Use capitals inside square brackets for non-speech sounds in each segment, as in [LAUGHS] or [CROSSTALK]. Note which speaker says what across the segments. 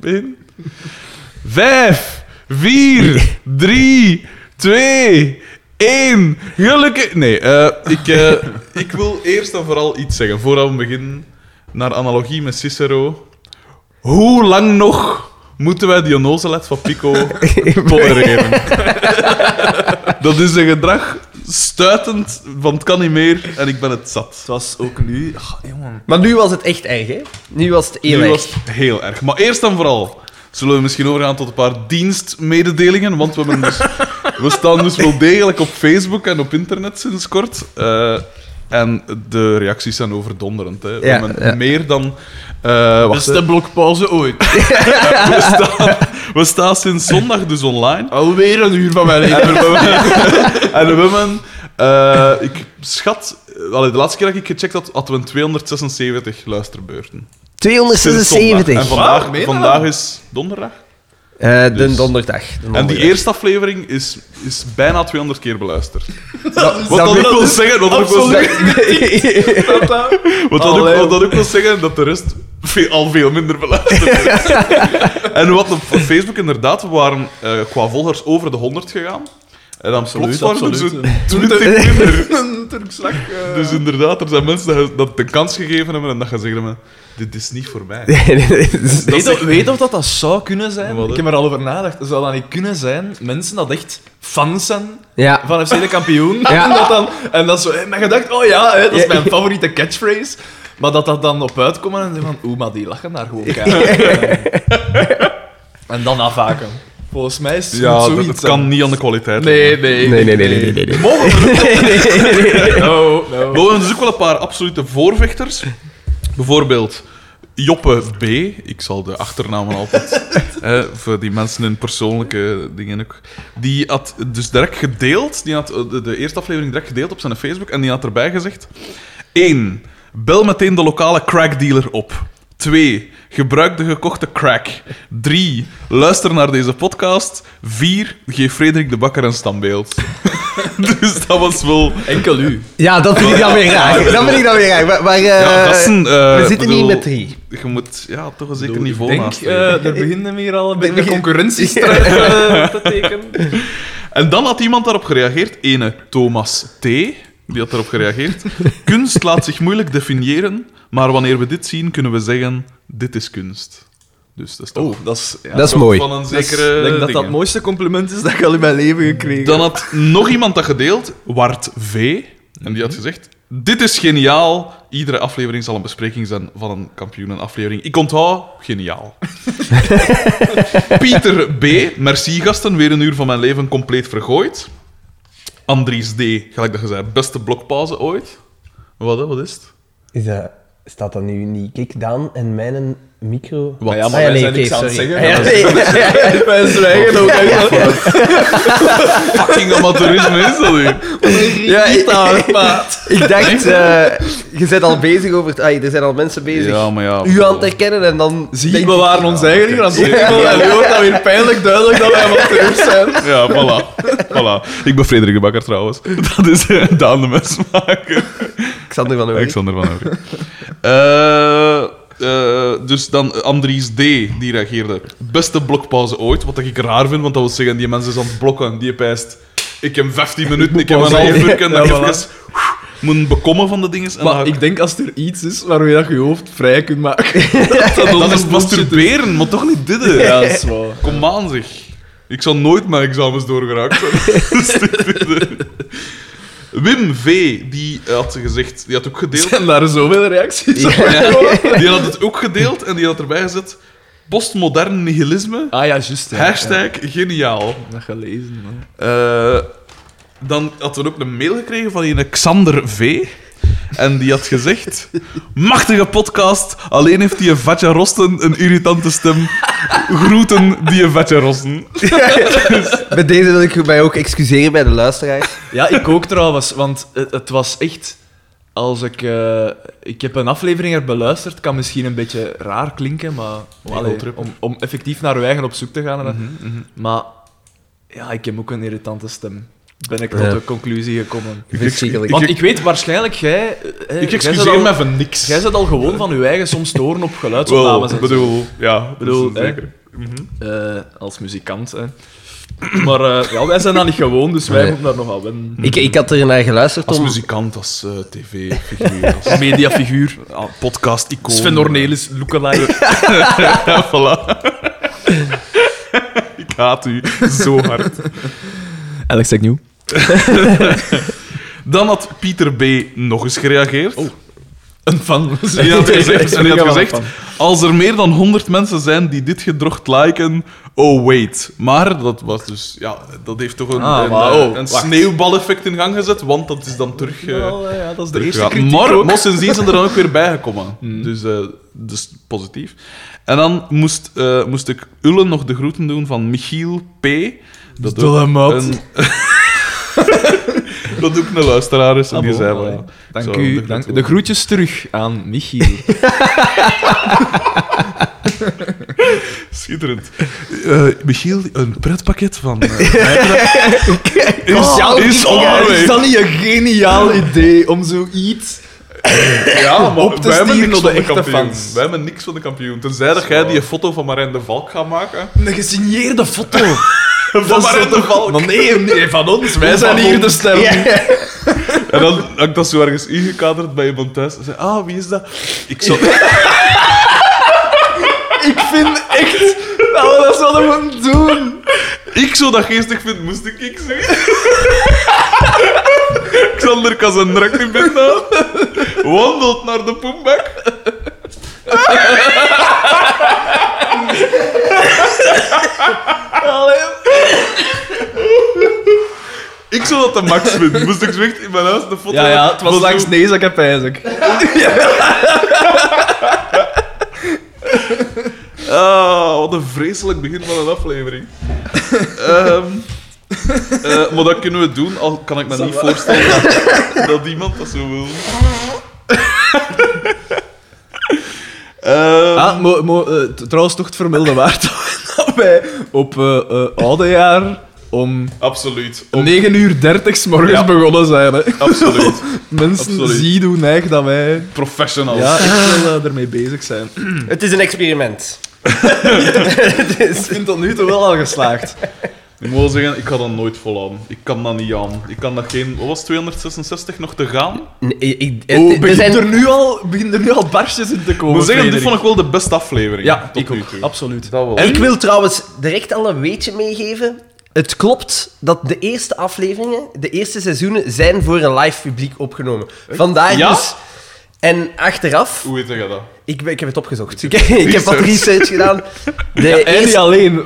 Speaker 1: begin. Vijf, vier, drie, twee, één. Gelukkig... Nee, eh, ik, eh, ik wil eerst en vooral iets zeggen. Voordat we beginnen, naar analogie met Cicero. Hoe lang nog moeten wij die onnozelheid van Pico tolereren? Dat is een gedrag stuitend, want het kan niet meer en ik ben het zat.
Speaker 2: Het was ook nu... Ah, jongen.
Speaker 3: Maar nu was het echt erg, hè? Nu was het heel
Speaker 1: Nu
Speaker 3: erg.
Speaker 1: was het heel erg. Maar eerst en vooral zullen we misschien overgaan tot een paar dienstmededelingen. Want we, hebben dus,
Speaker 3: [LAUGHS]
Speaker 1: we staan dus wel degelijk op Facebook en op internet sinds kort. Eh, en de reacties zijn overdonderend. Hè. We
Speaker 3: Ja,
Speaker 1: hebben
Speaker 3: ja.
Speaker 1: meer dan. eh wacht,
Speaker 2: Beste blokpauze ooit.
Speaker 1: hè. we, staan, we staan sinds zondag dus online.
Speaker 2: Alweer een uur van mijn leven.
Speaker 1: En we hebben- [LAUGHS] en we hebben, eh, ik schat, eh, allee, de laatste keer dat ik gecheckt had, hadden we een 276 luisterbeurten. Sinds zondag. En
Speaker 3: 276.
Speaker 1: vandaag,
Speaker 2: Waar? Meen je
Speaker 1: vandaag
Speaker 2: dat?
Speaker 1: is donderdag.
Speaker 3: Eh, de
Speaker 1: Dus-
Speaker 3: donderdag. De
Speaker 1: En die
Speaker 3: donderdag.
Speaker 1: eerste aflevering is, is bijna 200 keer beluisterd. Wat
Speaker 3: dat
Speaker 1: dat ook
Speaker 3: wil-
Speaker 1: wil zeggen, wat dat ook
Speaker 3: [LAUGHS]
Speaker 1: wil
Speaker 2: Absoluut.
Speaker 1: zeggen, wat dat ook-
Speaker 2: Allee.
Speaker 1: wat dat ook wil zeggen dat de rest veel, al veel minder beluisterd
Speaker 2: [LAUGHS]
Speaker 1: is. en wat op Facebook inderdaad, we waren eh, qua volgers over de 100 gegaan. En dan plots waren er zo 20 minder.
Speaker 2: [LAUGHS] Een Turkslag.
Speaker 3: eh.
Speaker 1: Dus inderdaad, er zijn mensen dat, dat de kans gegeven hebben en dat gaan zeggen, maar, dit is niet voor mij.
Speaker 2: Weet,
Speaker 1: Dat
Speaker 2: of,
Speaker 1: is-
Speaker 2: weet of dat dat zou kunnen zijn?
Speaker 1: Wat, hè?
Speaker 2: ik heb er al over nagedacht. Zou dat niet kunnen zijn? Mensen dat echt fans zijn
Speaker 3: ja.
Speaker 2: van FC de kampioen.
Speaker 3: Ja.
Speaker 2: En, dat dan, en dat zo, mijn gedacht, oh ja, hè, dat is
Speaker 3: Ja.
Speaker 2: mijn favoriete catchphrase. Maar dat dat dan op uitkomen en zeggen van, oeh, maar die lachen daar gewoon keihard. [LAUGHS] en dan afhaken. Volgens mij is het
Speaker 1: Ja, dat,
Speaker 2: zoiets.
Speaker 1: het kan niet aan de kwaliteit.
Speaker 2: hè. Nee, nee,
Speaker 3: Nee, nee, nee, nee, nee, [LAUGHS] nee.
Speaker 2: Mogen we
Speaker 1: No,
Speaker 2: Eh,
Speaker 1: no. We hebben dus ook wel een paar absolute voorvechters. Bijvoorbeeld Joppe B. Ik zal de achternamen altijd... [LAUGHS] hè, voor die mensen hun persoonlijke dingen ook. Die had dus direct gedeeld. Die had eh, de, de eerste aflevering direct gedeeld op zijn Facebook. En die had erbij gezegd... 1. Bel meteen de lokale crackdealer op. 2. Gebruik de gekochte crack. 3. Luister naar deze podcast. 4. Geef Frederik de Bakker een standbeeld. [LAUGHS] dus dat was wel...
Speaker 2: Enkel u.
Speaker 3: Ja, dat vind ik dan weer raar. Dat vind ik dan weer raar. Maar, maar, eh,
Speaker 1: Ja, gasten, eh,
Speaker 3: we zitten niet
Speaker 1: bedoel,
Speaker 3: met drie.
Speaker 1: Je moet ja, toch een zeker
Speaker 2: Ik
Speaker 1: niveau
Speaker 2: denk,
Speaker 1: naast.
Speaker 2: eh, er beginnen hier al een beetje
Speaker 3: begin-
Speaker 2: concurrentiestrijd eh, te tekenen.
Speaker 1: En dan had iemand daarop gereageerd. Ene Thomas T. Die had daarop
Speaker 2: [LAUGHS]
Speaker 1: gereageerd. kunst laat zich moeilijk definiëren, maar wanneer we dit zien, kunnen we zeggen: dit is kunst. Dus dat is toch
Speaker 2: Oh, dat is... ja,
Speaker 3: Dat is mooi.
Speaker 1: van een
Speaker 2: dat is- eh,
Speaker 1: zekere.
Speaker 2: Ik denk dat
Speaker 1: ding,
Speaker 2: dat
Speaker 1: hè.
Speaker 2: het mooiste compliment is dat ik al in mijn leven gekregen
Speaker 1: Dan had nog iemand dat gedeeld, Wart V. En die had gezegd: Dit is geniaal. Iedere aflevering zal een bespreking zijn van een kampioenenaflevering. Ik onthoud geniaal. Pieter B. Merci gasten, weer een uur van mijn leven compleet vergooid. Andries D. Gelijk dat je zei, beste blokpauze ooit. Wat, hè, wat is het?
Speaker 3: Is dat, staat dat nu niet? Kijk, Daan en mijn micro.
Speaker 1: Wat?
Speaker 2: ja, maar
Speaker 3: Ah, ja,
Speaker 2: wij
Speaker 3: nee,
Speaker 2: zijn
Speaker 3: oké,
Speaker 2: niks aan het
Speaker 3: sorry. Ah, [LAUGHS]
Speaker 2: zeggen.
Speaker 3: ja, nee.
Speaker 2: had... Wij zwijgen ook echt wel.
Speaker 1: Fucking amateurisme is dat nu?
Speaker 3: Ja, ik-
Speaker 2: paard.
Speaker 3: ik dacht, eh, je bent al bezig over het. ai, er zijn al mensen bezig.
Speaker 1: Ja, maar ja.
Speaker 3: U aan het herkennen en dan.
Speaker 2: [LAUGHS] Zie,
Speaker 3: denk-
Speaker 2: we waren ons eigen hier aan het doen. En nu wordt dat weer pijnlijk duidelijk dat wij amateurs zijn.
Speaker 3: eh,
Speaker 1: Ja, voilà. voilà. Ik ben Frederik de Bakker trouwens. Dat is eh, Daan de Mesmaker.
Speaker 3: Xander van der Werf.
Speaker 1: Alexander van Overy.
Speaker 2: [LAUGHS]
Speaker 1: Eh, eh, dus dan Andries D. die reageerde. Beste blokpauze ooit. Wat ik raar vind, want dat wil zeggen, die mensen is aan het blokken. en Die pijst. Ik heb
Speaker 2: [LAUGHS]
Speaker 1: 15 minuten, ik heb een
Speaker 2: pauze.
Speaker 1: half uur. En dan
Speaker 2: Ja,
Speaker 1: even moet bekommen van de dingen. En
Speaker 2: Maar
Speaker 1: dan-
Speaker 2: ik denk als er iets is waarmee dat je je hoofd vrij kunt maken...
Speaker 1: [LAUGHS] dat is masturberen, maar toch niet dit. hè.
Speaker 2: Ja, dat [LAUGHS] is waar.
Speaker 1: Kom aan, zeg. Ik zal nooit mijn examens doorgeraakt
Speaker 2: [LAUGHS]
Speaker 1: hebben. Wim V. die eh, had gezegd, die had ook
Speaker 2: Er
Speaker 1: gedeeld.
Speaker 2: zijn daar zoveel reacties op.
Speaker 1: Die had het ook gedeeld en die had erbij gezet. Postmodern nihilisme.
Speaker 2: Ah ja, juist. ja.
Speaker 1: Hashtag geniaal.
Speaker 2: Ja, Dat gelezen, man.
Speaker 1: Eh, dan hadden we ook een mail gekregen van een Xander V. En die had gezegd: Machtige podcast, alleen heeft die Vatja Rosten een irritante stem. Groeten die Vatja Rosten.
Speaker 4: [LAUGHS]
Speaker 3: Bij deze wil ik mij ook excuseren bij de
Speaker 2: [LAUGHS]
Speaker 3: luisteraars.
Speaker 2: Ja, ik ook trouwens, want het, het was echt. Als ik. eh, ik heb een aflevering er beluisterd, kan misschien een beetje raar klinken, maar. allee,
Speaker 1: trip. Mhm,
Speaker 2: om, om effectief naar uw eigen op zoek te gaan. en dat- Maar. Ja, ik heb ook een irritante stem. ben ik tot
Speaker 4: Ja.
Speaker 2: de conclusie gekomen.
Speaker 4: Verschrikkelijk.
Speaker 2: Want ik weet waarschijnlijk, jij... eh,
Speaker 1: Ik
Speaker 2: jij zit
Speaker 1: excuseer
Speaker 2: al-
Speaker 1: me van niks.
Speaker 2: Jij zit al gewoon van je eigen soms storen op
Speaker 1: Wel,
Speaker 2: geluidsopnames. en zo.
Speaker 1: bedoel, ja,
Speaker 2: Bedoel,
Speaker 1: bedoel, zeker. Mhm.
Speaker 2: Eh, als muzikant, hè. Maar eh, ja, wij zijn dat niet gewoon, dus wij
Speaker 4: Nee.
Speaker 2: moeten daar nog aan wennen.
Speaker 4: Ik, ik had er naar geluisterd
Speaker 1: Als
Speaker 4: om...
Speaker 1: muzikant, als eh, tv-figuur, als
Speaker 2: [LAUGHS] Mediafiguur.
Speaker 1: ah, podcast-icoon.
Speaker 2: Sven Ornelis, lookalike.
Speaker 1: Ja, voilà. [LAUGHS] ik haat u zo hard.
Speaker 2: Alex Agnew.
Speaker 1: Dan had Pieter B. nog eens gereageerd.
Speaker 2: Een [LAUGHS] fan.
Speaker 1: En die had gezegd, en die had
Speaker 2: Oh. Ja,
Speaker 1: gezegd
Speaker 2: een fan.
Speaker 1: als er meer dan 100 mensen zijn die dit gedrocht liken, oh wait. Maar dat was dus, ja, dat heeft toch een,
Speaker 2: Ah,
Speaker 1: een,
Speaker 2: maar,
Speaker 1: eh,
Speaker 2: oh,
Speaker 1: een
Speaker 2: wacht.
Speaker 1: sneeuwbaleffect in gang gezet, want dat is dan terug... eh,
Speaker 2: Wel, eh, ja, dat is de
Speaker 1: terug
Speaker 2: eerste
Speaker 1: gegaan.
Speaker 2: kritiek
Speaker 1: maar
Speaker 2: ook. Hmm.
Speaker 1: maar sindsdien zijn er dan ook weer
Speaker 2: [LAUGHS]
Speaker 1: bijgekomen. Dus, eh, dus positief. En dan moest, eh, moest ik Ulle nog de groeten doen van Michiel P. Dat
Speaker 2: Doe
Speaker 1: ook
Speaker 2: hem, maat.
Speaker 1: een- [LAUGHS] dat ook een luisteraar is. En
Speaker 2: Ah,
Speaker 1: die
Speaker 2: bon,
Speaker 1: zei
Speaker 2: allee.
Speaker 1: wel,
Speaker 2: Dank
Speaker 1: Zo,
Speaker 2: u.
Speaker 1: de
Speaker 2: De,
Speaker 1: groeten.
Speaker 2: de groetjes terug aan [LAUGHS] Michiel.
Speaker 1: Schitterend. Eh, Michiel, een pretpakket van.
Speaker 2: [LAUGHS]
Speaker 1: eh, Nijpelen
Speaker 4: Oh,
Speaker 1: is is on our way.
Speaker 2: is dat niet een geniaal idee om zoiets...
Speaker 1: Ja, maar
Speaker 2: op te
Speaker 1: wij hebben
Speaker 2: sturen
Speaker 1: niks van
Speaker 2: naar de
Speaker 1: de
Speaker 2: echte
Speaker 1: kampioen.
Speaker 2: fans?
Speaker 1: Wij hebben niks van de kampioen. Tenzij dat jij die foto van Marijn de Valk gaat maken.
Speaker 2: Een gesigneerde [LAUGHS] foto.
Speaker 1: Van Marijn de Valk.
Speaker 2: Maar nee, nee, van ons. Wij
Speaker 1: Van
Speaker 2: zijn hier
Speaker 1: ons.
Speaker 2: de stem. [LAUGHS]
Speaker 1: En dan had ik dat zo ergens ingekaderd bij iemand thuis. En zei, ah, wie is dat? Ik zou...
Speaker 2: Ik vind echt... Nou, dat zouden we moeten doen.
Speaker 1: Ik zou dat geestig vinden, moest ik ik zeggen. [LAUGHS] Xander kan zijn drak in bed halen. Wandelt naar de poembak. Ik zou dat de max vinden. Moest ik zo echt in mijn huis de foto...
Speaker 2: Ja, ja, het
Speaker 1: van
Speaker 2: was
Speaker 1: zo-
Speaker 2: langs Nezak en Pijzak.
Speaker 1: Ah, wat een vreselijk begin van een aflevering. Ehm, eh, maar dat kunnen we doen, al kan ik me niet voorstellen dat, dat iemand dat zo
Speaker 2: [LAUGHS]
Speaker 1: wil. Ehm,
Speaker 2: Ah, mo, mo, eh, t- trouwens toch het vermelden waard [LAUGHS] dat wij op eh eh, oudejaar om
Speaker 1: Absoluut. Om-
Speaker 2: 9 uur 30 's morgens
Speaker 1: Ja.
Speaker 2: begonnen zijn. Hè.
Speaker 1: absoluut.
Speaker 2: Mensen
Speaker 1: Absoluut.
Speaker 2: zien hoe neig dat wij
Speaker 1: Professionals.
Speaker 2: ja, echt wel eh, ermee bezig zijn.
Speaker 4: Het is een experiment.
Speaker 2: Ik vind tot nu toe wel al [LAUGHS] geslaagd.
Speaker 1: Ik moet wel zeggen, ik ga dat nooit volhouden. Ik kan dat niet aan. Ik kan dat geen... Wat was het, 266 nog te gaan?
Speaker 4: Nee, ik, het-
Speaker 2: Oh,
Speaker 4: er
Speaker 2: begint,
Speaker 4: zijn-
Speaker 2: er nu al, begint er nu al barstjes in te
Speaker 1: Ik
Speaker 2: komen.
Speaker 1: moet zeggen, dit
Speaker 2: Frederik.
Speaker 1: vond ik wel de beste aflevering.
Speaker 2: Ja,
Speaker 1: tot
Speaker 2: ik
Speaker 1: nu
Speaker 2: ook.
Speaker 1: toe.
Speaker 2: Absoluut. Eh,
Speaker 1: Dat wel.
Speaker 4: Ik wil trouwens direct al een weetje meegeven. Het klopt dat de eerste afleveringen, de eerste seizoenen, zijn voor een live publiek opgenomen. Vandaar
Speaker 1: Ja?
Speaker 4: dus... En achteraf,
Speaker 1: Hoe weet jij dat?
Speaker 4: ik, ben- ik heb het opgezocht. Ik, [LAUGHS] ik heb wat
Speaker 1: Research.
Speaker 4: research [LAUGHS] gedaan. De
Speaker 2: En niet
Speaker 4: eerste,
Speaker 2: alleen.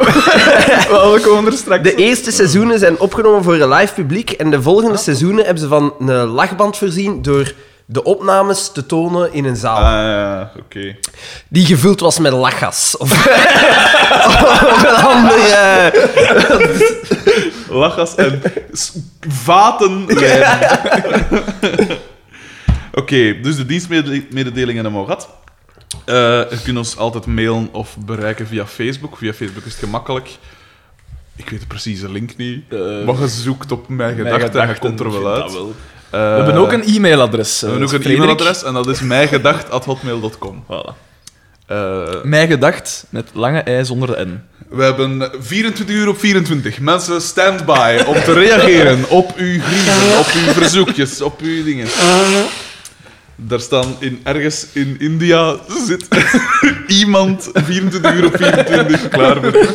Speaker 2: [LAUGHS] we komen er straks
Speaker 4: de eerste seizoenen zijn opgenomen voor een live publiek. En de volgende seizoenen hebben ze van een lachband voorzien door de opnames te tonen in een zaal.
Speaker 1: Ah, ja, oké.
Speaker 4: die gevuld was met lachgas. [LAUGHS] Of, of een andere...
Speaker 1: Lachgas en s-
Speaker 2: [LAUGHS]
Speaker 1: vaten. lijden. Oké, dus de dienstmededelingen hebben we al gehad. Eh, je kunt ons altijd mailen of bereiken via Facebook. Via Facebook is het gemakkelijk. Ik weet de precieze link niet.
Speaker 2: Eh,
Speaker 1: maar je zoekt op mijn
Speaker 2: Mijn
Speaker 1: gedachten en je
Speaker 2: gedachten,
Speaker 1: komt er
Speaker 2: ik
Speaker 1: wel
Speaker 2: vind
Speaker 1: uit.
Speaker 2: dat wel.
Speaker 1: Eh,
Speaker 2: We hebben ook een e-mailadres. eh,
Speaker 1: we hebben ook een e-mailadres en dat is mijngedacht.hotmail.com. Eh
Speaker 2: Mij gedacht met lange ei zonder de N.
Speaker 1: We hebben 24 uur op 24. Mensen, stand by om te reageren op uw grieven, op uw verzoekjes, op uw dingen. Daar staan in, ergens in India zit [LAUGHS] iemand 24 uur op 24 klaar voor.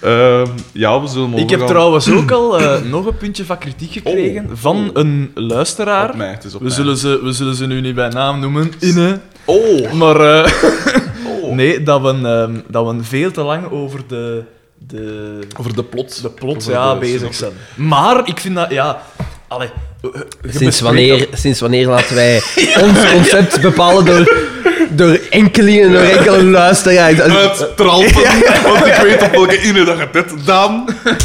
Speaker 1: Ehm, ja, we zullen
Speaker 2: Ik heb
Speaker 1: overgaan.
Speaker 2: trouwens ook
Speaker 1: [CLEARS THROAT]
Speaker 2: al eh, nog een puntje van kritiek gekregen
Speaker 1: Oh.
Speaker 2: van een
Speaker 1: Op
Speaker 2: luisteraar.
Speaker 1: mij, het is op
Speaker 2: We
Speaker 1: mij.
Speaker 2: zullen, ze, we zullen ze nu niet bij naam noemen, Inne.
Speaker 1: Oh!
Speaker 2: Maar eh,
Speaker 1: [LAUGHS]
Speaker 2: [LAUGHS]
Speaker 1: oh.
Speaker 2: nee, dat we, ehm, dat we veel te lang over de, de,
Speaker 1: Over de plot.
Speaker 2: de plot
Speaker 1: Over
Speaker 2: ja,
Speaker 1: de
Speaker 2: bezig
Speaker 1: synopsis.
Speaker 2: zijn. Maar ik vind dat, ja... Allee, eh, eh, je
Speaker 4: Sinds
Speaker 2: bespreekt
Speaker 4: wanneer, sinds wanneer laten [LAUGHS] wij ons concept bepalen door, door enkelingen, door enkele luisteraars? Dat-
Speaker 1: Uit
Speaker 2: [LAUGHS]
Speaker 1: tralpen, want ik weet op welke ine dat je dit Daan.
Speaker 2: dat-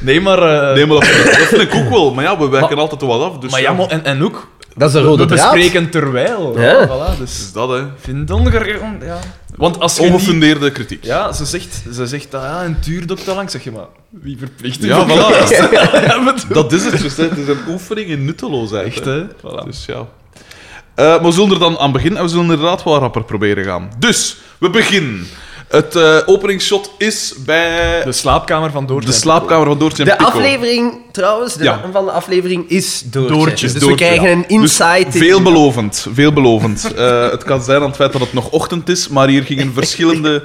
Speaker 2: Nee, maar... eh,
Speaker 1: Nee, Eh, maar dat vind, ik, dat vind ik ook wel. Maar ja, we wijken altijd wel af. Dus
Speaker 2: maar ja, maar- en, en ook...
Speaker 4: Dat is een
Speaker 2: We
Speaker 4: rode Oh, draad.
Speaker 2: bespreken terwijl.
Speaker 4: Ja.
Speaker 2: Voilà,
Speaker 1: is
Speaker 2: dus
Speaker 1: dat, hè?
Speaker 2: vind ongerond, ja. Want als je niet...
Speaker 1: Ongefundeerde kritiek.
Speaker 2: Ja, ze zegt, ze zegt dat, ja, en duurt ook te lang. Zeg je, maar wie verplicht u [LAUGHS]
Speaker 1: Ja,
Speaker 2: om dat
Speaker 1: voilà.
Speaker 2: te doen?
Speaker 1: Dat is het dus. hè. Het is een oefening in nutteloosheid.
Speaker 2: Echt,
Speaker 1: hè.
Speaker 2: hè? Voilà.
Speaker 1: Dus ja. Eh, maar we zullen er dan aan beginnen en we zullen inderdaad wel rapper proberen gaan. Dus, we beginnen. Het eh, openingsshot is bij
Speaker 2: De slaapkamer van
Speaker 1: de
Speaker 2: Doortje.
Speaker 1: slaapkamer van Doortje en
Speaker 4: De
Speaker 1: Pico.
Speaker 4: aflevering, trouwens, de
Speaker 1: Ja.
Speaker 4: naam van de aflevering is Doortje.
Speaker 1: Doortjes,
Speaker 4: dus
Speaker 1: Doortje,
Speaker 4: we krijgen
Speaker 1: ja.
Speaker 4: een insight
Speaker 1: Dus
Speaker 4: in...
Speaker 1: veelbelovend, veelbelovend. Eh, het kan zijn aan het feit dat het nog ochtend is, maar hier gingen verschillende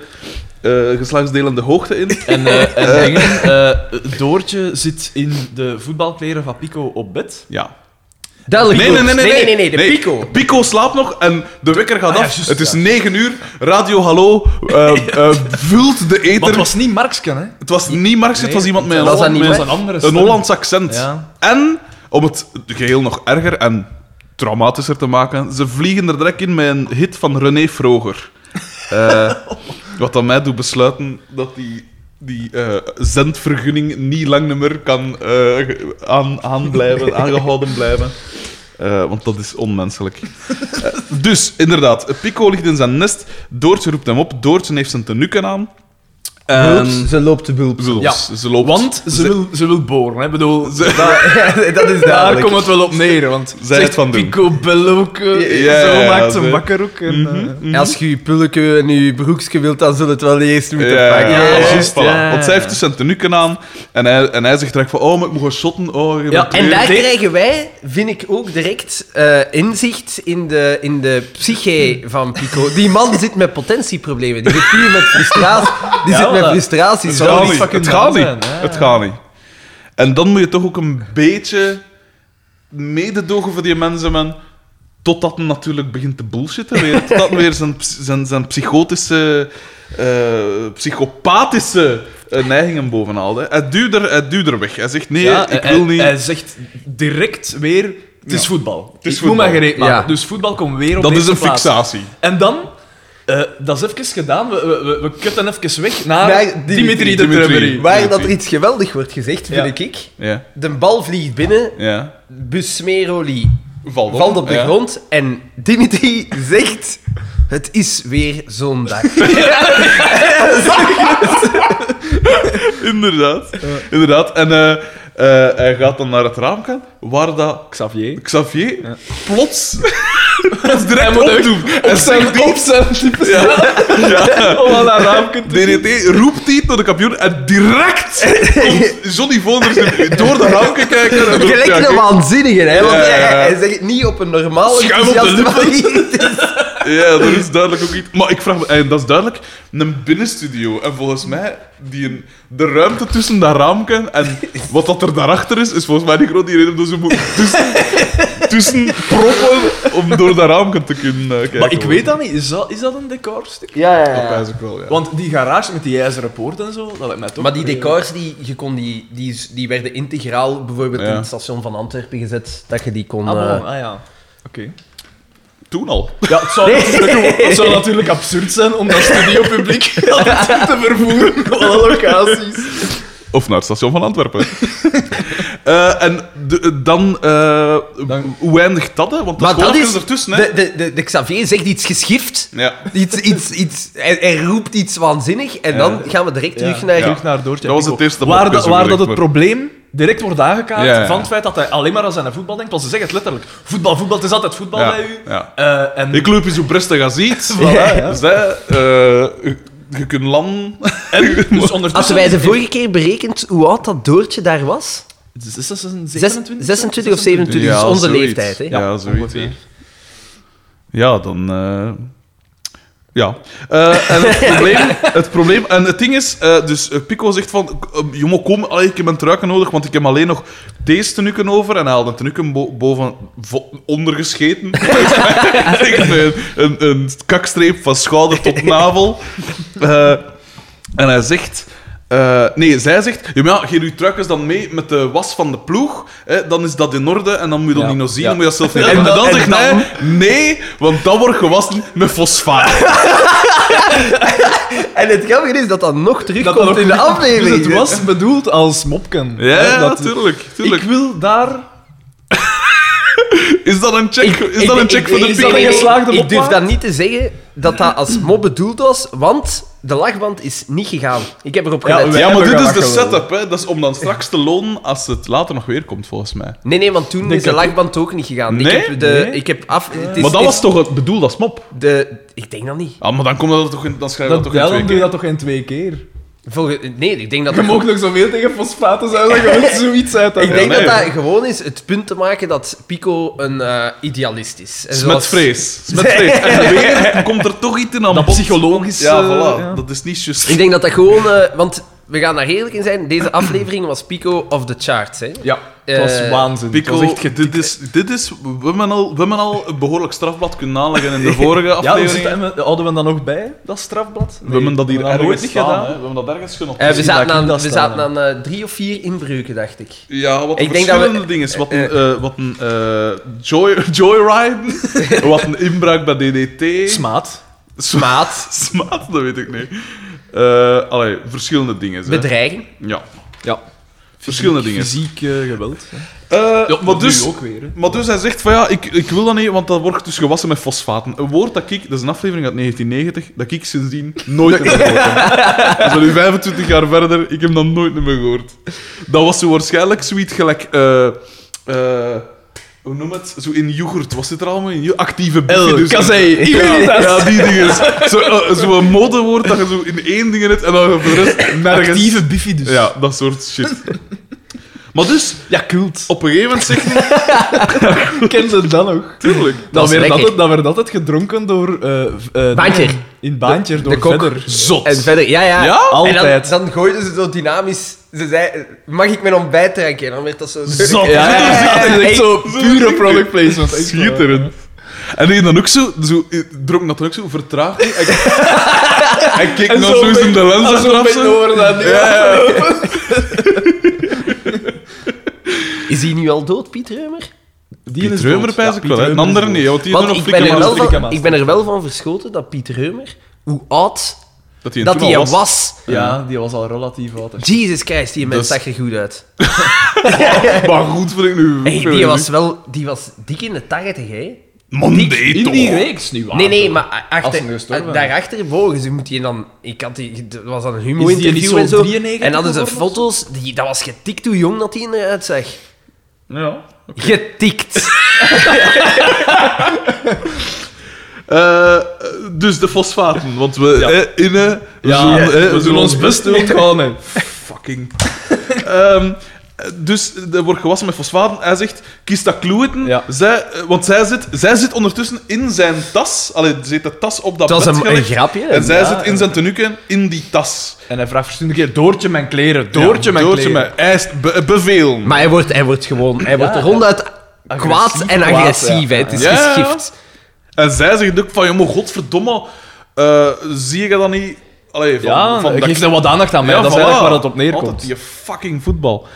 Speaker 1: eh, geslachtsdelen de hoogte in.
Speaker 2: En,
Speaker 1: [LAUGHS]
Speaker 2: eh, en dingen, eh, Doortje zit in de voetbalkleren van Pico op bed.
Speaker 1: Ja.
Speaker 4: Duidelijk
Speaker 1: Nee, nee, nee, nee.
Speaker 4: nee, nee, nee, de Pico.
Speaker 1: Pico slaapt nog en de wekker gaat
Speaker 2: Ah, ja,
Speaker 1: af.
Speaker 2: juist,
Speaker 1: het is
Speaker 2: ja.
Speaker 1: 9 uur. Radio Hallo eh, eh, vult de
Speaker 2: Maar
Speaker 1: ether.
Speaker 2: het was niet Marksken, hè?
Speaker 1: Het was niet Marx, het
Speaker 2: Nee,
Speaker 1: was iemand met een,
Speaker 4: dat was
Speaker 1: Holland-
Speaker 4: dat niet,
Speaker 1: met
Speaker 2: hè? Dat was een andere
Speaker 1: een
Speaker 2: stem.
Speaker 1: Hollands accent.
Speaker 2: Ja.
Speaker 1: En, om het geheel nog erger en traumatischer te maken, ze vliegen er direct in met een hit van René Vroger.
Speaker 2: [LAUGHS]
Speaker 1: Eh, wat aan mij doet besluiten dat die, die eh, zendvergunning niet lang meer kan eh, aan, aan blijven, aangehouden blijven. Eh, want dat is onmenselijk. Eh, dus, inderdaad, Pico ligt in zijn nest. Doortje roept hem op. Doortje heeft zijn tenuken aan. En-
Speaker 4: Hulp, Ze loopt de bulp.
Speaker 1: ze, loopt,
Speaker 2: Ja,
Speaker 1: ze loopt.
Speaker 2: Want ze, wil, ze wil boren, hè?
Speaker 1: [LAUGHS]
Speaker 2: Ik bedoel,
Speaker 4: dat is
Speaker 2: daar
Speaker 4: duidelijk.
Speaker 2: komt het wel op neer. Want
Speaker 1: Zij
Speaker 2: zegt
Speaker 1: het van doen.
Speaker 2: Pico Belloke,
Speaker 1: Ja,
Speaker 2: zo
Speaker 1: ja,
Speaker 2: maakt
Speaker 1: ze- Mhm.
Speaker 2: ze wakker ook. En, eh,
Speaker 4: Mm-hmm. Als je je pulleke en je broekje wilt, dan zullen het wel eerst
Speaker 1: Ja,
Speaker 4: moeten
Speaker 1: ja,
Speaker 4: pakken.
Speaker 1: ja,
Speaker 2: Ja,
Speaker 1: voilà,
Speaker 2: juist,
Speaker 1: voilà.
Speaker 2: ja.
Speaker 1: Want zij heeft dus zijn tenuken aan en hij, en hij zegt direct van, oh, maar ik moet gaan shotten. Oh, je
Speaker 2: Ja,
Speaker 1: bent
Speaker 2: en
Speaker 4: En
Speaker 1: weer-
Speaker 4: daar
Speaker 2: Nee.
Speaker 4: krijgen wij, vind ik ook direct, eh, inzicht in de, in de psyche van Pico. Die man zit met potentieproblemen. Die zit hier met frustratie. Die zit
Speaker 2: Ja,
Speaker 4: met
Speaker 2: voilà.
Speaker 4: frustraties.
Speaker 1: het gaat
Speaker 2: zou
Speaker 4: Zo-
Speaker 2: niet
Speaker 1: niet,
Speaker 2: fucking
Speaker 1: het gaat
Speaker 2: waar
Speaker 1: niet,
Speaker 2: zijn, ja,
Speaker 1: het
Speaker 2: ja.
Speaker 1: gaat niet. En dan moet je toch ook een beetje mededogen voor die mensen, man. Totdat hij natuurlijk begint te bullshitten
Speaker 2: [LAUGHS]
Speaker 1: weer. Totdat hij weer zijn, ps- zijn, zijn psychotische, eh, psychopathische eh, neigingen bovenhaalt. hè. Hij duwt er, hij duwt er weg. Hij zegt, nee,
Speaker 2: ja,
Speaker 1: ik
Speaker 2: hij-
Speaker 1: wil niet...
Speaker 2: Hij zegt direct weer: het is
Speaker 1: Ja.
Speaker 2: voetbal.
Speaker 1: is
Speaker 2: ik
Speaker 1: voetbal.
Speaker 2: moet mij gereed maken.
Speaker 4: Ja.
Speaker 2: Dus voetbal komt weer op
Speaker 1: Dat is
Speaker 2: eerste
Speaker 1: een
Speaker 2: plaats.
Speaker 1: fixatie.
Speaker 2: En dan, eh, dat is even gedaan. We, we, we- we cutten even weg naar
Speaker 4: Nee,
Speaker 2: Dimitri,
Speaker 4: Dimitri.
Speaker 2: de
Speaker 1: Dimitri.
Speaker 2: Trubbery.
Speaker 4: Waar dat er iets geweldig wordt gezegd,
Speaker 2: Ja.
Speaker 4: vind ik.
Speaker 1: Ja,
Speaker 4: De bal vliegt binnen,
Speaker 1: ja.
Speaker 4: Busmeroli
Speaker 1: Valt
Speaker 4: valt op de
Speaker 1: ja.
Speaker 4: grond en Dimitri [LAUGHS] zegt... Het is weer
Speaker 1: [LAUGHS]
Speaker 4: zondag.
Speaker 1: Inderdaad. Inderdaad. En eh, eh, hij gaat dan naar het raam gaan, waar dat
Speaker 2: Xavier.
Speaker 1: Xavier plots... plots direct
Speaker 2: moet
Speaker 1: opdoen. Hij zegt
Speaker 2: Op zijn type.
Speaker 1: ja.
Speaker 2: [LAUGHS] Om aan dat raam te
Speaker 1: DDT roept die door de kampioen en
Speaker 2: [LAUGHS]
Speaker 1: direct komt Johnny Voners door de raamke kijken. en roept,
Speaker 4: Gelijk
Speaker 1: ja,
Speaker 4: een
Speaker 1: kijk.
Speaker 4: waanzinnige, hè? Want
Speaker 1: Ja, ja,
Speaker 4: hij,
Speaker 1: ja.
Speaker 4: hij zegt het niet op een normale,
Speaker 1: Schuim op de
Speaker 4: enthousiaste
Speaker 1: lippen. [LAUGHS]
Speaker 4: manier. [LAUGHS]
Speaker 1: Ja, dat is duidelijk ook iets. Maar ik vraag me, en dat is duidelijk een binnenstudio. En volgens mij, die een- de ruimte tussen dat raamken en wat dat er daarachter is, is volgens mij niet groot. Die reden dat ze moeten tussen, tussen proppen om door dat raamken te kunnen eh, kijken.
Speaker 2: Maar ik weet dat niet. Is dat, is dat een decorstuk?
Speaker 4: Ja, ja,
Speaker 1: Dat wijs ik wel, ja.
Speaker 2: Want die garage met die ijzeren poort en zo, dat lijkt mij toch...
Speaker 4: Maar die decors die je kon, die, die, is- die werden integraal bijvoorbeeld
Speaker 1: Ja.
Speaker 4: in het station van Antwerpen gezet, dat je die kon.
Speaker 2: Ah,
Speaker 4: eh,
Speaker 2: bon, ah ja. Oké.
Speaker 1: Toen al.
Speaker 2: Ja, het zou, natuurlijk, het zou natuurlijk absurd zijn om dat studiopubliek [LAUGHS] altijd te vervoeren op alle locaties.
Speaker 1: Of naar het station van Antwerpen. [LAUGHS] Eh, en de- dan, eh,
Speaker 2: Dan-
Speaker 1: Hoe eindigt dat, hè? Want dat
Speaker 4: Maar dat
Speaker 1: schoolwerk
Speaker 4: is.
Speaker 1: is ertussen, hè?
Speaker 4: de, de, de, de Xavier zegt iets geschift.
Speaker 1: Ja.
Speaker 4: Iets, iets, iets, hij, hij roept iets waanzinnig en dan gaan we direct terug
Speaker 2: Ja.
Speaker 4: naar.
Speaker 1: Ja.
Speaker 2: Terug naar Doortje.
Speaker 1: Dat was
Speaker 2: Pico.
Speaker 1: het eerste
Speaker 2: Waar,
Speaker 1: blokje,
Speaker 2: dat-
Speaker 1: zo
Speaker 2: waar
Speaker 1: gezegd,
Speaker 2: dat het
Speaker 1: maar-
Speaker 2: probleem direct wordt aangekaart
Speaker 1: Ja, ja, ja.
Speaker 2: van het feit dat hij alleen maar als hij naar voetbal denkt. Want ze zeggen het letterlijk. Voetbal, voetbal, het is altijd voetbal
Speaker 1: Ja,
Speaker 2: bij u.
Speaker 1: ja.
Speaker 2: Eh, en,
Speaker 1: Ik loop eens op Brest en ga ziet.
Speaker 2: Voilà, ja.
Speaker 1: Dus, hè, eh, je kunt landen. [LAUGHS]
Speaker 2: en dus ondertussen...
Speaker 4: Hadden wij de vorige keer berekend hoe oud dat Doortje daar was?
Speaker 2: Is dat een
Speaker 4: Zes-
Speaker 2: 27?
Speaker 4: 26 of 27,
Speaker 1: Ja,
Speaker 4: dus onze
Speaker 1: zoiets.
Speaker 4: leeftijd. Hè?
Speaker 1: Ja, zoiets,
Speaker 2: ongeveer.
Speaker 1: hè. Ja, dan. eh, Ja. Eh, en het probleem, het probleem. En het ding is, eh, dus eh, Pico zegt van. eh, Jongen, kom, allee, ik heb mijn truiken nodig, want ik heb alleen nog deze tenuken over. En hij haalt een tenuken bo- boven. vo- ondergescheten. [LAUGHS] een, een, een kakstreep van schouder tot navel. Eh, en hij zegt. eh, nee, zij zegt. Ja, maar ja, geef uw truikens dan mee met de was van de ploeg. Hè, dan is dat in orde en dan moet je dat
Speaker 2: Ja,
Speaker 1: niet nog zien.
Speaker 2: ja.
Speaker 1: Dan moet je dat zelf niet
Speaker 2: En
Speaker 1: doen. En
Speaker 2: dan-
Speaker 1: dan
Speaker 2: en
Speaker 1: zegt
Speaker 2: dan-
Speaker 1: hij. Nee, want dat wordt gewassen met fosfaat.
Speaker 4: En het grappige is dat dat nog terugkomt
Speaker 2: ook
Speaker 4: in de
Speaker 2: niet-
Speaker 4: aflevering.
Speaker 2: [LAUGHS] Dus het was bedoeld als mopken.
Speaker 1: Ja,
Speaker 2: Hè, dat-
Speaker 1: natuurlijk. natuurlijk.
Speaker 2: Ik wil daar...
Speaker 1: Is dat een check, is dat een check voor de
Speaker 2: ik-
Speaker 1: pico?
Speaker 2: dat een geslaagde
Speaker 4: Ik durf
Speaker 2: mopmaat?
Speaker 4: dat niet te zeggen dat dat als mop bedoeld was, want de lachband is niet gegaan. Ik heb erop
Speaker 2: Ja,
Speaker 4: gelet.
Speaker 2: wij-
Speaker 1: Ja, maar
Speaker 2: hebben
Speaker 1: dit is de
Speaker 2: gelachen,
Speaker 1: setup, hè. Dat is om dan straks te lonen als het later nog weer komt, volgens mij.
Speaker 4: Nee, nee, want toen is de
Speaker 2: ik-
Speaker 4: lachband ook niet gegaan.
Speaker 1: Nee?
Speaker 4: Ik heb de...
Speaker 2: Nee?
Speaker 4: Ik heb af... Het is,
Speaker 1: maar dat
Speaker 4: is
Speaker 1: was toch het bedoeld als mop?
Speaker 4: De, ik denk dat niet.
Speaker 1: Ah, maar dan, komt dat toch in, dan schrijf je dat,
Speaker 2: Dat,
Speaker 1: toch
Speaker 2: ja,
Speaker 1: in
Speaker 2: dan
Speaker 1: twee
Speaker 2: doe je
Speaker 1: keer.
Speaker 2: dat toch geen twee keer? [LAUGHS]
Speaker 4: Volge- nee, ik denk dat
Speaker 2: Je
Speaker 4: dat...
Speaker 2: mag nog zoveel tegen fosfaten zijn, dat
Speaker 4: [LAUGHS]
Speaker 2: je ook zoiets uit
Speaker 4: Ik denk
Speaker 1: nee,
Speaker 4: dat dat
Speaker 1: joh.
Speaker 4: gewoon is het punt te maken dat Pico een eh, idealist is. En
Speaker 1: Met vrees. Met
Speaker 2: [LAUGHS]
Speaker 1: vrees. En weer komt er toch iets in aan
Speaker 2: Dat
Speaker 1: bod.
Speaker 2: psychologisch,
Speaker 1: Ja,
Speaker 2: eh,
Speaker 1: voilà.
Speaker 2: ja.
Speaker 1: Dat is niet juist.
Speaker 4: Ik denk dat dat gewoon... eh, want we gaan daar eerlijk in zijn, deze aflevering was Pico of the charts. Hè?
Speaker 2: Ja, het was
Speaker 4: Eh,
Speaker 2: waanzin.
Speaker 1: Pico,
Speaker 2: het was echt
Speaker 1: dit is, dit is, we hebben, al, we hebben al een behoorlijk strafblad kunnen aanleggen in de vorige
Speaker 2: Ja, hoe zit
Speaker 1: aflevering.
Speaker 2: dat? En we- houden we dat nog bij, dat strafblad?
Speaker 1: we hebben dat hier
Speaker 2: hebben
Speaker 1: ergens
Speaker 2: nooit niet
Speaker 1: staan,
Speaker 2: gedaan.
Speaker 1: hè. We hebben dat ergens genoteerd.
Speaker 4: Eh, we
Speaker 2: Misschien
Speaker 4: zaten
Speaker 2: dat ik
Speaker 4: aan,
Speaker 2: dat
Speaker 4: we
Speaker 2: stel,
Speaker 4: zaten aan eh, drie of vier inbreuken, dacht ik.
Speaker 1: Ja, wat een
Speaker 4: Ik denk dat
Speaker 1: verschillende dingen. is. Wat een, eh, wat een eh, joy, [LAUGHS] joyride,
Speaker 2: [LAUGHS]
Speaker 1: wat een inbraak bij DDT.
Speaker 2: Smaat.
Speaker 1: Smaat. Smaat, dat weet ik niet. Eh allee, verschillende dingen. hè.
Speaker 4: Bedreigen.
Speaker 1: Ja,
Speaker 2: Ja.
Speaker 1: verschillende dingen.
Speaker 2: Fysiek eh, geweld. hè.
Speaker 1: Eh, maar,
Speaker 2: Dat
Speaker 1: dus,
Speaker 2: nu ook weer. hè.
Speaker 1: maar dus hij zegt van ja, ik, ik wil dat niet, want dat wordt dus gewassen met fosfaten. Een woord dat ik, dat is een aflevering uit 1990, dat ik sindsdien nooit heb gehoord. heb. Dat is al nu 25 jaar verder, ik heb dat nooit meer gehoord. Dat was zo waarschijnlijk zoiets gelijk... eh, eh, hoe noem het? Zo in yoghurt. Wat zit er allemaal in? Jo- Actieve biffen. dus-
Speaker 2: [LAUGHS]
Speaker 1: ja, ja, die dingen. Zo'n eh, zo'n modewoord dat je zo in één ding hebt en dan voor de rest nergens...
Speaker 2: Actieve biffy dus.
Speaker 1: Ja, dat soort shit. Maar dus,
Speaker 2: Ja,
Speaker 1: [LAUGHS]
Speaker 2: cult.
Speaker 1: op een gegeven moment zegt hij...
Speaker 2: Ken ze dat nog?
Speaker 1: Tuurlijk.
Speaker 2: Dan
Speaker 4: is
Speaker 2: werd,
Speaker 4: lekker.
Speaker 2: altijd, dan werd altijd gedronken door... eh, v- eh,
Speaker 4: Baantje.
Speaker 2: door- In Baantje, door
Speaker 4: de kok.
Speaker 2: verder.
Speaker 1: Zot.
Speaker 4: En verder, ja, ja.
Speaker 1: Ja?
Speaker 4: En
Speaker 2: Altijd.
Speaker 4: dan, dan gooiden ze zo dynamisch. Ze zei, mag ik mijn ontbijt drinken? En dan werd dat zo...
Speaker 1: Zot.
Speaker 2: Ja, ja, ja, ja.
Speaker 1: Zo-
Speaker 2: Echt zo pure product placement. Echt waar.
Speaker 1: Schitterend. En die dan ook zo, zo eh, dronk dat dan ook zo vertraagd. [LAUGHS] En, en keek
Speaker 2: En
Speaker 1: dan
Speaker 2: zo
Speaker 1: zo eens in de lens
Speaker 2: Als we
Speaker 1: achteraf.
Speaker 2: met
Speaker 1: zo.
Speaker 2: oren aan die-
Speaker 4: Is hij nu al dood, Piet Reumer?
Speaker 2: Die
Speaker 1: Die
Speaker 2: is
Speaker 1: Reumer
Speaker 2: dood.
Speaker 1: pijs
Speaker 2: Ja,
Speaker 1: ik
Speaker 2: Piet
Speaker 1: wel, hè. Een
Speaker 2: Reumer is
Speaker 1: ander
Speaker 2: dood.
Speaker 1: niet, hè, want die
Speaker 4: Want
Speaker 1: nog
Speaker 4: ik ben,
Speaker 1: flikken
Speaker 4: er
Speaker 1: maar
Speaker 4: wel
Speaker 1: dat
Speaker 4: van,
Speaker 2: Flikkenmaster.
Speaker 4: ik ben er wel van verschoten dat Piet Reumer, hoe oud
Speaker 1: hij
Speaker 4: dat hij
Speaker 1: al
Speaker 4: was...
Speaker 2: Ja, die was al relatief oud. hè.
Speaker 4: Jesus Christ, die mens
Speaker 1: Dus-
Speaker 4: zag er goed uit.
Speaker 1: Maar goed, vind ik nu.
Speaker 4: Hey, die was wel... Die was dik in de tachtig, hè?
Speaker 1: Monday
Speaker 2: In die
Speaker 1: toch?
Speaker 2: reeks nu, waar.
Speaker 4: Nee, nee, maar a-
Speaker 2: Als
Speaker 4: achter,
Speaker 2: hem gestorven
Speaker 4: a-
Speaker 2: is.
Speaker 4: daarachter volgens u moet je dan... Ik had die, dat was dan een
Speaker 2: Is die niet
Speaker 4: humo-interview
Speaker 2: zo
Speaker 4: en zo.
Speaker 2: 93
Speaker 4: En hadden ze
Speaker 2: geworden of
Speaker 4: foto's. Die, dat was getikt hoe jong dat hij eruit zag.
Speaker 1: Ja.
Speaker 2: [LAUGHS]
Speaker 4: Getikt.
Speaker 1: Eh, dus de fosfaten, want we eh, in eh, we
Speaker 2: Ja,
Speaker 1: zullen, eh,
Speaker 2: we
Speaker 1: zullen
Speaker 2: doen ons best doen. hè.
Speaker 1: Fucking. [LAUGHS] Ehm, dus er wordt gewassen met fosfaten. Hij zegt, kies dat kloeten.
Speaker 2: Ja.
Speaker 1: Zij, eh, want zij zit, zij zit ondertussen in zijn tas. Allee, ze heeft de tas op dat
Speaker 4: Dat was
Speaker 1: bed
Speaker 4: een, een
Speaker 1: gelegd.
Speaker 4: grapje.
Speaker 1: En zij
Speaker 2: ja.
Speaker 1: zit in zijn tenuke in die tas.
Speaker 2: En hij vraagt verschillende keer, Doortje mijn kleren, Doortje mijn
Speaker 1: Doortje
Speaker 2: kleren.
Speaker 1: mij. Hij is be- bevel.
Speaker 4: Maar hij wordt, hij wordt gewoon... Hij wordt
Speaker 2: ja.
Speaker 4: ronduit kwaad en
Speaker 2: kwaad,
Speaker 4: agressief. hè.
Speaker 2: ja.
Speaker 4: Het is
Speaker 1: Ja, ja.
Speaker 4: geschift.
Speaker 1: En zij zegt ook van, joh, maar godverdomme, eh, zie je dat niet? Allee, van,
Speaker 2: Ja,
Speaker 1: van dat
Speaker 2: geef er wat aandacht aan mij.
Speaker 1: Ja,
Speaker 2: dat is
Speaker 1: voilà.
Speaker 2: eigenlijk waar het op
Speaker 1: Altijd
Speaker 2: neerkomt.
Speaker 1: die fucking voetbal.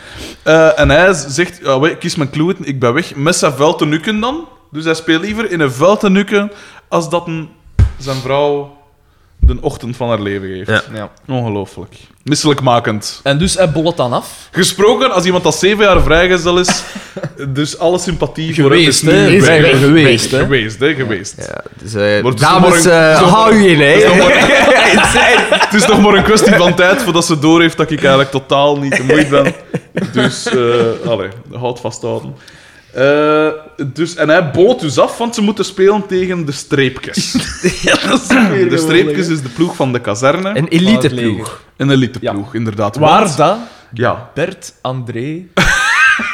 Speaker 1: Eh, en hij z- zegt, ja, wee, kies mijn kloeten, ik ben weg. Met zijn vuil tenukken dan. Dus hij speelt liever in een vuil tenukken als dat een, zijn vrouw de ochtend van haar leven geeft.
Speaker 4: Ja.
Speaker 2: Ja.
Speaker 1: Ongelooflijk. Misselijkmakend.
Speaker 2: En dus hij bollet dan af.
Speaker 1: Gesproken als iemand dat zeven jaar vrijgezel is, [LAUGHS] dus alle sympathie voor hem is nu
Speaker 4: hè.
Speaker 1: weg.
Speaker 4: Geweest,
Speaker 2: Geweest,
Speaker 4: hè.
Speaker 2: geweest,
Speaker 1: [LAUGHS]
Speaker 2: hè.
Speaker 1: Geweest, hè, geweest.
Speaker 4: Ja, dus, eh,
Speaker 1: Wordt dus
Speaker 4: dames,
Speaker 1: morgen-
Speaker 4: eh,
Speaker 1: zo-
Speaker 4: hou je in, hè.
Speaker 1: Het is nog maar een kwestie van tijd voordat ze doorheeft dat ik eigenlijk totaal niet te moeite ben. Dus, eh allee, houd vasthouden. Eh, dus, en hij bood dus af, want ze moeten spelen tegen de Streepjes. de Streepjes is de ploeg van de kazerne.
Speaker 4: Een elite ploeg.
Speaker 1: Een eliteploeg, inderdaad.
Speaker 2: Waar
Speaker 1: Want-
Speaker 2: dat
Speaker 1: Ja.
Speaker 2: Bert
Speaker 1: [LAUGHS]
Speaker 2: André in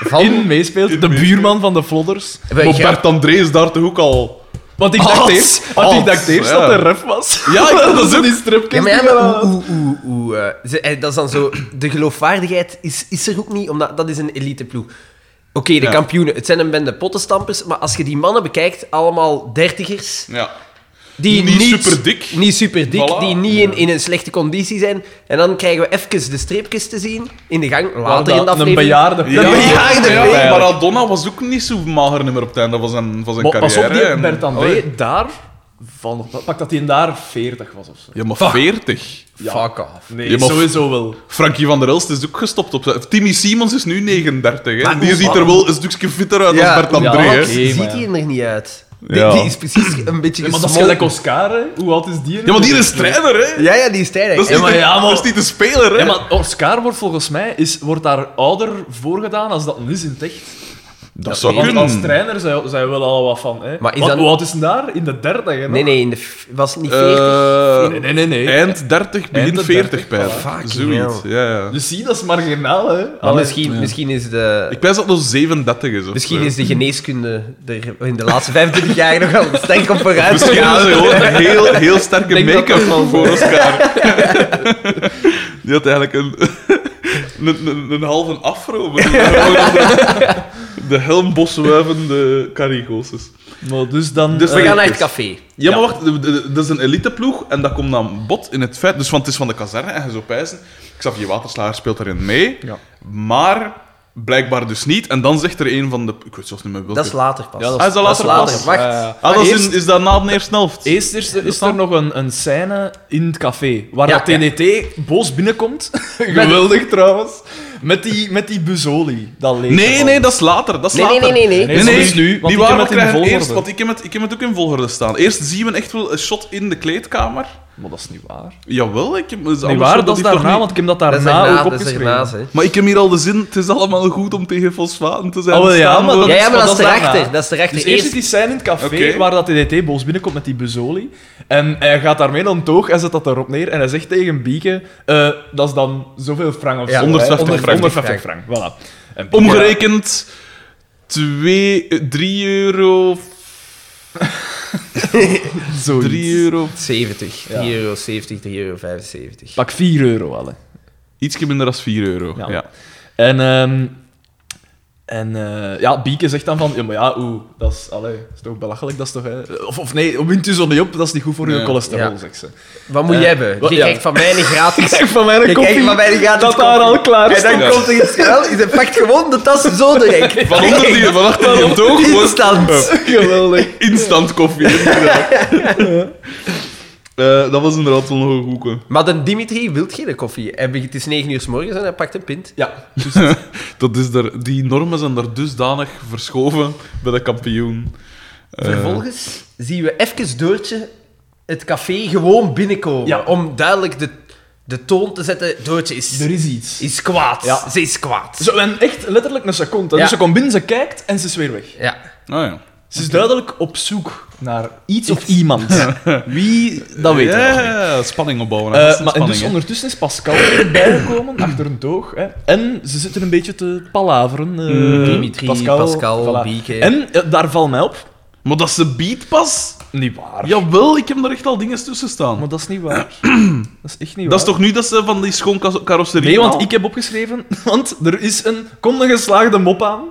Speaker 4: Van...
Speaker 2: meespeelt, de buurman van de Flodders.
Speaker 1: Maar Bert André is daar toch ook al...
Speaker 2: Want ik
Speaker 4: Als-
Speaker 2: dacht eerst, want
Speaker 1: als,
Speaker 2: ik dacht eerst
Speaker 1: ja.
Speaker 2: dat de ref was.
Speaker 1: [LAUGHS] Ja, ik dacht dat
Speaker 2: dat is
Speaker 1: ook.
Speaker 2: die stripjes.
Speaker 4: Ja, maar ja,
Speaker 2: die
Speaker 4: maar
Speaker 2: er-
Speaker 4: hoe, hoe, hoe, hoe, eh, ze- eh, dat is dan zo... De geloofwaardigheid is, is er ook niet, omdat dat is een eliteploeg. Oké, de
Speaker 1: Ja.
Speaker 4: kampioenen, het zijn een bende pottenstampers, maar als je die mannen bekijkt, allemaal dertigers,
Speaker 1: Ja.
Speaker 4: die
Speaker 1: Niet
Speaker 4: niet,
Speaker 1: superdik.
Speaker 4: niet superdik,
Speaker 1: Voilà.
Speaker 4: die niet in, in een slechte conditie zijn. En dan krijgen we even de streepjes te zien in de gang, later in de
Speaker 2: Een
Speaker 4: aflevering.
Speaker 2: bejaarde.
Speaker 1: Ja,
Speaker 4: ben je
Speaker 1: ja,
Speaker 4: eigenlijk.
Speaker 1: ja, Maradona was ook niet zo mager nummer op het einde van zijn, van zijn
Speaker 2: Maar pas op,
Speaker 1: carrière.
Speaker 2: die
Speaker 1: en- Oh,
Speaker 2: Bert André,
Speaker 1: Allee.
Speaker 2: daar van... Pak dat hij daar 40 was of zo.
Speaker 1: Ja, maar
Speaker 4: Fuck.
Speaker 1: 40.
Speaker 2: Ja.
Speaker 4: Fuck off.
Speaker 2: Nee,
Speaker 1: Je mag-
Speaker 2: sowieso wel.
Speaker 1: Frankie van der Elst is ook gestopt op zijn- Timmy Simons is nu 39, hè.
Speaker 4: Maar
Speaker 1: Die
Speaker 4: hoe-
Speaker 1: ziet er wel een stukje fitter uit
Speaker 4: Ja,
Speaker 1: dan Bert
Speaker 2: ja,
Speaker 1: André, hè.
Speaker 2: oké.
Speaker 4: Ziet
Speaker 2: maar
Speaker 4: hij
Speaker 2: ja.
Speaker 4: er niet uit? Die,
Speaker 1: Ja.
Speaker 4: die is precies een beetje
Speaker 2: Ja, maar dat is
Speaker 4: gesmolten.
Speaker 2: gelijk Oscar, hè. Hoe oud is die? nu?
Speaker 1: Ja, maar die is trainer, hè.
Speaker 4: Ja, ja, die is tijdig.
Speaker 1: Dat is,
Speaker 4: Ja,
Speaker 1: niet
Speaker 2: maar
Speaker 1: de,
Speaker 2: ja, maar-
Speaker 1: dat is niet de speler, hè.
Speaker 2: Ja, maar Oscar wordt volgens mij is, wordt daar ouder voor gedaan als dat nu is in het echt.
Speaker 1: dat zou
Speaker 2: Want
Speaker 1: kunnen.
Speaker 2: als trainer zijn zijn we wel al wat van. Hè.
Speaker 4: Maar is
Speaker 2: Want
Speaker 4: dat-
Speaker 2: Hoe oud is hij daar? In de 30? hè, nog?
Speaker 4: Nee, nee, in de f- was het niet 40?
Speaker 1: Eh,
Speaker 2: Nee, nee, nee. nee.
Speaker 1: Eind 30, begin
Speaker 2: Eind de
Speaker 1: 40,
Speaker 2: 40,
Speaker 1: bijna.
Speaker 2: voilà.
Speaker 4: Fucking
Speaker 1: Zoiets,
Speaker 4: hell.
Speaker 1: ja, ja.
Speaker 2: Dus zie, dat is marginaal, hè.
Speaker 4: maar
Speaker 2: Allee.
Speaker 4: misschien, misschien is de...
Speaker 1: Ik wijs dat het nog 37 is. Of
Speaker 4: Misschien
Speaker 1: zo.
Speaker 4: is de geneeskunde er in de laatste 25 jaar nogal sterk op
Speaker 1: [LAUGHS]
Speaker 4: vooruit
Speaker 1: Misschien is
Speaker 4: gegaan.
Speaker 1: er gewoon een heel, heel sterke
Speaker 2: Denk dat
Speaker 1: make-up
Speaker 2: dat wel
Speaker 1: voor Oscar. [LAUGHS] Die had eigenlijk een, [LAUGHS] een, een, een halve afro. met de- De helmboswuivende carigo's.
Speaker 2: Maar dus dan...
Speaker 1: Dus
Speaker 4: We
Speaker 2: eh,
Speaker 4: gaan naar het café.
Speaker 1: Ja, maar wacht, de- de- dat is een eliteploeg en dat komt dan bot in het feit. Dus van, het is van de kazerne en je zou pijzen. Xavier Waterslager speelt daarin mee,
Speaker 2: Ja.
Speaker 1: maar blijkbaar dus niet. En dan zegt er een van de. Ik weet zelfs niet meer welke.
Speaker 4: Dat is later pas.
Speaker 2: Ja, dat
Speaker 1: Ah, is dat
Speaker 4: Dat is
Speaker 1: later pas?
Speaker 4: later. Wacht.
Speaker 2: Ja, ja.
Speaker 1: Ah, dat is, in,
Speaker 2: Eh, Eerst-
Speaker 1: is dat na de eerste helft?
Speaker 2: Eerst is er, is er nog een, een scène in het café waar
Speaker 4: Ja,
Speaker 2: dat TNT
Speaker 1: [LAUGHS]
Speaker 2: boos binnenkomt. Geweldig trouwens. Met die, met die Buzoli. Dat leger
Speaker 1: Nee,
Speaker 2: van-
Speaker 1: nee, dat is later. Dat is
Speaker 4: Nee, nee,
Speaker 1: later.
Speaker 4: nee, nee, nee.
Speaker 1: Nee, nee,
Speaker 2: dat is nu, want
Speaker 1: die
Speaker 2: ik
Speaker 1: waren
Speaker 2: heb het in
Speaker 1: krijgen
Speaker 2: volgorde.
Speaker 1: eerst, want ik heb, het, ik heb het ook in volgorde staan. Eerst zien we echt wel een shot in de kleedkamer.
Speaker 2: Maar dat is niet waar.
Speaker 1: Jawel, ik heb... anders
Speaker 2: Nee,
Speaker 1: zou
Speaker 2: waar? Dat is
Speaker 1: hier toch
Speaker 2: daarna,
Speaker 1: niet-
Speaker 2: want ik heb dat
Speaker 4: Dat is
Speaker 2: daarna
Speaker 4: ernaast,
Speaker 2: ook
Speaker 4: dat is ernaast,
Speaker 2: opgeschreven.
Speaker 4: hè.
Speaker 1: Maar ik heb hier al de zin, het is allemaal goed om tegen fosfaten te zijn.
Speaker 2: Ah, wel, ja,
Speaker 1: staan,
Speaker 2: maar
Speaker 1: hoor.
Speaker 4: Ja,
Speaker 2: dat-
Speaker 4: ja, maar
Speaker 2: maar
Speaker 4: dat is
Speaker 2: dat is
Speaker 4: erachter.
Speaker 2: daarna.
Speaker 4: Dat is erachter.
Speaker 2: Dus eerst
Speaker 4: Eerst
Speaker 2: zit die scène in het café
Speaker 1: Oké.
Speaker 2: waar dat DDT boos binnenkomt met die Buzoli. En hij gaat daarmee dan toog en zet dat erop neer. En hij zegt tegen Bieke, eh, dat is dan zoveel frank of
Speaker 4: Ja,
Speaker 2: zo, hè.
Speaker 1: 150
Speaker 2: Onder-
Speaker 1: frank.
Speaker 2: 150 frank, voilà. En Bieke-
Speaker 1: Omgerekend 2, 3 euro,
Speaker 2: Zoiets.
Speaker 1: 3 euro,
Speaker 4: 70, 3,70
Speaker 2: Ja.
Speaker 4: euro, 3,75 euro. 75.
Speaker 2: Pak 4 euro, alle.
Speaker 1: ietsje minder dan 4 euro. Ja.
Speaker 2: Ja. En, ehm, en eh, ja, Bieke zegt dan van, ja, maar ja, oeh, dat is, allee, dat is toch belachelijk, dat is toch... hè? Of, of nee, wint u zo niet op, dat is niet goed voor uw
Speaker 1: Ja.
Speaker 2: cholesterol,
Speaker 4: Ja.
Speaker 2: zegt ze.
Speaker 4: Wat moet je
Speaker 2: Eh,
Speaker 4: hebben?
Speaker 2: wat-
Speaker 4: Je
Speaker 2: ja.
Speaker 4: krijgt van mij een
Speaker 2: [LAUGHS]
Speaker 4: gratis...
Speaker 2: Kijk, van mij
Speaker 4: Je
Speaker 2: een
Speaker 4: krijgt
Speaker 2: koffie,
Speaker 4: van mij een gratis
Speaker 2: dat daar
Speaker 4: koffie.
Speaker 2: al klaar
Speaker 4: En
Speaker 2: is.
Speaker 4: dan
Speaker 1: Ja.
Speaker 4: komt
Speaker 2: [LAUGHS]
Speaker 4: er iets wel. Hij pakt gewoon de tas zo direct.
Speaker 1: Van onder die, van achter
Speaker 2: [LAUGHS]
Speaker 1: die toog, gewoon
Speaker 4: Instant.
Speaker 2: Geweldig.
Speaker 1: instant koffie. inderdaad. [LAUGHS] Eh, dat was inderdaad wel nog een goeke.
Speaker 4: Maar de Dimitri wil geen koffie. Hij begint- Het is 9 uur s morgens en hij pakt een pint.
Speaker 2: Ja,
Speaker 1: Dat is daar, die normen zijn daar dusdanig verschoven bij de kampioen. Eh,
Speaker 4: Vervolgens zien we even Doortje het café gewoon binnenkomen.
Speaker 2: Ja.
Speaker 4: Om duidelijk de, de toon te zetten. Doortje is,
Speaker 2: er is iets.
Speaker 4: is kwaad.
Speaker 2: Ja.
Speaker 4: Ze is kwaad.
Speaker 2: Zo, en echt letterlijk een seconde.
Speaker 4: Ja.
Speaker 2: Dus ze komt binnen, ze kijkt en ze is weer weg.
Speaker 4: Ja.
Speaker 1: ah, ja.
Speaker 2: Ze is duidelijk op zoek naar iets of iemand. Wie, dat weet ik
Speaker 1: ja,
Speaker 2: nog niet.
Speaker 1: ja, ja, spanning opbouwen.
Speaker 2: Eh,
Speaker 1: hè. Dat is een
Speaker 2: maar en dus
Speaker 1: spanning, hè.
Speaker 2: ondertussen is Pascal erbij gekomen, achter een toog. Hè. En ze zitten een beetje te palaveren. eh,
Speaker 4: Dimitri, Pascal, Bieke.
Speaker 2: En eh, daar valt mij op.
Speaker 1: Maar dat ze beat pas?
Speaker 2: Niet waar.
Speaker 1: Jawel, ik heb daar echt al dingen tussen staan.
Speaker 2: Maar dat is niet waar. dat is echt niet waar.
Speaker 1: dat is toch nu dat ze van die schoon kas- carrosserie...
Speaker 2: Nee, want
Speaker 1: haalt?
Speaker 2: ik heb opgeschreven, [LAUGHS] want er is een, komt een geslaagde mop aan.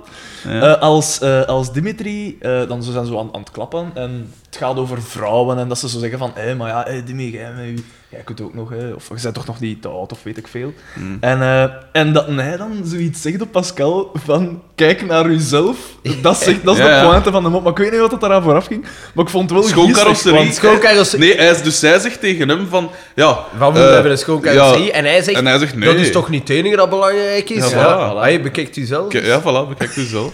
Speaker 1: Ja.
Speaker 2: Eh, als, eh, als Dimitri, eh, dan ze zijn zo aan, aan het klappen en het gaat over vrouwen en dat ze zo zeggen van, hé, maar ja, hey, Dimi, jij, met je- jij kunt ook nog, hè, of je bent toch nog niet te oud, of weet ik veel. En, eh, en dat hij dan zoiets zegt op Pascal van, kijk naar uzelf, dat, zegt, dat is
Speaker 1: Ja, ja.
Speaker 2: de pointe van de mop. Maar ik weet niet wat dat daaraan vooraf ging, maar ik vond het wel
Speaker 1: Schoon
Speaker 2: geestig,
Speaker 1: carrosserie.
Speaker 2: want-
Speaker 4: Schoonkarros...
Speaker 1: Nee, hij is, dus zij zegt tegen hem van... Ja,
Speaker 4: Van we
Speaker 1: eh,
Speaker 4: hebben een schoonkarrosserie.
Speaker 1: ja.
Speaker 4: en hij zegt,
Speaker 1: en hij zegt nee.
Speaker 4: dat is toch niet het enige dat belangrijk is?
Speaker 1: Ja,
Speaker 4: Ja,
Speaker 1: voilà.
Speaker 4: Hij bekijkt u zelf. [LAUGHS]
Speaker 1: K- Ja, voilà, bekijk dus
Speaker 2: [LAUGHS]
Speaker 1: zelf.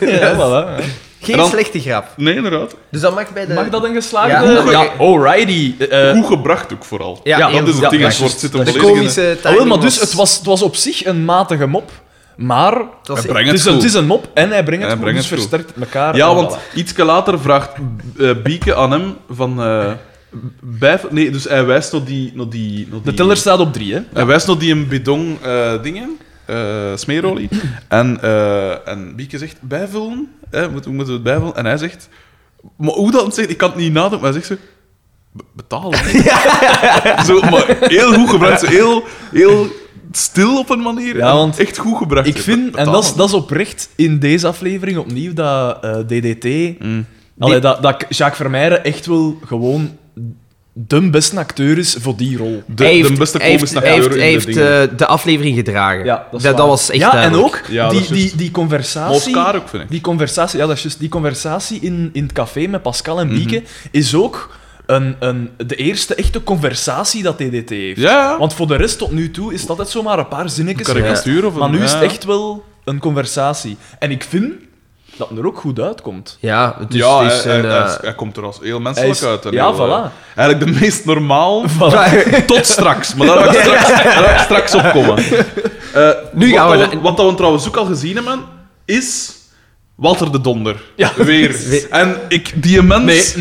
Speaker 2: Ja, voilà, ja.
Speaker 4: Geen
Speaker 1: En dan-
Speaker 4: slechte grap.
Speaker 1: Nee, inderdaad.
Speaker 4: Dus dat mag bij de...
Speaker 2: Mag dat een
Speaker 4: Ja,
Speaker 2: geslaagde...
Speaker 4: goed.
Speaker 2: alrighty. Eh,
Speaker 1: Goed gebracht ook vooral.
Speaker 4: Ja,
Speaker 1: dat is het
Speaker 4: ja,
Speaker 1: ding.
Speaker 4: ja,
Speaker 1: Het wordt zit er
Speaker 4: De
Speaker 1: volledig in.
Speaker 4: komische
Speaker 2: Ah, wel, maar
Speaker 4: timing
Speaker 2: dus het was, het was op zich een matige mop, maar
Speaker 4: het was-
Speaker 1: Hij brengt
Speaker 2: het is,
Speaker 1: het
Speaker 2: het
Speaker 1: goed.
Speaker 2: is een mop en hij brengt het
Speaker 1: Hij
Speaker 2: goed,
Speaker 1: brengt
Speaker 2: dus
Speaker 1: het goed.
Speaker 2: versterkt elkaar.
Speaker 1: Ja,
Speaker 2: en
Speaker 1: want
Speaker 2: voilà.
Speaker 1: ietske later vraagt eh, Bieke aan hem van... eh, bij, nee, dus hij wijst naar die... Naar die, naar
Speaker 2: De
Speaker 1: die-
Speaker 2: teller staat op drie, hè.
Speaker 1: Hij wijst nog die een bidon eh, dingen, eh smeerolie. en, eh, en Bieke zegt, bijvullen. Hè, moeten, we- moeten we het bijvullen? En hij zegt... Maar hoe dat zegt, ik kan het niet nadoen, maar hij zegt zo... "Be- Betalen.
Speaker 2: [LAUGHS]
Speaker 1: zo, maar heel goed gebracht. Zo heel, heel stil op een manier.
Speaker 2: Ja,
Speaker 1: en
Speaker 2: want
Speaker 1: echt goed gebracht.
Speaker 2: Ik
Speaker 1: Be-
Speaker 2: vind, en
Speaker 1: betalen.
Speaker 2: dat is, dat is oprecht in deze aflevering opnieuw, dat eh, DDT...
Speaker 1: Mm.
Speaker 2: Allee, dat, dat Jacques Vermeijeren echt wel gewoon de beste acteur is voor die rol.
Speaker 1: De,
Speaker 4: Hij
Speaker 1: de
Speaker 4: heeft-
Speaker 1: beste
Speaker 4: hij heeft-
Speaker 1: komische
Speaker 4: hij
Speaker 1: acteur
Speaker 4: heeft,
Speaker 1: in
Speaker 4: hij
Speaker 1: de
Speaker 4: heeft,
Speaker 1: dingen.
Speaker 4: eh, de aflevering gedragen.
Speaker 2: Ja, dat is
Speaker 4: dat,
Speaker 2: waar.
Speaker 4: was echt
Speaker 2: Ja, en
Speaker 4: duidelijk.
Speaker 2: ook
Speaker 1: Ja, dat
Speaker 2: die,
Speaker 1: is juist.
Speaker 2: die, die
Speaker 1: Maar
Speaker 2: conversatie...
Speaker 1: Oscar ook, vind ik. Mhm.
Speaker 2: Die conversatie, ja, dat is juist. Die conversatie in, in het café met Pascal en Bieke is ook een, een, de eerste echte conversatie dat DDT heeft.
Speaker 1: Ja,
Speaker 2: Want voor de rest tot nu toe is dat altijd zomaar een paar
Speaker 1: een
Speaker 2: zinnetjes.
Speaker 1: karikatuur of een...
Speaker 2: Maar nu is
Speaker 1: ja.
Speaker 2: het echt wel een conversatie. En ik vind dat het er ook goed uitkomt.
Speaker 4: Ja, het is,
Speaker 1: ja,
Speaker 4: het is
Speaker 1: hij,
Speaker 4: een,
Speaker 1: hij- hij
Speaker 4: eh,
Speaker 1: is- hij komt er als heel
Speaker 2: Hij
Speaker 1: menselijk
Speaker 2: is-
Speaker 1: uit. en
Speaker 2: ja,
Speaker 1: heel, eh,
Speaker 2: voilà.
Speaker 1: Eigenlijk de meest
Speaker 4: [LAUGHS]
Speaker 1: normaal
Speaker 4: Vraag-
Speaker 1: tot straks. Maar
Speaker 4: [LAUGHS]
Speaker 1: daar ga ik straks, daar ga ik straks op komen. Eh,
Speaker 4: Nu
Speaker 1: wat
Speaker 4: gaan we
Speaker 1: dat
Speaker 4: naar-
Speaker 1: Wat dat we trouwens ook al gezien hebben, is Walter de Donder.
Speaker 2: Ja.
Speaker 1: Weer. En ik, die mens...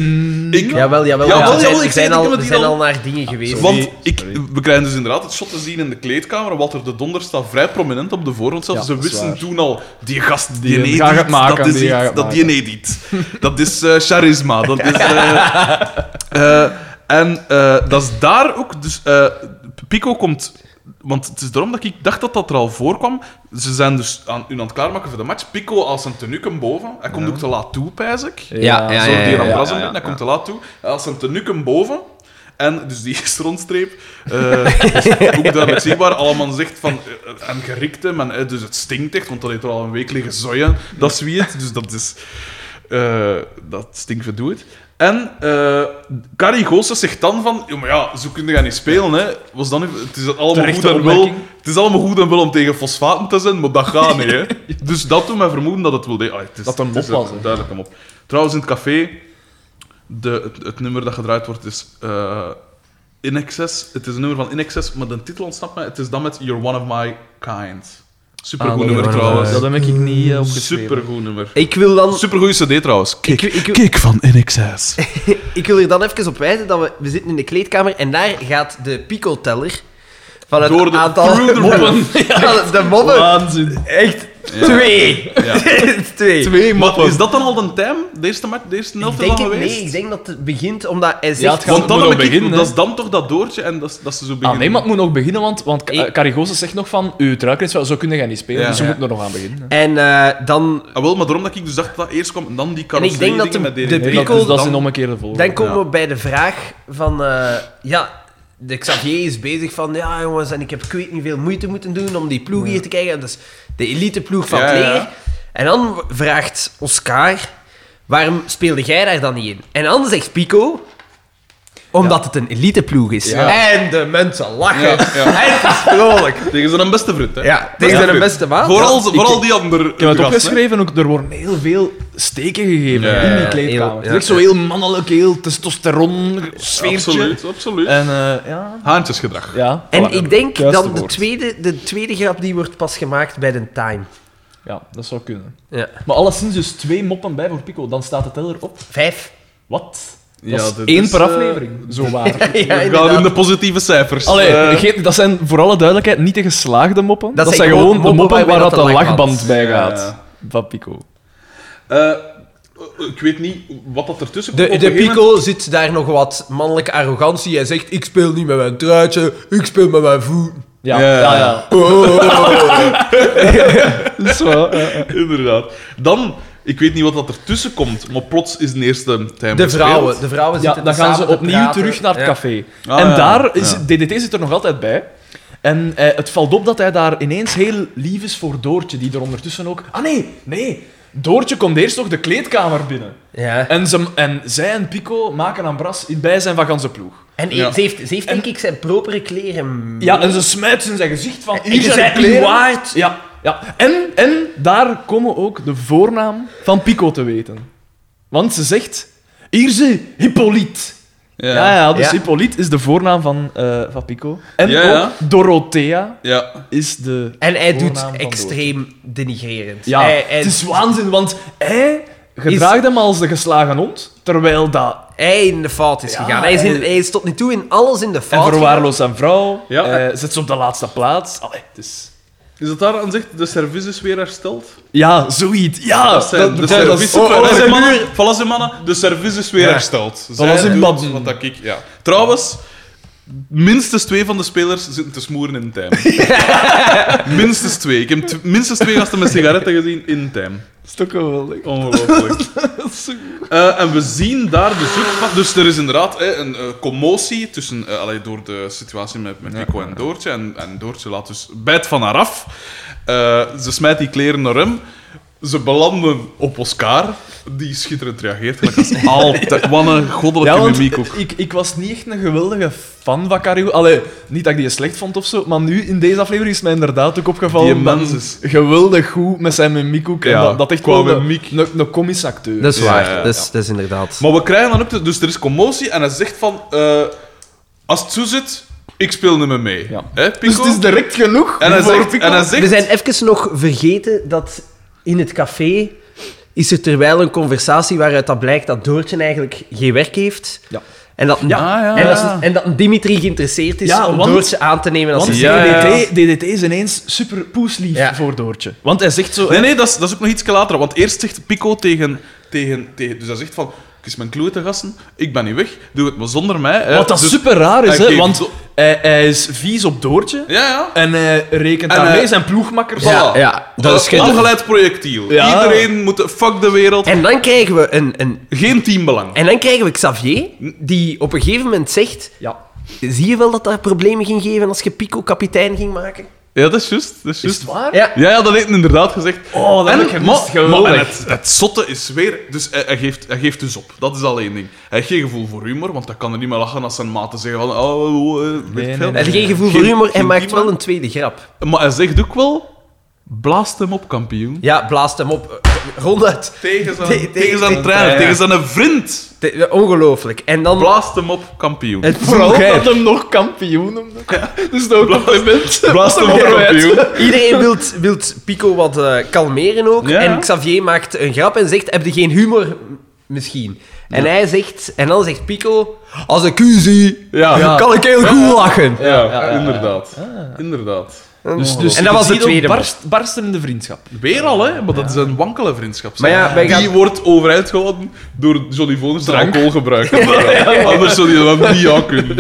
Speaker 1: ik,
Speaker 4: Jawel, jawel.
Speaker 1: Jawel,
Speaker 4: ja,
Speaker 1: jawel,
Speaker 4: we zijn,
Speaker 1: ik
Speaker 4: we
Speaker 1: zeg
Speaker 4: zijn,
Speaker 1: het, ik
Speaker 4: al,
Speaker 1: heb
Speaker 4: we
Speaker 1: het
Speaker 4: zijn
Speaker 1: hier
Speaker 4: al
Speaker 1: al-
Speaker 4: naar dingen geweest.
Speaker 1: Want ik, we krijgen dus inderdaad het shot te zien in de kleedkamer. Walter de Donder staat vrij prominent op de voorgrond. Zelfs
Speaker 2: Ja,
Speaker 1: ze
Speaker 2: dat is
Speaker 1: wisten
Speaker 2: waar.
Speaker 1: toen al, die gast, die,
Speaker 2: Die
Speaker 1: een
Speaker 2: gaat
Speaker 1: edit,
Speaker 2: het maken,
Speaker 1: dat is
Speaker 2: die
Speaker 1: iets,
Speaker 2: gaat het
Speaker 1: dat die een edit. Dat is eh, charisma, dat is... eh, [LAUGHS] eh, en eh, dat is daar ook... Dus, eh, Pico komt... Want het is daarom dat ik dacht dat dat er al voorkwam. Ze zijn dus aan, hun aan het klaarmaken voor de match. Pico als een tenuke boven. Hij komt ook te laat toe, pijs ik.
Speaker 4: Ja, ja,
Speaker 1: Zo
Speaker 4: ja,
Speaker 1: die
Speaker 4: ja,
Speaker 1: aan
Speaker 4: ja,
Speaker 1: brassen
Speaker 2: ja,
Speaker 1: bent,
Speaker 2: ja.
Speaker 1: dat komt te laat toe. En als hem te nukken boven, en dus die [LAUGHS] strontstreep, eh, [LAUGHS] is ook duidelijk zichtbaar, allemaal zegt van, eh, eh, en gerikt hem, en eh, dus het stinkt echt, want dat heeft er al een week liggen zoien, dat is wie het, dus dat is... eh, dat stinkt verdoet. En eh Carrie Goossens zegt dan van, "Ja, maar ja, zo kun je gaan niet spelen, hè. Was dan, even- het, is allemaal
Speaker 2: Terechte
Speaker 1: goed en wel,
Speaker 2: opmerking.
Speaker 1: het is allemaal goed en wel om tegen fosfaten te zijn, maar dat gaat
Speaker 2: [LAUGHS]
Speaker 1: niet, hè. Dus dat doet mij vermoeden dat het wel... deed. Allee, het is-
Speaker 2: Dat een
Speaker 1: het is
Speaker 2: mop was, hè.
Speaker 1: Duidelijk een mop. Trouwens, in het café, de, het, het nummer dat gedraaid wordt is eh In Excess. Het is een nummer van In Excess, maar de titel ontsnapt mij. Het is dan met You're One of My Kind. Supergoed
Speaker 4: Ah,
Speaker 1: nummer
Speaker 4: You're One of
Speaker 1: trouwens.
Speaker 4: My-
Speaker 2: Dat heb ik niet eh, opgeschreven.
Speaker 1: Supergoed nummer.
Speaker 4: Ik wil dan...
Speaker 1: Supergoed CD trouwens. Kick,
Speaker 4: Ik- ik-
Speaker 1: kick van In
Speaker 2: [LAUGHS]
Speaker 1: Excess.
Speaker 4: Ik wil er dan even op wijzen dat we, we zitten in de kleedkamer en daar gaat de pico-teller van het
Speaker 1: Door de-
Speaker 4: aantal
Speaker 1: through the moppen.
Speaker 4: [LAUGHS] Van de mobben.
Speaker 2: Waanzin.
Speaker 4: Echt
Speaker 1: Ja.
Speaker 4: [LAUGHS] twee. [LAUGHS]
Speaker 1: Ja.
Speaker 4: twee.
Speaker 2: Twee
Speaker 1: Maar
Speaker 2: moppen.
Speaker 1: is dat dan al de time? De eerste, match, de eerste
Speaker 4: Ik
Speaker 1: helft is
Speaker 4: denk
Speaker 1: al
Speaker 4: het,
Speaker 1: geweest?
Speaker 4: nee, ik denk dat het begint omdat hij zegt...
Speaker 2: het
Speaker 1: Want
Speaker 2: Moet
Speaker 1: dan
Speaker 2: nog
Speaker 1: heb ik,
Speaker 2: beginnen, hè?
Speaker 1: dat is dan toch dat doortje en dat, is- dat ze zo beginnen.
Speaker 2: Ah, nee, maar het moet nog beginnen, want, want Ka-
Speaker 4: Ik-
Speaker 2: Carrigosa zegt nog van uw truiker is wel, zo kun je niet spelen,
Speaker 1: Ja.
Speaker 2: dus we
Speaker 4: Ja.
Speaker 2: moeten er nog aan beginnen. hè.
Speaker 4: En eh, dan,
Speaker 1: Ah, wel, maar daarom dat ik dus dacht dat dat eerst kwam en dan die
Speaker 4: En ik denk dat
Speaker 1: carrosserie dingen
Speaker 4: de-
Speaker 1: met die-
Speaker 4: de
Speaker 1: Nee,
Speaker 2: dat,
Speaker 4: Pico
Speaker 2: is, dat is
Speaker 1: dan-
Speaker 2: in omgekeerde volgorde.
Speaker 4: dan komen
Speaker 1: Ja.
Speaker 4: we bij de vraag van... eh, ja, de Xavier is bezig van... Ja, jongens, en ik heb ik weet niet veel moeite moeten doen om die ploeg hier te krijgen. En Dat is de elite ploeg van
Speaker 1: Ja,
Speaker 4: het
Speaker 1: ja.
Speaker 4: leger. En dan vraagt Oscar... Waarom speelde jij daar dan niet in? En dan zegt Pico... Omdat het een elite ploeg is.
Speaker 2: Ja.
Speaker 4: En de mensen lachen.
Speaker 1: Ja, ja.
Speaker 4: En het is vrolijk.
Speaker 1: Tegen zijn beste vriend, hè?
Speaker 4: Ja, tegen zijn
Speaker 1: vriend.
Speaker 4: beste maat.
Speaker 1: Vooral,
Speaker 2: Ja, ik-
Speaker 1: vooral die andere.
Speaker 2: Ik heb het
Speaker 1: gast, hè.
Speaker 2: opgeschreven, ook, er worden heel veel steken gegeven
Speaker 1: Ja,
Speaker 2: in die
Speaker 4: ja,
Speaker 2: kleedkamer.
Speaker 4: heel-
Speaker 2: Het
Speaker 4: ja.
Speaker 2: is echt zo heel mannelijk, heel testosteron sfeertje.
Speaker 1: Absoluut, absoluut.
Speaker 2: En eh, ja...
Speaker 1: Haantjesgedrag.
Speaker 2: ja
Speaker 4: En
Speaker 2: voilà.
Speaker 4: ik denk
Speaker 2: Juiste
Speaker 4: dan de
Speaker 2: woord.
Speaker 4: tweede, de tweede grap die wordt pas gemaakt bij de time.
Speaker 2: Ja, dat zou kunnen.
Speaker 4: Ja.
Speaker 2: Maar alleszins dus twee moppen bij voor Pico, dan staat de teller op.
Speaker 4: Vijf.
Speaker 2: Wat?
Speaker 1: Ja,
Speaker 2: Dat is
Speaker 1: dit
Speaker 2: één
Speaker 1: is,
Speaker 2: per
Speaker 1: eh,
Speaker 2: aflevering, zo waar.
Speaker 1: [LAUGHS]
Speaker 4: Ja,
Speaker 1: We
Speaker 4: inderdaad.
Speaker 1: gaan in de positieve cijfers.
Speaker 2: Allee,
Speaker 1: Eh,
Speaker 2: vergeet- dat zijn voor alle duidelijkheid niet de geslaagde moppen. Dat, zijn gewoon de moppen waar,
Speaker 4: waarbij
Speaker 2: dat
Speaker 4: dat
Speaker 2: de
Speaker 4: de
Speaker 2: lachband
Speaker 4: lachband-
Speaker 2: bij
Speaker 1: Ja,
Speaker 2: gaat.
Speaker 1: ja.
Speaker 2: Van Pico.
Speaker 1: eh, ik weet niet wat dat ertussen komt.
Speaker 4: De,
Speaker 1: Op een
Speaker 4: de
Speaker 1: gegeven
Speaker 4: Pico zit daar nog wat mannelijke arrogantie. Hij zegt: Ik speel niet met mijn truitje, ik speel met mijn Oh. voet.
Speaker 2: Ja,
Speaker 1: Ja.
Speaker 2: ja, ja. ja. Dat is wel, eh, eh.
Speaker 1: moment- Inderdaad. Dan, ik weet niet wat dat ertussen komt, maar plots is de eerste time
Speaker 4: De vrouwen, de vrouwen
Speaker 2: ja
Speaker 4: zitten
Speaker 2: dan
Speaker 4: er
Speaker 2: gaan ze
Speaker 4: samen te
Speaker 2: opnieuw
Speaker 4: praten.
Speaker 2: terug naar het
Speaker 4: Ja.
Speaker 2: café.
Speaker 1: Ah,
Speaker 2: en
Speaker 1: ja,
Speaker 2: daar is,
Speaker 1: ja.
Speaker 2: DDT zit er nog altijd bij. En eh, het valt op dat hij daar ineens heel lief is voor Doortje, die er ondertussen ook... Ah nee, nee. Doortje komt eerst nog de kleedkamer binnen.
Speaker 4: Ja.
Speaker 2: En, ze, en zij en Pico maken aan Bras in het bijzijn van ganse ploeg.
Speaker 4: En
Speaker 1: Ja.
Speaker 4: ze heeft, ze heeft denk ik zijn propere kleren.
Speaker 2: Ja, en ze smijt ze in zijn gezicht van...
Speaker 4: Ik
Speaker 2: zijn
Speaker 4: zei
Speaker 2: kleren.
Speaker 4: niet waard.
Speaker 2: Ja, ja. En, en daar komen ook de voornaam van Pico te weten. Want ze zegt... Hier ze Hippolyte.
Speaker 1: Ja,
Speaker 2: Ja, ja,
Speaker 1: ja.
Speaker 2: dus
Speaker 4: Ja.
Speaker 2: Hippolyte is de voornaam van, eh, van Pico. En
Speaker 1: Ja, ja.
Speaker 2: ook Dorothea
Speaker 1: ja.
Speaker 2: is de...
Speaker 4: En hij doet
Speaker 2: Voornaam van
Speaker 4: extreem denigrerend.
Speaker 2: Ja,
Speaker 4: hij, hij,
Speaker 2: het is waanzin, want hij gedraagt hem als de geslagen hond, terwijl dat...
Speaker 4: hij in de fout is
Speaker 2: Ja,
Speaker 4: gegaan. Hij is, in,
Speaker 2: en-
Speaker 4: hij is tot nu toe in alles in de
Speaker 2: En
Speaker 4: fout.
Speaker 2: verwaarloost zijn vrouw,
Speaker 1: Ja.
Speaker 2: eh, zet ze op de laatste plaats. Allee, het is...
Speaker 1: Is dat daar aan zegt, de service is weer hersteld?
Speaker 2: Ja, zoiets. Ja,
Speaker 1: Dat zijn de service...
Speaker 2: oh, oh,
Speaker 1: Voilà,
Speaker 2: dat
Speaker 1: ze
Speaker 2: is-
Speaker 1: mannen, voilà, ze mannen, de service is weer
Speaker 4: Ja.
Speaker 1: hersteld.
Speaker 2: Voilà, ze
Speaker 1: doen
Speaker 2: mannen.
Speaker 1: Wat dat ik, ja. Trouwens, minstens twee van de spelers zitten te smoeren in [LAUGHS] time. minstens twee. Ik heb t- minstens twee gasten met sigaretten gezien in time.
Speaker 2: Dat is toch geweldig.
Speaker 1: Ongelooflijk.
Speaker 2: [LAUGHS]
Speaker 1: Eh, en we zien daar de zoektocht. Dus er is inderdaad eh, een eh, commotie tussen, eh, allee, door de situatie met, met Nico en Doortje. En, en Doortje laat dus bijt van haar af. Eh, ze smijt die kleren naar hem. Ze belanden op Oscar. die schitterend reageert. gelijk als
Speaker 2: [LAUGHS]
Speaker 1: altijd. Wat een goddelijke
Speaker 2: Ja, want
Speaker 1: mimiek ook.
Speaker 2: ik, ik was niet echt een geweldige fan van Carrego. Allee, niet dat ik die slecht vond of zo, maar nu in deze aflevering is mij inderdaad ook opgevallen.
Speaker 1: Die
Speaker 2: dat
Speaker 1: mens
Speaker 2: hij
Speaker 1: is-
Speaker 2: Geweldig goed met zijn mimiek ook. en
Speaker 1: Ja,
Speaker 2: dat, dat echt
Speaker 1: qua
Speaker 2: wel een,
Speaker 1: mimiek.
Speaker 2: een, een komisch acteur.
Speaker 4: Dat is
Speaker 1: Ja,
Speaker 4: waar,
Speaker 1: ja, ja.
Speaker 4: Dat, is, dat is inderdaad.
Speaker 1: Maar we krijgen dan ook... de- dus er is commotie en hij zegt van... eh, als het zo zit, ik speel niet meer mee.
Speaker 2: Ja.
Speaker 1: Hè,
Speaker 2: dus
Speaker 1: Pico?
Speaker 2: het is direct genoeg
Speaker 1: en hij
Speaker 2: voor
Speaker 1: zegt...
Speaker 2: Pico. Dus
Speaker 1: En hij zegt
Speaker 4: We zijn even nog vergeten dat in het café is er terwijl een conversatie waaruit dat blijkt dat Doortje eigenlijk geen werk heeft.
Speaker 2: Ja.
Speaker 4: En dat,
Speaker 1: Ah, ja.
Speaker 4: en dat, en dat Dimitri geïnteresseerd is
Speaker 2: Ja,
Speaker 4: om
Speaker 2: want-
Speaker 4: Doortje aan te nemen als
Speaker 2: Want
Speaker 4: zijn
Speaker 1: Ja, ja.
Speaker 2: DDT, DDT is ineens super poeslief
Speaker 4: Ja.
Speaker 2: voor Doortje. Want hij zegt zo...
Speaker 1: Nee, nee, dat is, dat is ook nog iets later. Want eerst zegt Pico tegen... tegen, tegen dus hij zegt van... Ik is mijn kloe te gassen, ik ben niet weg, doe het maar zonder mij. Hè.
Speaker 2: Wat dat
Speaker 1: Dus-
Speaker 2: super raar is,
Speaker 1: hij
Speaker 2: hè,
Speaker 1: geeft
Speaker 2: want
Speaker 1: zo-
Speaker 2: hij, hij is vies op Doortje.
Speaker 1: Ja, ja.
Speaker 2: En hij rekent
Speaker 1: En
Speaker 2: daarmee
Speaker 1: hij-
Speaker 2: zijn ploegmakkers.
Speaker 1: Voilà.
Speaker 4: Ja, ja, dat is geen-
Speaker 1: Ongeleid projectiel.
Speaker 2: Ja.
Speaker 1: Iedereen moet... Fuck de wereld.
Speaker 4: En dan krijgen we een, een...
Speaker 1: Geen teambelang.
Speaker 4: En dan krijgen we Xavier, die op een gegeven moment zegt...
Speaker 2: Ja.
Speaker 4: Zie je wel dat daar problemen ging geven als je Pico kapitein ging maken?
Speaker 1: Ja, dat is juist. Dat is
Speaker 2: Is
Speaker 1: juist.
Speaker 2: het waar?
Speaker 4: Ja.
Speaker 1: Ja, ja, dat heeft hij inderdaad gezegd.
Speaker 2: Oh, dat
Speaker 1: En-
Speaker 2: heb ik gemist.
Speaker 1: maar- maar- en
Speaker 2: Geweldig.
Speaker 1: het, het zotte is weer... Dus hij, hij geeft, hij geeft dus op. Dat is al één ding. Hij heeft geen gevoel voor humor, want dat kan er niet meer lachen als zijn maten zeggen van... Oh, oh, eh, weet
Speaker 2: nee,
Speaker 1: veel.
Speaker 4: Hij
Speaker 2: nee.
Speaker 4: heeft geen gevoel
Speaker 1: Geen-
Speaker 4: voor humor en
Speaker 1: geen
Speaker 4: maakt
Speaker 1: teambelang.
Speaker 4: wel een tweede grap.
Speaker 1: Maar hij zegt ook wel... Blaast hem op, kampioen.
Speaker 4: Ja, blaast hem op. Eh, Ronduit.
Speaker 1: Tegen zijn,
Speaker 4: Te-
Speaker 1: tegen zijn
Speaker 4: tegen-
Speaker 1: trainer,
Speaker 2: ja.
Speaker 1: tegen zijn vriend.
Speaker 4: Te- Ongelooflijk. En dan...
Speaker 1: Blaast hem op, kampioen.
Speaker 4: het
Speaker 2: Vooral
Speaker 4: vroeg hij.
Speaker 2: dat hem nog kampioen om Dus dat ook
Speaker 1: [LAUGHS]
Speaker 2: compliment.
Speaker 1: Blaast hem op, kampioen.
Speaker 4: [LAUGHS] Iedereen wilt, wilt Pico wat eh, kalmeren ook.
Speaker 1: Ja.
Speaker 4: En Xavier maakt een grap en zegt: Heb je geen humor? M- Misschien. En hij zegt, en dan zegt Pico: Als ik u zie,
Speaker 1: Ja.
Speaker 4: dan kan ik heel goed lachen.
Speaker 1: Ja, inderdaad. Inderdaad. Oh,
Speaker 2: Dus, dus
Speaker 4: en dat was de tweede. man.
Speaker 2: barst, barstende vriendschap.
Speaker 1: Weer al, hè? Maar dat is een wankele vriendschap. zeg.
Speaker 4: Maar ja, wij
Speaker 1: die
Speaker 4: gaan-
Speaker 1: wordt overeind gehouden door Johnny Voners zijn alcoholgebruik. Anders zou hij dat niet aan kunnen.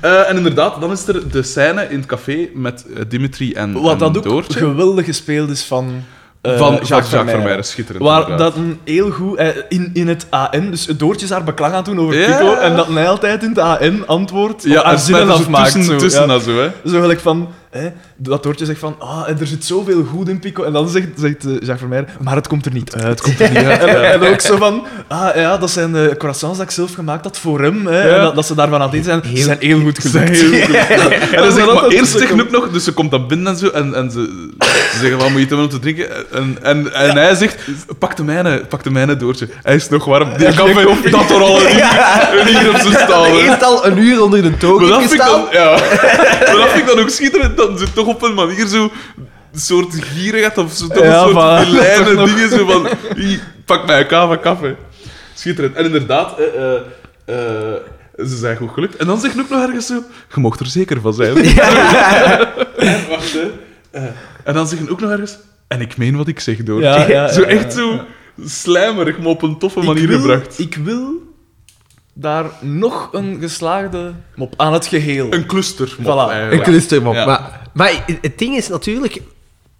Speaker 1: Eh, en inderdaad, dan is er de scène in het café met eh, Dimitri en, en
Speaker 2: Wat dat ook
Speaker 1: Doortje.
Speaker 2: geweldig gespeeld is van... eh,
Speaker 1: van Jacques, Jacques Vermeer,
Speaker 2: Vermeijden.
Speaker 1: schitterend.
Speaker 2: Waar
Speaker 1: inderdaad.
Speaker 2: dat een heel goed eh, in, in het AN, dus Doortje is haar beklang aan toen over
Speaker 1: Ja.
Speaker 2: Pico, en dat hij altijd in het AN antwoord op
Speaker 1: ja,
Speaker 2: haar
Speaker 1: en
Speaker 2: zinnen
Speaker 1: smijten ze
Speaker 2: afmaakt.
Speaker 1: tussen,
Speaker 2: zo,
Speaker 1: tussen
Speaker 2: ja.
Speaker 1: dat zo, hè.
Speaker 2: Zo gelijk van, hè, dat Doortje zegt van, ah, er zit zoveel goed in Pico. En dan zegt, zegt eh, Jacques Vermeer, maar het komt er niet uit. Het komt
Speaker 1: [LAUGHS]
Speaker 2: er niet uit. en, en ook zo van, ah ja, dat zijn eh croissants dat ik zelf gemaakt had voor hem. Hè,
Speaker 1: Ja.
Speaker 2: en dat, dat ze daarvan aan het eten zijn. Ze zijn heel goed
Speaker 1: Zijn
Speaker 2: gelukt.
Speaker 1: heel goed. En dan
Speaker 2: [LAUGHS] Ja,
Speaker 1: zegt,
Speaker 2: dat-
Speaker 1: maar
Speaker 2: dat-
Speaker 1: eerst
Speaker 2: dat-
Speaker 1: zegt Knoep nog, dus ze komt dan binnen en zo, en, en ze, ze zeggen van, moet je het hebben om te drinken? En, en, en hij zegt, pak de mijne, pak de mijne, Doortje. Hij is nog warm. Die kan mij op dat er
Speaker 2: [LAUGHS]
Speaker 1: al een uur, een uur op zijn staan. hè.
Speaker 4: Eerst al een uur onder de
Speaker 2: [LAUGHS]
Speaker 4: token
Speaker 1: Maar dat vind ik
Speaker 4: gestaan.
Speaker 1: dan, ja. Maar dat vind ik dan ook schitterend, dat ze toch op een manier zo een soort gierigheid of zo, toch
Speaker 2: Ja,
Speaker 1: een
Speaker 2: voilà.
Speaker 1: soort
Speaker 2: [LAUGHS]
Speaker 1: lijnen dingen zo van, "Hier, pak mij een kava kaffe. Schitterend. En inderdaad, eh, eh, eh, ze zijn goed gelukt. En dan zegt Luc nog ergens zo, je mocht er zeker van
Speaker 2: [LAUGHS]
Speaker 1: zijn. [LAUGHS] En wacht, hè. Eh, en dan zeggen ook nog ergens, en ik meen wat ik zeg, door.
Speaker 2: Ja, ja, ja,
Speaker 1: zo
Speaker 2: ja,
Speaker 1: echt zo slijmerig, maar op een toffe manier
Speaker 2: ik wil,
Speaker 1: gebracht.
Speaker 2: Ik wil daar nog een geslaagde mop aan het geheel.
Speaker 1: Een cluster. eh,
Speaker 2: Voilà.
Speaker 4: Een clustermop.
Speaker 1: Ja.
Speaker 4: Maar, maar het ding is natuurlijk...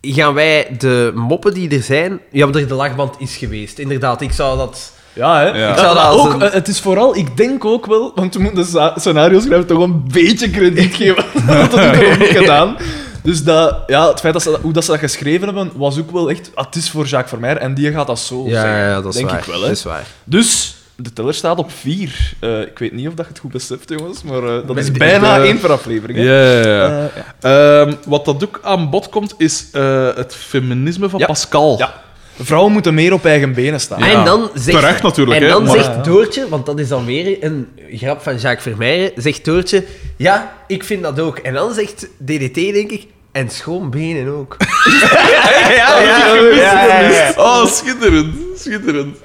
Speaker 4: Gaan wij de moppen die er zijn... Ja, maar er de lachband is geweest. Inderdaad, ik zou dat...
Speaker 2: Ja, hè?
Speaker 1: Ja.
Speaker 2: Ik
Speaker 4: zou dat
Speaker 2: maar
Speaker 4: als
Speaker 2: ook,
Speaker 4: een-
Speaker 2: eh, Het is vooral, ik denk ook wel, want we moeten de scenario scenarioschrijver toch een
Speaker 4: [LAUGHS]
Speaker 2: beetje krediet geven. [LAUGHS] dat hadden we nog niet gedaan. Dus dat, ja, het feit dat ze, dat- hoe dat ze dat geschreven hebben, was ook wel echt. ah, het is voor Jacques Vermeer en die gaat dat zo zeggen. denk ik wel, hè?
Speaker 4: waar.
Speaker 2: Dus. De teller staat op 4. ik weet niet of dat je het goed beseft, jongens, maar eh, dat is
Speaker 4: Met-
Speaker 2: bijna
Speaker 1: de-
Speaker 2: één per aflevering.
Speaker 1: Ja,
Speaker 2: hè.
Speaker 1: ja, ja.
Speaker 2: Eh, ja.
Speaker 1: Ehm, wat dat ook aan bod komt, is eh, het feminisme van
Speaker 2: Ja.
Speaker 1: Pascal.
Speaker 2: Ja. Vrouwen moeten meer op eigen benen staan.
Speaker 1: Ja.
Speaker 4: En dan zegt,
Speaker 1: Terecht natuurlijk,
Speaker 4: en
Speaker 1: hè,
Speaker 4: dan
Speaker 1: maar-
Speaker 4: zegt Doortje, want dat is dan weer een grap van Jacques Vermeijen, zegt Doortje, ja, ik vind dat ook. En dan zegt DDT, denk ik, en schoonbenen
Speaker 1: [LAUGHS]
Speaker 4: ook. ja, ja, ja, ja, ja.
Speaker 1: Oh, schitterend. Schitterend.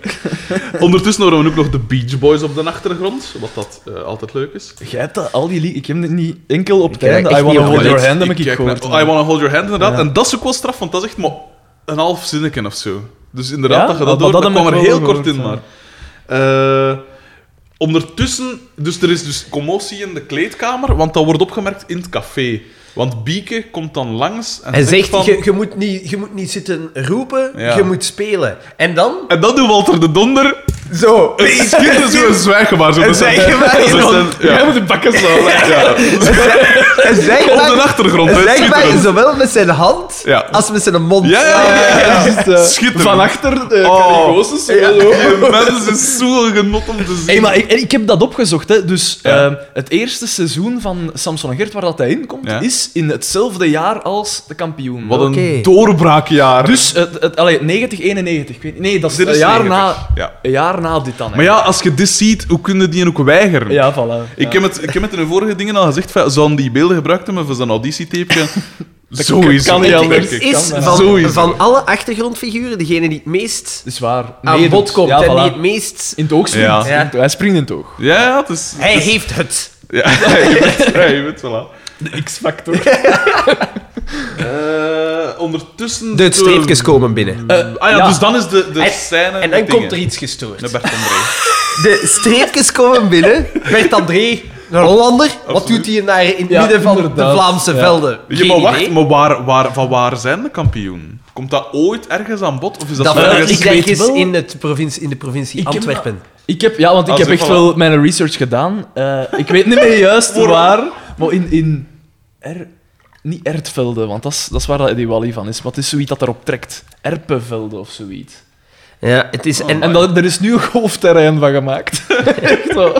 Speaker 1: Ondertussen horen we ook nog de Beach Boys op de achtergrond, wat dat eh, altijd leuk is.
Speaker 2: Jij hebt dat, al die lied, ik heb het niet enkel op het
Speaker 4: kijk
Speaker 2: einde.
Speaker 4: echt
Speaker 2: I
Speaker 4: niet
Speaker 2: wanna
Speaker 4: op
Speaker 2: hold
Speaker 4: de
Speaker 2: your
Speaker 1: lijst.
Speaker 2: hand, heb ik,
Speaker 1: kijk naar- Oh,
Speaker 2: gehoord.
Speaker 1: I Wanna Hold Your Hand, inderdaad.
Speaker 2: Ja.
Speaker 1: En dat is ook wel straf, want dat is echt maar een half zinnetje of zo. Dus inderdaad,
Speaker 2: Ja?
Speaker 1: dat je
Speaker 2: Maar
Speaker 1: dat hoort,
Speaker 2: dat
Speaker 1: dat
Speaker 2: heb ik
Speaker 1: kwam er
Speaker 2: wel
Speaker 1: heel kort in,
Speaker 2: gehoord,
Speaker 1: maar... Eh, ondertussen... Dus er is dus commotie in de kleedkamer, want dat wordt opgemerkt in het café. Want Bieke komt dan langs en,
Speaker 4: En zegt,
Speaker 1: van...
Speaker 4: je, je, moet niet, je moet niet zitten roepen,
Speaker 1: Ja.
Speaker 4: je moet spelen. En dan...
Speaker 1: En dan doet Walter de Donder.
Speaker 4: Zo.
Speaker 1: Schitter
Speaker 2: [LAUGHS]
Speaker 1: zo'n zwijgemaar. Zo,
Speaker 4: Een
Speaker 1: dat zijn-
Speaker 4: zwijgemaar,
Speaker 1: dat
Speaker 4: Ron.
Speaker 1: zijn- ja.
Speaker 2: Jij moet de bakken slaan. hè.
Speaker 1: Ja.
Speaker 4: En
Speaker 1: [LAUGHS] Op de
Speaker 4: Zijkbaar,
Speaker 1: achtergrond, hè.
Speaker 4: zijkbaar
Speaker 1: Schitterend.
Speaker 4: zowel met zijn hand
Speaker 1: Ja.
Speaker 4: als met zijn mond.
Speaker 1: Ja, ja, ja, ja.
Speaker 4: Dat is juist, eh.
Speaker 1: Schitterend.
Speaker 2: Van achter de
Speaker 1: Oh.
Speaker 2: Caligosus.
Speaker 1: Die mens is zo'n genot om te zien.
Speaker 2: Hey, maar ik, en ik heb dat opgezocht. Hè. Dus
Speaker 1: Ja.
Speaker 2: ehm, het eerste seizoen van Samson en Gert, waar dat hij in komt,
Speaker 1: Ja.
Speaker 2: is in hetzelfde jaar als de kampioen.
Speaker 1: Wat een
Speaker 4: Oké.
Speaker 1: doorbraakjaar.
Speaker 2: Dus, het, het, allee, 90, 91. Ik weet, niet. nee, dat is
Speaker 1: Dit
Speaker 2: een
Speaker 1: is
Speaker 2: jaar
Speaker 1: 90.
Speaker 2: na,
Speaker 1: Ja.
Speaker 2: een jaar na dit dan.
Speaker 1: Maar ja, als je dit ziet, hoe kun je die ook weigeren?
Speaker 2: ja, voilà.
Speaker 1: Ik, heb het, ik heb het in de vorige dingen al gezegd. van, Zouden die beelden gebruikt hebben voor zijn
Speaker 4: [LAUGHS]
Speaker 1: auditietape? Sowieso.
Speaker 2: kan niet
Speaker 1: Ja,
Speaker 2: anders.
Speaker 1: denk ik. eh,
Speaker 4: is
Speaker 2: kan,
Speaker 4: van,
Speaker 1: Sowieso.
Speaker 4: van alle achtergrondfiguren degene die het meest
Speaker 2: is waar.
Speaker 4: aan
Speaker 2: Meedoet.
Speaker 4: bod komt
Speaker 2: Ja,
Speaker 4: en
Speaker 2: voilà.
Speaker 4: die het meest...
Speaker 2: In het oog springt.
Speaker 1: Ja.
Speaker 2: In het- Hij springt in het oog.
Speaker 1: Ja, ja, het is...
Speaker 4: Hij heeft het.
Speaker 1: Ja, [LAUGHS] je weet, ja, je weet, voilà.
Speaker 2: De X-factor.
Speaker 1: [LAUGHS] Eh, ondertussen...
Speaker 4: De streepjes komen binnen.
Speaker 1: Eh, ah ja,
Speaker 2: Ja.
Speaker 1: dus dan is de, de
Speaker 4: En-
Speaker 1: scène...
Speaker 4: En dan komt er iets gestoord.
Speaker 1: Naar Bert
Speaker 4: [LAUGHS]
Speaker 1: André.
Speaker 4: De streepjes komen binnen. Bert André, een Hollander. Wat
Speaker 1: Absoluut.
Speaker 4: doet hij daar in het
Speaker 2: Ja,
Speaker 4: midden van
Speaker 2: inderdaad.
Speaker 4: de Vlaamse
Speaker 2: Ja.
Speaker 4: velden?
Speaker 1: Ja,
Speaker 4: Geen
Speaker 1: maar wacht,
Speaker 4: idee.
Speaker 1: maar waar, waar, van waar zijn de kampioen? Komt dat ooit ergens aan bod? Of is dat,
Speaker 4: Dat
Speaker 1: zo
Speaker 4: wel,
Speaker 1: ergens...
Speaker 4: ik denk
Speaker 2: weet
Speaker 4: is
Speaker 2: wel-
Speaker 4: in, het provincie, in de provincie
Speaker 2: Ik heb
Speaker 4: Antwerpen.
Speaker 2: Ik heb, ja, want ik
Speaker 1: Als
Speaker 2: heb
Speaker 1: ik
Speaker 2: echt
Speaker 1: voilà.
Speaker 2: wel mijn research gedaan. Eh, ik weet niet meer juist
Speaker 1: Waarom?
Speaker 2: waar, maar in... in er, niet Ertvelde, want dat is, dat is waar dat die Wally van is. Maar het is zoiets dat erop trekt. Erpenvelde of zoiets.
Speaker 4: Ja, het is... En,
Speaker 2: En dat, er is nu een golfterrein van gemaakt. Echt zo.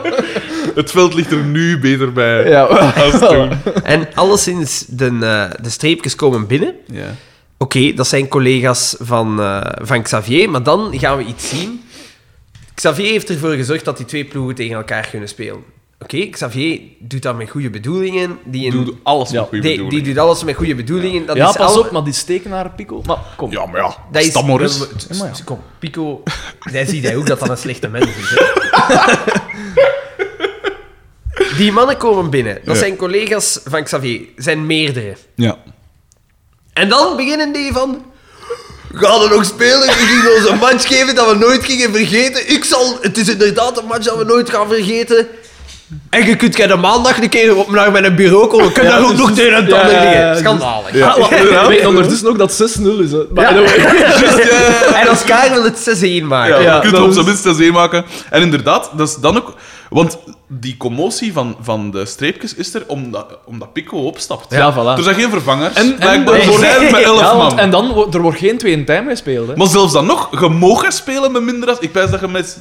Speaker 1: Het veld ligt er nu beter bij.
Speaker 2: Ja, [LAUGHS]
Speaker 1: Als toen.
Speaker 4: en alleszins, de, eh, de streepjes komen binnen.
Speaker 1: Ja.
Speaker 4: Oké, dat zijn collega's van, eh, van Xavier, maar dan gaan we iets zien. Xavier heeft ervoor gezorgd dat die twee ploegen tegen elkaar kunnen spelen. Oké, Xavier doet dat met goede bedoelingen. Die, in-
Speaker 1: Doe alles met
Speaker 2: Ja,
Speaker 1: goede
Speaker 4: die, die
Speaker 1: bedoelingen.
Speaker 4: doet alles met goede bedoelingen. Dat
Speaker 2: ja
Speaker 4: is
Speaker 2: pas
Speaker 4: al-
Speaker 2: op, maar die steken naar Pico. Maar kom.
Speaker 1: Ja, maar ja.
Speaker 4: Dat is,
Speaker 1: Stam maar eens.
Speaker 4: wel- het-
Speaker 2: Ja, maar ja.
Speaker 4: Kom, Pico, jij ziet hij ook dat dat een slechte mens is. hè.
Speaker 2: [LAUGHS]
Speaker 4: Die mannen komen binnen. Dat
Speaker 1: Ja.
Speaker 4: zijn collega's van Xavier. Zijn meerdere.
Speaker 1: Ja.
Speaker 4: En dan beginnen die van... Gaan we nog spelen? Je ging ons een match geven dat we nooit gingen vergeten. Ik zal... Het is inderdaad een match dat we nooit gaan vergeten. En je kunt jij de maandag een keer op, naar mijn bureau komen. Ik kan daar ook
Speaker 2: dus-
Speaker 4: nog tegen en
Speaker 2: ja,
Speaker 4: tanden
Speaker 2: ja, ja,
Speaker 4: liggen.
Speaker 2: dus-
Speaker 4: Schandalig.
Speaker 1: Ja.
Speaker 2: Ah, wacht, ik weet ondertussen ook dat 6-0 is. Hè. Maar,
Speaker 4: En als Karel het 6-1 maken.
Speaker 1: Ja,
Speaker 2: Ja,
Speaker 1: je kunt
Speaker 2: dat
Speaker 1: er op
Speaker 2: is-
Speaker 1: zijn minst een zee maken. En inderdaad, dat is dan ook... Want die commotie van, van de streepjes is er omdat, omdat Pico opstapt. Dus
Speaker 2: Ja, voilà.
Speaker 1: Er zijn geen vervangers.
Speaker 2: En- en-
Speaker 1: Blijkbaar
Speaker 2: nee.
Speaker 1: voor hij met elf
Speaker 2: Ja, want-
Speaker 1: man.
Speaker 2: en dan, wo- er wordt geen tweede time gespeeld. Hè.
Speaker 1: Maar zelfs dan nog, je mag er spelen met minder dan... Ik wijs dat je met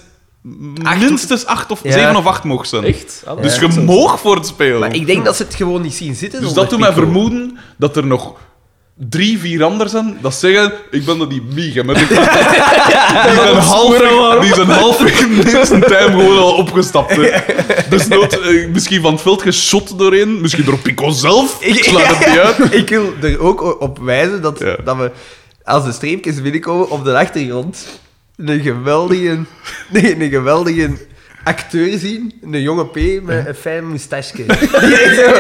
Speaker 1: minstens acht of
Speaker 4: Ja.
Speaker 1: zeven of acht mocht zijn.
Speaker 2: Echt? Ah,
Speaker 1: Dus
Speaker 2: ja.
Speaker 1: je moog voor het spelen.
Speaker 4: Maar ik denk dat ze het gewoon niet zien zitten.
Speaker 1: dus
Speaker 4: zonder
Speaker 1: dat doet mij
Speaker 4: Pico.
Speaker 1: vermoeden dat er nog drie, vier anderen zijn dat zeggen ik ben dat die miegen. Maar [LAUGHS] die die zijn halfweg, die zijn halfweg in deze time gewoon al opgestapt. hè. Dus nood, eh, misschien van het veld geschot doorheen, misschien door Pico zelf. Ik slaat het niet uit.
Speaker 4: [LAUGHS] Ik wil er ook op wijzen dat,
Speaker 1: Ja.
Speaker 4: dat we, als de streepjes binnenkomen op de achtergrond, een geweldige, [LAUGHS] nee, een geweldige acteur zien. Een jonge P met een fijn moustache. [LAUGHS] Die zo,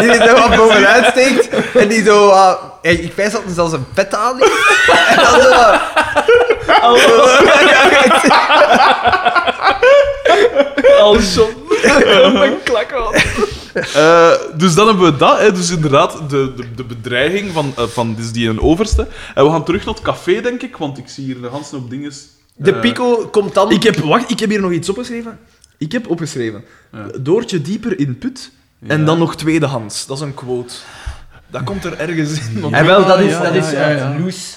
Speaker 4: die zo wat bovenuit steekt en die zo. ah, ja, ik wijs dat hij zelfs een pet aan heeft. En dan zo.
Speaker 2: Al zo. Mijn klak al.
Speaker 1: Eh, dus dan hebben we dat. Hè. Dus inderdaad, de, de, de bedreiging van, eh, van dus die een overste. En we gaan terug naar het café, denk ik, want ik zie hier een hele hoop dingen.
Speaker 4: De
Speaker 1: eh,
Speaker 4: Pico komt dan.
Speaker 2: Ik heb, wacht, ik heb hier nog iets opgeschreven. Ik heb opgeschreven. Doortje dieper in put en dan nog tweedehands. Dat is een quote. Dat komt er ergens in. want-
Speaker 4: en Ah, wel, dat is,
Speaker 2: Ja,
Speaker 4: dat
Speaker 2: ja,
Speaker 4: is
Speaker 2: ja,
Speaker 4: uit
Speaker 2: ja.
Speaker 4: Loes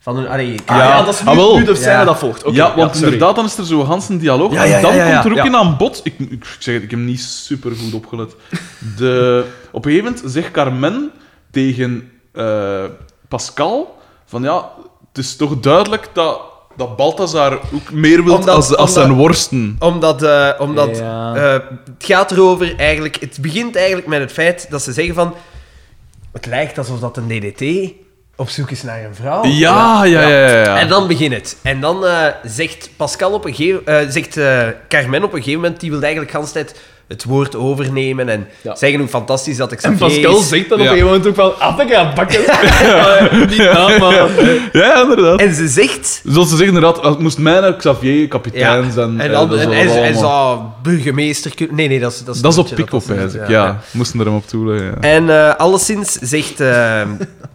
Speaker 4: van hun. Allee,
Speaker 2: Ah, ja, dat is nu,
Speaker 1: Ah, wel.
Speaker 2: nu de scène
Speaker 4: Ja.
Speaker 2: dat volgt. Oké,
Speaker 1: ja, want
Speaker 2: sorry.
Speaker 1: inderdaad, dan is er zo'n Hansen dialoog.
Speaker 2: Ja, ja,
Speaker 1: en dan
Speaker 2: ja, ja, ja.
Speaker 1: komt er ook
Speaker 2: Ja.
Speaker 1: in aan bod. Ik, ik zeg het, ik heb niet super goed
Speaker 2: [LAUGHS]
Speaker 1: opgelet. De, op een gegeven moment zegt Carmen tegen eh, Pascal: van ja, het is toch duidelijk dat, dat Balthazar ook meer wil als,
Speaker 4: Omdat-
Speaker 1: als
Speaker 4: omdat-
Speaker 1: zijn worsten.
Speaker 4: Omdat, eh, omdat
Speaker 2: Ja.
Speaker 4: eh, het gaat erover eigenlijk. Het begint eigenlijk met het feit dat ze zeggen van. Het lijkt alsof dat een DDT op zoek is naar een vrouw.
Speaker 2: Oh,
Speaker 1: Ja, ja, ja, ja. ja.
Speaker 4: En dan begint het. En dan eh, zegt Pascal op een gegeven eh, zegt eh, Carmen op een gegeven moment, die wil eigenlijk de hele tijd het woord overnemen en
Speaker 2: Ja.
Speaker 4: zeggen hoe fantastisch dat ik
Speaker 2: En Pascal zegt dan
Speaker 1: Ja.
Speaker 2: op een gegeven moment ook van... Ah, ik ga bakken. Maar eh, Niet aan, maar...
Speaker 1: ja, inderdaad.
Speaker 4: En ze zegt...
Speaker 1: Zoals ze zeggen, inderdaad, het moest mijn Xavier kapitein zijn.
Speaker 4: en
Speaker 1: eh,
Speaker 4: dan,
Speaker 1: dat is
Speaker 4: en,
Speaker 1: wel
Speaker 4: en- en
Speaker 1: allemaal-
Speaker 4: zou burgemeester kunnen... Nee, nee, dat is... Dat is,
Speaker 1: dat is op
Speaker 4: Pietje,
Speaker 1: Pico,
Speaker 4: dat is-
Speaker 1: pijs ik, ja.
Speaker 4: ja.
Speaker 1: Moesten er hem op toelen, ja.
Speaker 4: En eh, alleszins zegt, eh,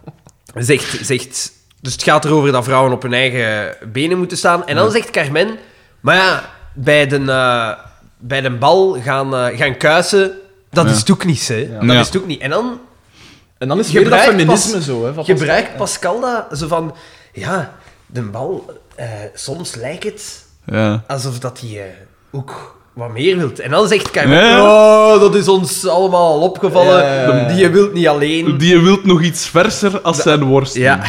Speaker 4: [LAUGHS] zegt, zegt... Dus het gaat erover dat vrouwen op hun eigen benen moeten staan. En dan zegt Carmen... Maar ja, bij de, eh, bij de bal gaan, eh, gaan kuisen, dat
Speaker 1: Ja.
Speaker 4: is het ook niet, hè. Dat
Speaker 1: Ja.
Speaker 4: is het ook niet. En dan
Speaker 2: En dan is
Speaker 4: Je
Speaker 2: weer dat
Speaker 4: gebruikt
Speaker 2: feminisme
Speaker 4: pas-
Speaker 2: zo. Hè, van
Speaker 4: gebruikt Pascal dat zo van... Ja, de bal, eh, soms lijkt het
Speaker 1: Ja.
Speaker 4: alsof dat hij eh, ook wat meer wilt. En dan zegt Kevin,
Speaker 1: Ja.
Speaker 4: oh, dat is ons allemaal al opgevallen.
Speaker 2: Ja, ja, ja.
Speaker 4: Die je wilt niet alleen.
Speaker 1: Die wilt nog iets verser als zijn worst.
Speaker 4: [LAUGHS] Ja.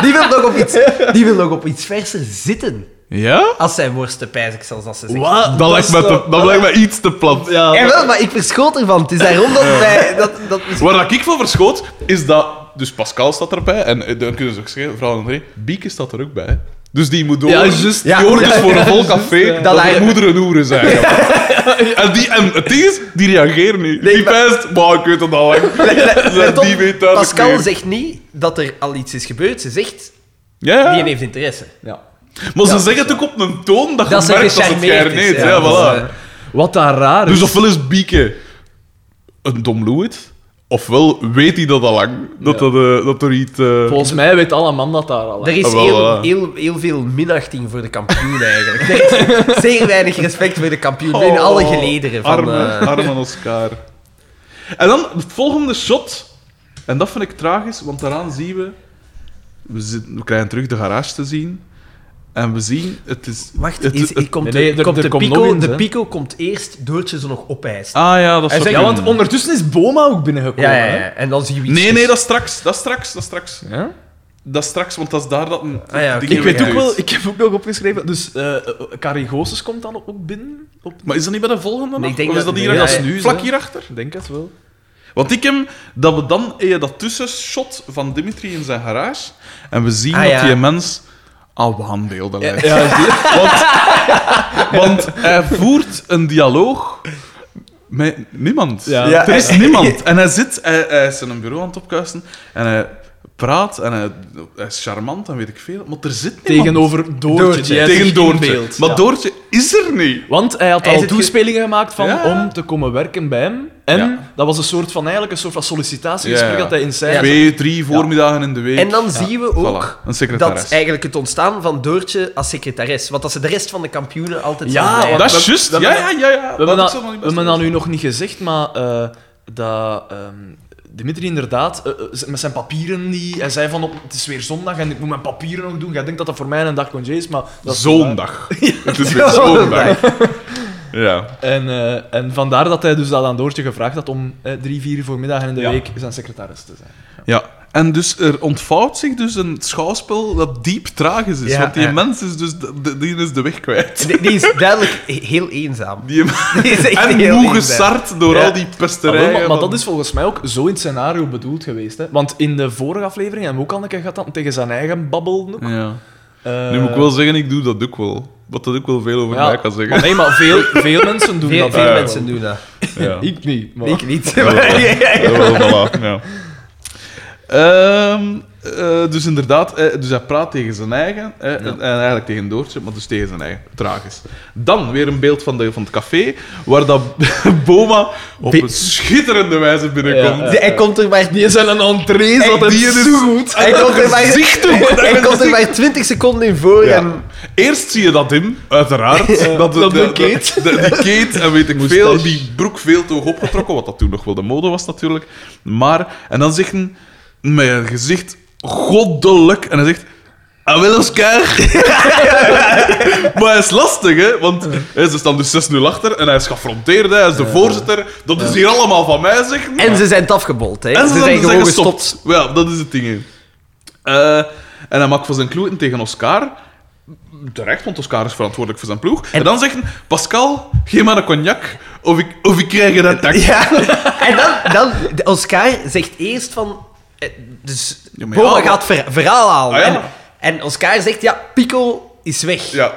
Speaker 4: Die wil nog op iets, die wil nog op iets verser zitten.
Speaker 1: Ja?
Speaker 4: Als zijn worsten pijzig, zoals dat ze zegt.
Speaker 2: Wat?
Speaker 1: Dat lijkt me, te- dat lijkt me iets te plat.
Speaker 4: Ja, wel, maar ik verschoot ervan. Het is daarom dat wij... Dat, dat misschien-
Speaker 1: Waar dat ik van verschoot, is dat... Dus Pascal staat erbij, en eh, dan kunnen ze ook zeggen, vrouw André, Bieke staat er ook bij. Dus die moet door.
Speaker 2: Ja, juist.
Speaker 1: Die
Speaker 4: Ja,
Speaker 1: hoort
Speaker 4: ja,
Speaker 1: dus voor
Speaker 4: ja,
Speaker 1: een vol
Speaker 4: juist,
Speaker 1: café
Speaker 4: ja.
Speaker 1: dat
Speaker 4: Dat
Speaker 1: de
Speaker 4: lijkt me-
Speaker 1: moederen hoeren zijn. [LAUGHS] En, die, en het ding is, die reageren niet. die
Speaker 4: maar-
Speaker 1: pijst, maar ik weet het al lang.
Speaker 4: Let op,
Speaker 1: die weet duidelijk
Speaker 4: Pascal
Speaker 1: meer.
Speaker 4: zegt niet dat er al iets is gebeurd. Ze zegt,
Speaker 1: Ja,
Speaker 4: die
Speaker 1: ja.
Speaker 4: heeft interesse.
Speaker 2: Ja.
Speaker 1: Maar ze
Speaker 4: Ja.
Speaker 1: zeggen het ook op een toon dat,
Speaker 4: Dat
Speaker 1: je
Speaker 4: ze
Speaker 1: merkt dat het
Speaker 4: gecharmeerd is,
Speaker 1: gearneert.
Speaker 4: ja.
Speaker 1: Ja, voilà.
Speaker 4: Dat is, eh,
Speaker 2: Wat daar raar is.
Speaker 1: Dus ofwel is Bieke een dom loeit, ofwel weet hij dat al lang, dat,
Speaker 2: Ja.
Speaker 1: dat, eh, dat er iets... eh,
Speaker 2: Volgens mij weet alle man dat daar al.
Speaker 4: Er is
Speaker 1: Ah, wel,
Speaker 4: heel,
Speaker 1: voilà.
Speaker 4: heel, heel veel minachting voor de kampioen eigenlijk. Er is [LAUGHS] zeer weinig respect voor de kampioen in alle
Speaker 1: Oh,
Speaker 4: gelederen. Van,
Speaker 1: Arme,
Speaker 4: eh,
Speaker 1: arme Oscar. En dan het volgende shot. En dat vind ik tragisch, want daaraan zien we... We, zitten- we krijgen terug de garage te zien. En we zien, het is...
Speaker 4: Wacht,
Speaker 1: het,
Speaker 4: is,
Speaker 1: het-
Speaker 4: ik komt de,
Speaker 2: nee, er-
Speaker 4: komt
Speaker 2: er
Speaker 4: de
Speaker 2: komt
Speaker 4: pico,
Speaker 2: nog eens,
Speaker 4: de
Speaker 2: hè.
Speaker 4: pico komt eerst Doortje zo nog opeist.
Speaker 1: Ah ja, dat
Speaker 2: Hij
Speaker 1: is
Speaker 2: zegt, ja, want ondertussen is Boma ook binnengekomen.
Speaker 4: ja, ja,
Speaker 2: hè.
Speaker 4: ja, en dan zie je iets.
Speaker 1: Nee, nee, dat is straks. Dat is straks, dat is straks.
Speaker 2: Ja?
Speaker 1: Dat is straks, want dat is daar dat een...
Speaker 4: Ah ja, oké.
Speaker 1: ding
Speaker 2: Ik weet ook
Speaker 1: gebeurt.
Speaker 2: wel, ik heb ook nog opgeschreven. Dus eh eh, Carrie Goossens komt dan ook binnen. Op,
Speaker 1: Maar is dat niet bij de volgende
Speaker 4: Nee,
Speaker 1: nog?
Speaker 4: ik denk
Speaker 1: Of is
Speaker 4: dat-
Speaker 1: dat
Speaker 4: nee,
Speaker 1: hierachter?
Speaker 4: dat
Speaker 2: is nu,
Speaker 1: Vlak
Speaker 2: hè.
Speaker 1: hierachter?
Speaker 2: ik denk het wel.
Speaker 1: Want ik hem dat we dan eh, dat tussenshot van Dimitri in zijn garage en we zien
Speaker 4: Ah,
Speaker 1: dat
Speaker 4: ja.
Speaker 1: die mens aan waanbeelden lijkt.
Speaker 2: Ja, zie je?
Speaker 1: Want hij voert een dialoog met niemand.
Speaker 2: Ja.
Speaker 4: Ja.
Speaker 1: Er is niemand. En hij zit, hij, hij is in een bureau aan het opkuisen en hij praat en hij, hij is charmant en weet ik veel, maar er zit niemand.
Speaker 2: Tegenover Doortje.
Speaker 4: Doortje.
Speaker 2: die hij
Speaker 1: Tegen
Speaker 2: zich
Speaker 1: Doortje.
Speaker 2: inbeeldt.
Speaker 1: Maar
Speaker 2: Ja.
Speaker 1: Doortje is er niet.
Speaker 2: Want hij had
Speaker 4: Hij
Speaker 2: al
Speaker 4: zit ge-
Speaker 2: toespelingen gemaakt van
Speaker 1: Ja.
Speaker 2: om te komen werken bij hem. En
Speaker 1: Ja.
Speaker 2: dat was een soort van, eigenlijk een soort van sollicitatiegesprek
Speaker 1: Ja, ja.
Speaker 2: dat hij in zijn...
Speaker 1: Twee, drie voormiddagen in de week.
Speaker 4: En dan zien we ook
Speaker 1: Voilà, een secretaris.
Speaker 4: dat eigenlijk het ontstaan van Doortje als secretares. Want dat ze de rest van de kampioenen altijd
Speaker 2: Ja,
Speaker 4: zal blijven.
Speaker 1: dat
Speaker 2: dat-
Speaker 1: is juist. Ja,
Speaker 2: dat-
Speaker 1: ja, ja. ja.
Speaker 2: We
Speaker 1: Dat
Speaker 2: hebben
Speaker 1: is
Speaker 2: dat,
Speaker 1: helemaal niet
Speaker 2: we
Speaker 1: best.
Speaker 2: hebben dat nu nog niet gezegd, maar eh, dat ehm, Dimitri inderdaad eh, eh, met zijn papieren die hij zei van op, het is weer zondag en ik moet mijn papieren nog doen. Jij denkt dat dat voor mij een dag congé is, maar dat is niet waar. [LAUGHS]
Speaker 1: Zondag. Het is weer zondag. Ja.
Speaker 2: En, eh, en vandaar dat hij dus dat aan Doortje gevraagd had om eh, drie, vier voormiddagen in de
Speaker 1: Ja.
Speaker 2: week zijn secretaris te zijn.
Speaker 1: ja. En dus er ontvouwt zich dus een schouwspel dat diep tragisch is.
Speaker 4: Ja,
Speaker 1: want die
Speaker 4: ja.
Speaker 1: mens is dus de, de- die is de weg kwijt.
Speaker 4: Die, die is duidelijk he- heel eenzaam.
Speaker 2: [LAUGHS]
Speaker 1: Die
Speaker 4: Die is echt
Speaker 1: en
Speaker 4: heel
Speaker 1: moe
Speaker 4: eenzaam.
Speaker 1: gesart door
Speaker 2: Ja.
Speaker 1: al die
Speaker 2: Ah, wel,
Speaker 1: pesterijen.
Speaker 2: maar, maar dat
Speaker 1: van-
Speaker 2: is volgens mij ook zo in het scenario bedoeld geweest. Hè? Want in de vorige aflevering hebben we ook al een keer gehad dat tegen zijn eigen babbel. ook.
Speaker 1: Ja.
Speaker 2: Eh,
Speaker 1: Nu moet ik wel zeggen, ik doe dat ook wel. Wat dat ook wel veel over mij kan
Speaker 2: Maar [LAUGHS]
Speaker 1: zeggen.
Speaker 2: nee, maar veel, veel mensen doen
Speaker 4: Veel,
Speaker 2: dat.
Speaker 4: veel
Speaker 1: Ja.
Speaker 4: mensen doen [LAUGHS] dat.
Speaker 1: Ja.
Speaker 2: Ik niet. Maar...
Speaker 4: Ik niet.
Speaker 1: Oh, voilà, ja. Ehm, eh, dus inderdaad, eh, dus hij praat tegen zijn eigen, eh, en, en eigenlijk tegen Doortje, maar dus tegen zijn eigen. Tragisch. Dan weer een beeld van, de, van het café, waar dat [LAUGHS] Boma op
Speaker 4: Be-
Speaker 1: een schitterende wijze binnenkomt.
Speaker 2: Ja,
Speaker 4: Hij komt er maar
Speaker 2: Die zijn een entree,
Speaker 4: Hey,
Speaker 2: zat het
Speaker 1: die
Speaker 2: zo
Speaker 1: is-
Speaker 2: goed.
Speaker 4: Hij komt er maar,
Speaker 1: Gezichten!
Speaker 4: [LAUGHS] hij komt er maar 20 seconden in voor.
Speaker 1: Ja.
Speaker 4: En
Speaker 1: Eerst zie je dat in, uiteraard. dat
Speaker 2: [LAUGHS] dat de keet.
Speaker 1: de- die keet en weet ik veel. Die broek veel te hoog opgetrokken, wat dat toen nog wel de mode was natuurlijk. Maar, en dan zegt hij met een gezicht goddelijk. En hij zegt. Ah, wel Oscar. [LAUGHS] maar hij is lastig, hè? Want hè, ze staan dus 6-0 achter en hij is geaffronteerd. hè, Hij is de voorzitter. Dat is hier allemaal van mij, zegt hij.
Speaker 4: En ze zijn het afgebold, hè?
Speaker 1: En ze, zijn,
Speaker 4: gewoon
Speaker 1: gestopt. Ja, dat is het ding. hè. Eh, en hij maakt van zijn kloeten tegen Oscar. Terecht, want Oscar is verantwoordelijk voor zijn ploeg. En, dan zeggen: Pascal, geef maar een cognac of ik, of ik krijg een attack.
Speaker 4: Ja. En dan, dan de Oscar zegt eerst van. eh, Dus
Speaker 1: Ja, maar ja,
Speaker 4: Boma
Speaker 1: wat-
Speaker 4: gaat ver- verhaal halen.
Speaker 1: Ah, ja.
Speaker 4: en, en Oscar zegt ja, Pico is weg.
Speaker 1: Ja,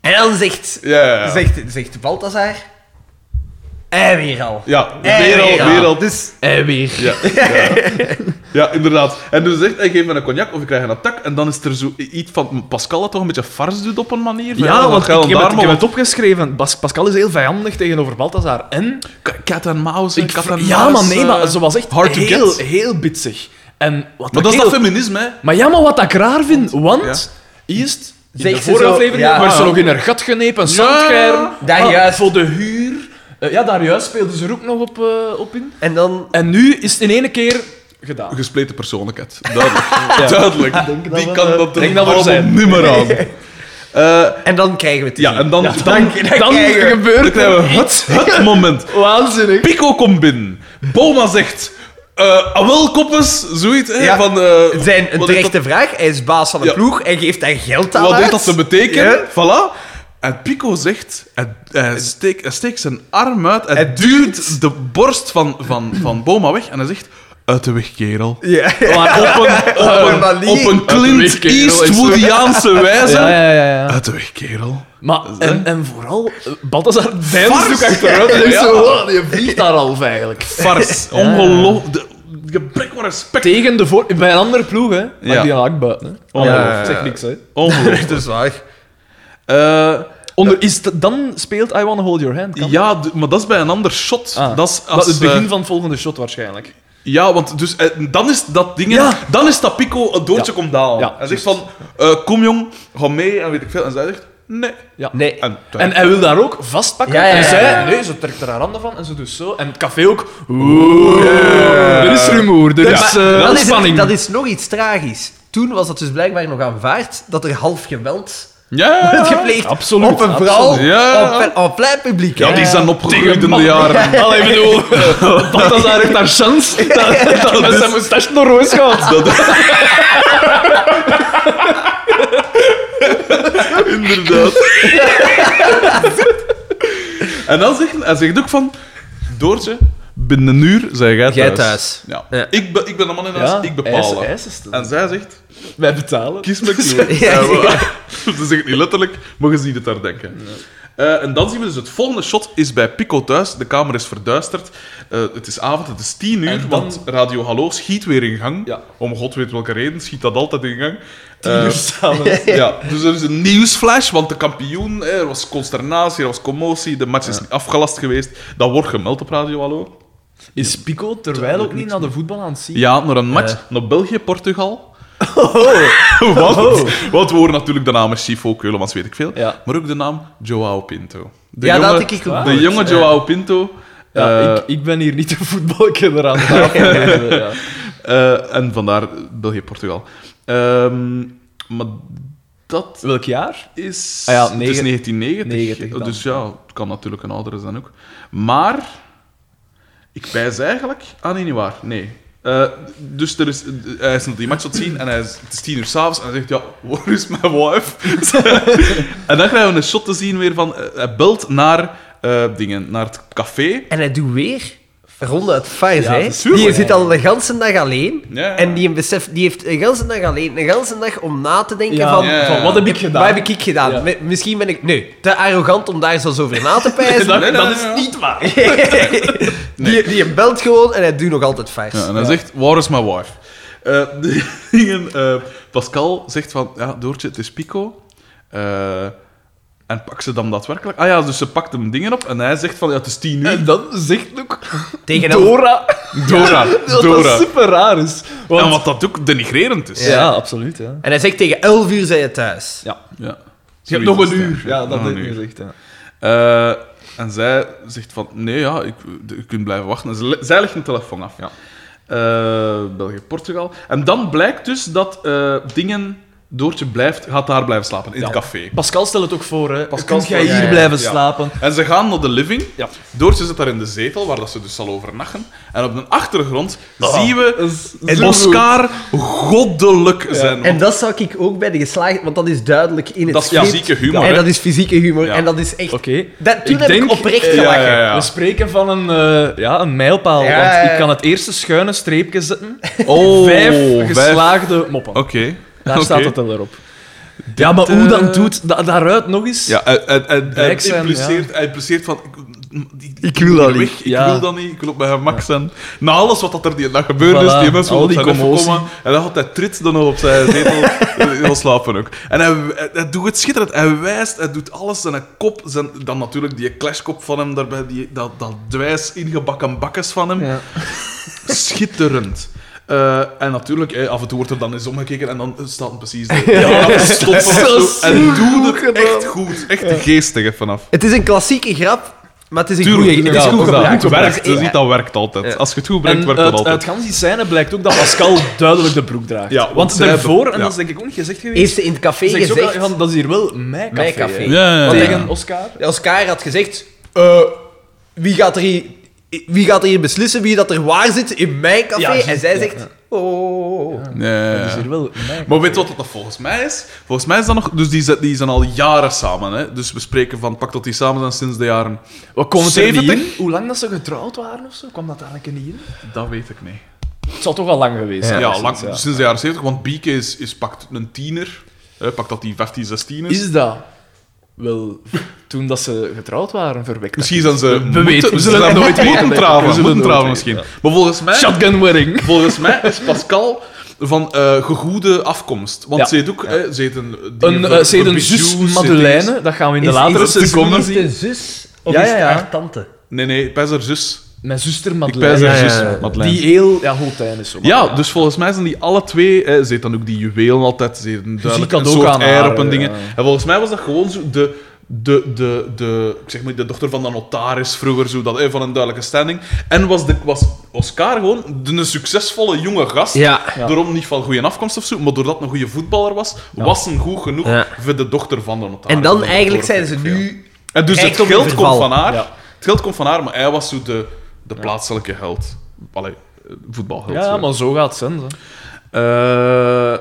Speaker 4: En dan zegt,
Speaker 1: ja, ja. ja.
Speaker 4: zegt, zegt Balthazar. En weer al.
Speaker 1: Ja,
Speaker 2: Eh,
Speaker 4: En
Speaker 1: weer al,
Speaker 4: al.
Speaker 1: weer al.
Speaker 4: Dus
Speaker 2: En weer.
Speaker 1: Ja, ja. ja, inderdaad. En dus zegt hij, geef me een cognac of ik krijg een attack. En dan is er zo iets van... Pascal dat toch een beetje fars doet op een manier? Van,
Speaker 2: Ja,
Speaker 1: wat
Speaker 2: want
Speaker 1: ga je
Speaker 2: ik heb,
Speaker 1: daar
Speaker 2: het, ik heb
Speaker 1: maar
Speaker 2: het opgeschreven. Bas, Pascal is heel vijandig tegenover Balthazar. En...
Speaker 1: op- Cat and mouse,
Speaker 2: Ik
Speaker 1: cat
Speaker 2: vra-
Speaker 1: and
Speaker 2: ja, maar
Speaker 1: mouse,
Speaker 2: nee,
Speaker 1: eh.
Speaker 2: maar ze was echt
Speaker 1: hard to
Speaker 2: heel,
Speaker 1: get.
Speaker 2: heel bitsig. En wat
Speaker 1: Maar
Speaker 2: ik
Speaker 1: dat is
Speaker 2: heel-
Speaker 1: dat feminisme, hè.
Speaker 2: Maar ja, maar wat ik raar vind, want... Eerst
Speaker 4: Zegt
Speaker 2: de
Speaker 4: ze
Speaker 2: vorige
Speaker 4: zo,
Speaker 2: aflevering
Speaker 4: ja.
Speaker 2: waar ze nog in haar gat genepen en zandgeiren.
Speaker 4: Daar
Speaker 2: Ah,
Speaker 4: juist.
Speaker 2: Voor de huur. Eh, ja, daar juist speelden ze er ook nog op, eh, op in.
Speaker 4: En dan...
Speaker 2: En nu is het in één keer gedaan.
Speaker 1: Gespleten persoonlijkheid.
Speaker 2: [LAUGHS]
Speaker 1: Duidelijk. Duidelijk.
Speaker 3: dat
Speaker 1: Die
Speaker 3: we-
Speaker 1: kan dat
Speaker 2: denk
Speaker 1: er
Speaker 2: dat we er
Speaker 1: allemaal
Speaker 2: zijn.
Speaker 1: niet meer
Speaker 2: [LAUGHS]
Speaker 1: aan. Eh,
Speaker 4: En dan krijgen we het.
Speaker 1: ja, en dan,
Speaker 2: Ja,
Speaker 1: dan, dan,
Speaker 2: Dan
Speaker 4: krijgen we-
Speaker 2: gebeurt het.
Speaker 1: krijgen we het, het moment.
Speaker 2: Waanzinnig.
Speaker 1: Pico komt binnen. Boma zegt... eh wel, koppes, zoiets. Hè,
Speaker 4: Ja.
Speaker 1: van, eh,
Speaker 4: Zijn een
Speaker 1: wat
Speaker 4: terechte
Speaker 1: heeft dat-
Speaker 4: vraag. Hij is baas van de
Speaker 1: Ja.
Speaker 4: ploeg en geeft daar geld aan
Speaker 1: Wat heeft
Speaker 4: uit.
Speaker 1: dat te betekenen?
Speaker 4: Ja.
Speaker 1: Voilà. En Pico zegt... Hij, hij, steekt, hij steekt zijn arm uit. Hij, duwt de borst van, van, van Boma weg. En hij zegt... Uit de weg, kerel.
Speaker 4: Ja.
Speaker 1: Maar op
Speaker 4: [LAUGHS]
Speaker 1: een, op
Speaker 4: een
Speaker 1: een,
Speaker 4: manier.
Speaker 1: op een
Speaker 2: Uit de
Speaker 1: Clint
Speaker 2: weg, kerel, is-
Speaker 1: Eastwoodiaanse wijze.
Speaker 2: ja, ja. ja.
Speaker 1: Uit de weg, kerel.
Speaker 2: Maar, en, en vooral, eh, Balthazar
Speaker 1: Vars.
Speaker 2: deinst ook achteruit. En denkt
Speaker 1: Ja.
Speaker 2: zo, oh, je vliegt daar al eigenlijk.
Speaker 1: Fars. Ongelooflijk. De- Gebrek van respect.
Speaker 2: Tegen de voor... Bij een andere ploeg, hè. Maar
Speaker 1: Ja.
Speaker 2: die haak buiten, hè.
Speaker 1: Oh,
Speaker 4: Ja, ja, ja.
Speaker 2: Zeg niks, hè.
Speaker 1: Ongelooflijk.
Speaker 4: Dat is waar.
Speaker 1: Eh,
Speaker 2: Onder, is het- dan speelt I Wanna Hold Your Hand. kan dat?
Speaker 1: ja, d- maar dat is bij een ander shot.
Speaker 2: Ah.
Speaker 1: Dat is
Speaker 2: Dat
Speaker 1: als,
Speaker 2: het begin
Speaker 1: eh,
Speaker 2: van het volgende shot waarschijnlijk.
Speaker 1: ja, want dus, eh, dan is dat ding...
Speaker 2: Ja.
Speaker 1: Dan is dat Pico het doortje
Speaker 2: Ja.
Speaker 1: komt halen.
Speaker 2: Ja,
Speaker 1: hij zegt van, eh, kom jong, ga mee en weet ik veel. En zij zegt, nee.
Speaker 4: Nee.
Speaker 1: En,
Speaker 2: En hij wil daar ook vastpakken.
Speaker 4: Ja, ja,
Speaker 2: En
Speaker 4: ja,
Speaker 2: zij,
Speaker 4: ja.
Speaker 2: nee, ze trekt er haar handen van en ze doet zo. En het café ook. Oeh. Er is rumoer, er is
Speaker 4: Maar
Speaker 2: eh,
Speaker 4: dat, is
Speaker 2: spanning.
Speaker 4: dat is nog iets tragisch. Toen was dat dus blijkbaar nog aanvaard dat er half geweld
Speaker 1: ja,
Speaker 4: werd gepleegd
Speaker 2: absoluut,
Speaker 4: op een vrouw
Speaker 1: absoluut. Ja.
Speaker 4: op, op plein publiek.
Speaker 1: ja,
Speaker 4: hè.
Speaker 1: die zijn opgegroeid in de jaren.
Speaker 2: [LAUGHS] Allee, ik bedoel, Balthazar heeft daar chance dat, dat met zijn moustache naar roos gaat.
Speaker 1: Inderdaad. [LAUGHS] en dan zegt hij zegt ook van... Doortje, binnen een uur zijn jij thuis.
Speaker 4: Jij thuis.
Speaker 1: Ja.
Speaker 4: Ja.
Speaker 1: Ik, ben, ik ben de man in huis, ik bepaal dat. En zij zegt,
Speaker 2: Wij betalen.
Speaker 1: kies me kleur.
Speaker 4: Ja,
Speaker 1: Ja, maar- [LAUGHS] Ze zegt niet letterlijk, maar je ziet het daar denken. Eh, en dan zien we dus het volgende shot is bij Pico thuis. De kamer is verduisterd. Eh, het is avond, het is tien uur,
Speaker 2: En dan-
Speaker 1: want Radio Hallo schiet weer in gang.
Speaker 2: Ja.
Speaker 1: Om god weet welke reden schiet dat altijd in gang. Eh,
Speaker 2: Hier samen.
Speaker 4: [LAUGHS]
Speaker 1: ja, dus er is een nieuwsflash, want de kampioen, hè, er was consternatie, er was commotie, de match is niet afgelast geweest. Dat wordt gemeld op Radio Hallo.
Speaker 2: Is Pico terwijl ook niet naar de voetbal aan het zien?
Speaker 1: Ja, naar een
Speaker 4: Eh.
Speaker 1: match, naar
Speaker 4: [LAUGHS]
Speaker 1: België-Portugal.
Speaker 4: Oh.
Speaker 1: [LAUGHS] want, want we horen natuurlijk de namen Chifo, Keulemans, weet ik veel.
Speaker 2: Ja.
Speaker 1: Maar ook de naam Joao Pinto. De
Speaker 4: Ja, dat
Speaker 1: jonge-
Speaker 4: had ik ook
Speaker 1: De
Speaker 4: gehoord.
Speaker 1: jonge Joao Pinto. eh,
Speaker 2: Ja, ik, ik ben hier niet de voetbalkinder aan het afgeven, ja.
Speaker 1: eh, en vandaar België-Portugal. Ehm, maar dat
Speaker 2: Welk jaar?
Speaker 1: is.
Speaker 2: Ah ja,
Speaker 1: het is
Speaker 2: negen-
Speaker 1: 1990.
Speaker 2: 90 dan.
Speaker 1: dus ja, het kan natuurlijk een oudere zijn ook. Maar ik wijs eigenlijk. Ah, nee, niet waar. Nee. Eh, dus er is, hij is nog die match tot zien en hij is, het is tien uur s'avonds en hij zegt: Ja, waar is mijn wife? [LAUGHS] en dan krijgen we een shot te zien weer van. eh, hij belt naar eh, dingen, naar het café.
Speaker 4: En hij doet weer ronde uit vijf.
Speaker 2: Ja,
Speaker 4: hè.
Speaker 2: dat is tuurlijk.
Speaker 4: Die zit al de ganse dag alleen.
Speaker 1: Ja, ja.
Speaker 4: En die, beseft, die heeft de ganse dag alleen, de ganse dag om na te denken
Speaker 2: Ja.
Speaker 4: van...
Speaker 1: Ja.
Speaker 2: Van, wat heb ik gedaan?
Speaker 4: Wat heb ik gedaan?
Speaker 2: Ja.
Speaker 4: Mi- Misschien ben ik... Nee, te arrogant om daar zelfs
Speaker 1: [LAUGHS]
Speaker 4: over na te pijzen.
Speaker 1: Nee, nee, nee, nee.
Speaker 2: niet waar.
Speaker 4: die, die belt gewoon en hij doet nog altijd vers.
Speaker 1: Ja, en hij zegt, waar is mijn wife? Eh, [LAUGHS] de dingen, eh, Pascal zegt van, ja, Doortje, het is Pico. Eh, en pak ze dan daadwerkelijk? Ah ja, dus ze pakt hem dingen op en hij zegt van, ja, het is tien uur.
Speaker 2: [LAUGHS] En dan zegt ook
Speaker 4: Tegen hem.
Speaker 2: Dora
Speaker 1: [LAUGHS] Dora,
Speaker 2: [LAUGHS] dat
Speaker 1: Dora.
Speaker 2: dat super raar is. Want-
Speaker 1: En wat dat ook denigrerend is.
Speaker 2: ja. absoluut. Ja.
Speaker 4: En hij zegt tegen 11 uur zijn je thuis.
Speaker 2: Ja.
Speaker 1: Ja.
Speaker 2: Je hebt nog
Speaker 1: Zoiets
Speaker 2: een
Speaker 1: is
Speaker 2: uur. Ja, dat
Speaker 1: Nog
Speaker 2: heeft
Speaker 1: een
Speaker 2: hij
Speaker 1: uur.
Speaker 2: gezegd. Ja.
Speaker 1: Eh, en zij zegt van, nee, ja, ik, ik kunt blijven wachten. En ze le- zij legt een telefoon af.
Speaker 2: Ja.
Speaker 1: Eh, België, Portugal. En dan blijkt dus dat eh, dingen... Doortje blijft, gaat daar blijven slapen, in het café.
Speaker 2: Pascal stelt het ook voor, hè.
Speaker 1: Pascal
Speaker 2: Pascal
Speaker 1: stelt-
Speaker 2: jij hier
Speaker 1: ja, ja,
Speaker 2: blijven
Speaker 1: ja.
Speaker 2: slapen?
Speaker 1: En ze gaan naar de living.
Speaker 2: Ja.
Speaker 1: Doortje zit daar in de zetel, waar dat ze dus zal overnachten. En op de achtergrond
Speaker 2: Ah.
Speaker 1: zien we
Speaker 2: En
Speaker 1: Oscar goddelijk zijn.
Speaker 4: En dat zou ik ook bij de geslaagd... Want dat is duidelijk in het
Speaker 1: Dat is
Speaker 4: script.
Speaker 1: fysieke humor,
Speaker 4: En
Speaker 1: hè?
Speaker 4: dat is fysieke humor.
Speaker 1: Ja. eh,
Speaker 4: En dat is echt...
Speaker 2: Oké.
Speaker 4: Dat, toen
Speaker 2: Ik
Speaker 4: heb
Speaker 2: denk-
Speaker 4: ik oprecht
Speaker 1: ja,
Speaker 4: gelachen.
Speaker 1: ja, ja.
Speaker 2: We spreken van een, eh, ja, een mijlpaal.
Speaker 4: Ja,
Speaker 2: want
Speaker 4: ja, ja.
Speaker 2: ik kan het eerste schuine streepje zetten.
Speaker 1: Oh,
Speaker 2: vijf
Speaker 1: vijf.
Speaker 2: geslaagde moppen.
Speaker 1: Oké.
Speaker 2: Daar
Speaker 1: Oh, [LAUGHS] Oké.
Speaker 2: staat het dan weer op. Ja, maar hoe
Speaker 1: eh,
Speaker 2: dan doet, da- daaruit nog eens.
Speaker 1: Ja, en, en, en, en
Speaker 2: Rijk zijn,
Speaker 1: impliceert, hij impliceert van... Ik, ik,
Speaker 2: wil dat
Speaker 1: weg,
Speaker 2: niet.
Speaker 1: Ik
Speaker 2: Ja.
Speaker 1: wil dat niet, ik wil op mijn gemak zijn. Na alles wat dat er die dag gebeurd is,
Speaker 2: Voilà,
Speaker 1: dus die mensen
Speaker 2: al
Speaker 1: wilden
Speaker 2: die
Speaker 1: zijn even
Speaker 2: commotie.
Speaker 1: komen. En dan had hij trit dan nog op zijn
Speaker 4: [LAUGHS]
Speaker 1: zetel. Hij wil slapen ook. En hij, hij, hij doet het schitterend. Hij wijst, hij doet alles. Zijn kop, zijn, dan natuurlijk die clashkop van hem daarbij. Die, dat, dat dwijs ingebakken bakkes van hem.
Speaker 2: Ja.
Speaker 1: [LAUGHS] Schitterend. Eh, en natuurlijk, eh, af en toe wordt er dan eens omgekeken en dan staat hem precies
Speaker 4: [LAUGHS]
Speaker 1: de ja, dat is top of
Speaker 4: Zo
Speaker 1: zo. En doe het echt goed. Echt geestig hè, vanaf.
Speaker 4: Het is een klassieke grap, maar het is een
Speaker 1: Tuurlijk,
Speaker 4: goede Het is
Speaker 1: ja,
Speaker 4: goed
Speaker 1: dat-
Speaker 4: gebracht.
Speaker 1: het
Speaker 4: Het
Speaker 1: werkt.
Speaker 4: is
Speaker 1: Dus
Speaker 4: echt-
Speaker 1: niet, dat werkt altijd.
Speaker 4: Ja.
Speaker 1: Als je het goed brengt,
Speaker 2: En
Speaker 1: werkt het
Speaker 2: uit,
Speaker 1: altijd.
Speaker 2: uit gans die scène blijkt ook dat Pascal [LAUGHS] duidelijk de broek draagt.
Speaker 1: Ja, want
Speaker 2: want
Speaker 1: zij
Speaker 2: daarvoor,
Speaker 1: be-
Speaker 2: en
Speaker 1: ja.
Speaker 2: dat is denk ik ook niet gezegd geweest,
Speaker 4: Heeft ze in het café
Speaker 2: zeg ze ook
Speaker 4: gezegd...
Speaker 2: al van, dat is hier wel mijn café.
Speaker 4: Mijn café.
Speaker 2: hè.
Speaker 1: Ja, ja, ja.
Speaker 2: Tegen
Speaker 1: Ja.
Speaker 2: Oscar.
Speaker 4: Oscar had gezegd... eh, wie, gaat er hier, wie gaat er hier beslissen wie dat er waar zit in mijn café?
Speaker 2: Ja, juist,
Speaker 4: en zij
Speaker 2: ja,
Speaker 4: zegt...
Speaker 2: ja.
Speaker 4: Oh...
Speaker 1: Ja, ja,
Speaker 2: Dat is
Speaker 1: ja.
Speaker 2: hier wel mijn
Speaker 1: Maar weet je wat dat volgens mij is? Volgens mij is dat nog... Dus die, zijn- die zijn al jaren samen, hè. Dus we spreken van pak dat die samen zijn sinds de jaren...
Speaker 2: Wat komt het er niet
Speaker 1: 70?
Speaker 2: in? Hoe lang dat ze getrouwd waren of zo? Kwam dat eigenlijk niet in?
Speaker 1: Dat weet ik niet.
Speaker 2: Het zal toch al lang geweest
Speaker 1: Ja,
Speaker 2: zijn.
Speaker 1: lang,
Speaker 2: sinds, ja.
Speaker 1: sinds de jaren 70. Want Bieke is, is pakt een tiener. Hè, pakt dat die 15, 16 is.
Speaker 2: Is dat wel [LAUGHS] toen dat ze getrouwd waren verwekt?
Speaker 1: Misschien zijn ze...
Speaker 2: We
Speaker 1: moeten-
Speaker 2: weten-
Speaker 1: Ze
Speaker 2: we
Speaker 1: zijn
Speaker 2: zullen het nooit
Speaker 1: moeten
Speaker 2: weten, denk ik.
Speaker 1: trouwen.
Speaker 2: We
Speaker 1: Ze
Speaker 2: zullen
Speaker 1: moeten
Speaker 2: het
Speaker 1: trouwen
Speaker 2: nooit
Speaker 1: misschien.
Speaker 2: weten,
Speaker 1: Maar volgens mij...
Speaker 2: Shotgun wedding.
Speaker 1: Volgens mij is Pascal van eh gegoede afkomst. Want
Speaker 2: Ja.
Speaker 1: ze heeft ook... hè, ze heeft een... die
Speaker 2: Een,
Speaker 1: heeft
Speaker 2: eh, ze heeft een
Speaker 1: Bijou,
Speaker 2: zus
Speaker 1: ze heeft
Speaker 2: Madeleine, dat gaan we in de
Speaker 4: Is-
Speaker 2: latere
Speaker 1: is- is-
Speaker 2: seizoen
Speaker 1: komen
Speaker 2: nog
Speaker 1: ze-
Speaker 2: zien.
Speaker 4: de zus of
Speaker 2: Ja,
Speaker 4: is
Speaker 2: ja,
Speaker 4: het
Speaker 2: ja.
Speaker 4: haar tante?
Speaker 1: Nee, nee, ik pijs haar zus.
Speaker 2: Mijn zuster
Speaker 1: Ik pijs
Speaker 2: Madeleine.
Speaker 1: haar
Speaker 4: Ja, ja,
Speaker 1: zus,
Speaker 4: ja.
Speaker 1: Madeleine.
Speaker 2: Die heel ja, Holtijn is zo.
Speaker 1: Ja, dus volgens mij zijn die alle twee. Hè, ze heeft dan ook die juwelen altijd. Ze heeft een, duidelijk
Speaker 2: dat
Speaker 1: een
Speaker 2: ook
Speaker 1: soort
Speaker 2: aan
Speaker 1: eier
Speaker 2: haar,
Speaker 1: op en
Speaker 2: ja.
Speaker 1: dingen. En volgens mij was dat gewoon zo de. De, de, de, ik zeg maar, de dochter van de notaris vroeger, zo dat, hè, van een duidelijke standing. En was, de, was Oscar gewoon de, een succesvolle jonge gast.
Speaker 4: Ja.
Speaker 2: Ja.
Speaker 1: Daarom niet van goede afkomst of zo, maar doordat hij een goede voetballer was, was hem goed genoeg
Speaker 4: Ja.
Speaker 1: voor de dochter van de notaris.
Speaker 4: En
Speaker 1: Van
Speaker 4: dan
Speaker 1: de
Speaker 4: eigenlijk zijn
Speaker 1: dochter
Speaker 4: ze
Speaker 1: van veel.
Speaker 4: nu...
Speaker 1: En dus
Speaker 4: Echt
Speaker 1: het
Speaker 4: op
Speaker 1: geld
Speaker 4: een
Speaker 1: komt
Speaker 4: verval.
Speaker 1: van haar.
Speaker 2: Ja.
Speaker 1: Het geld komt van haar, maar hij was zo de, de plaatselijke held. Allee, eh, voetbalheld.
Speaker 2: Ja,
Speaker 1: zo.
Speaker 2: maar zo gaat het zijn. zo.
Speaker 1: Eh,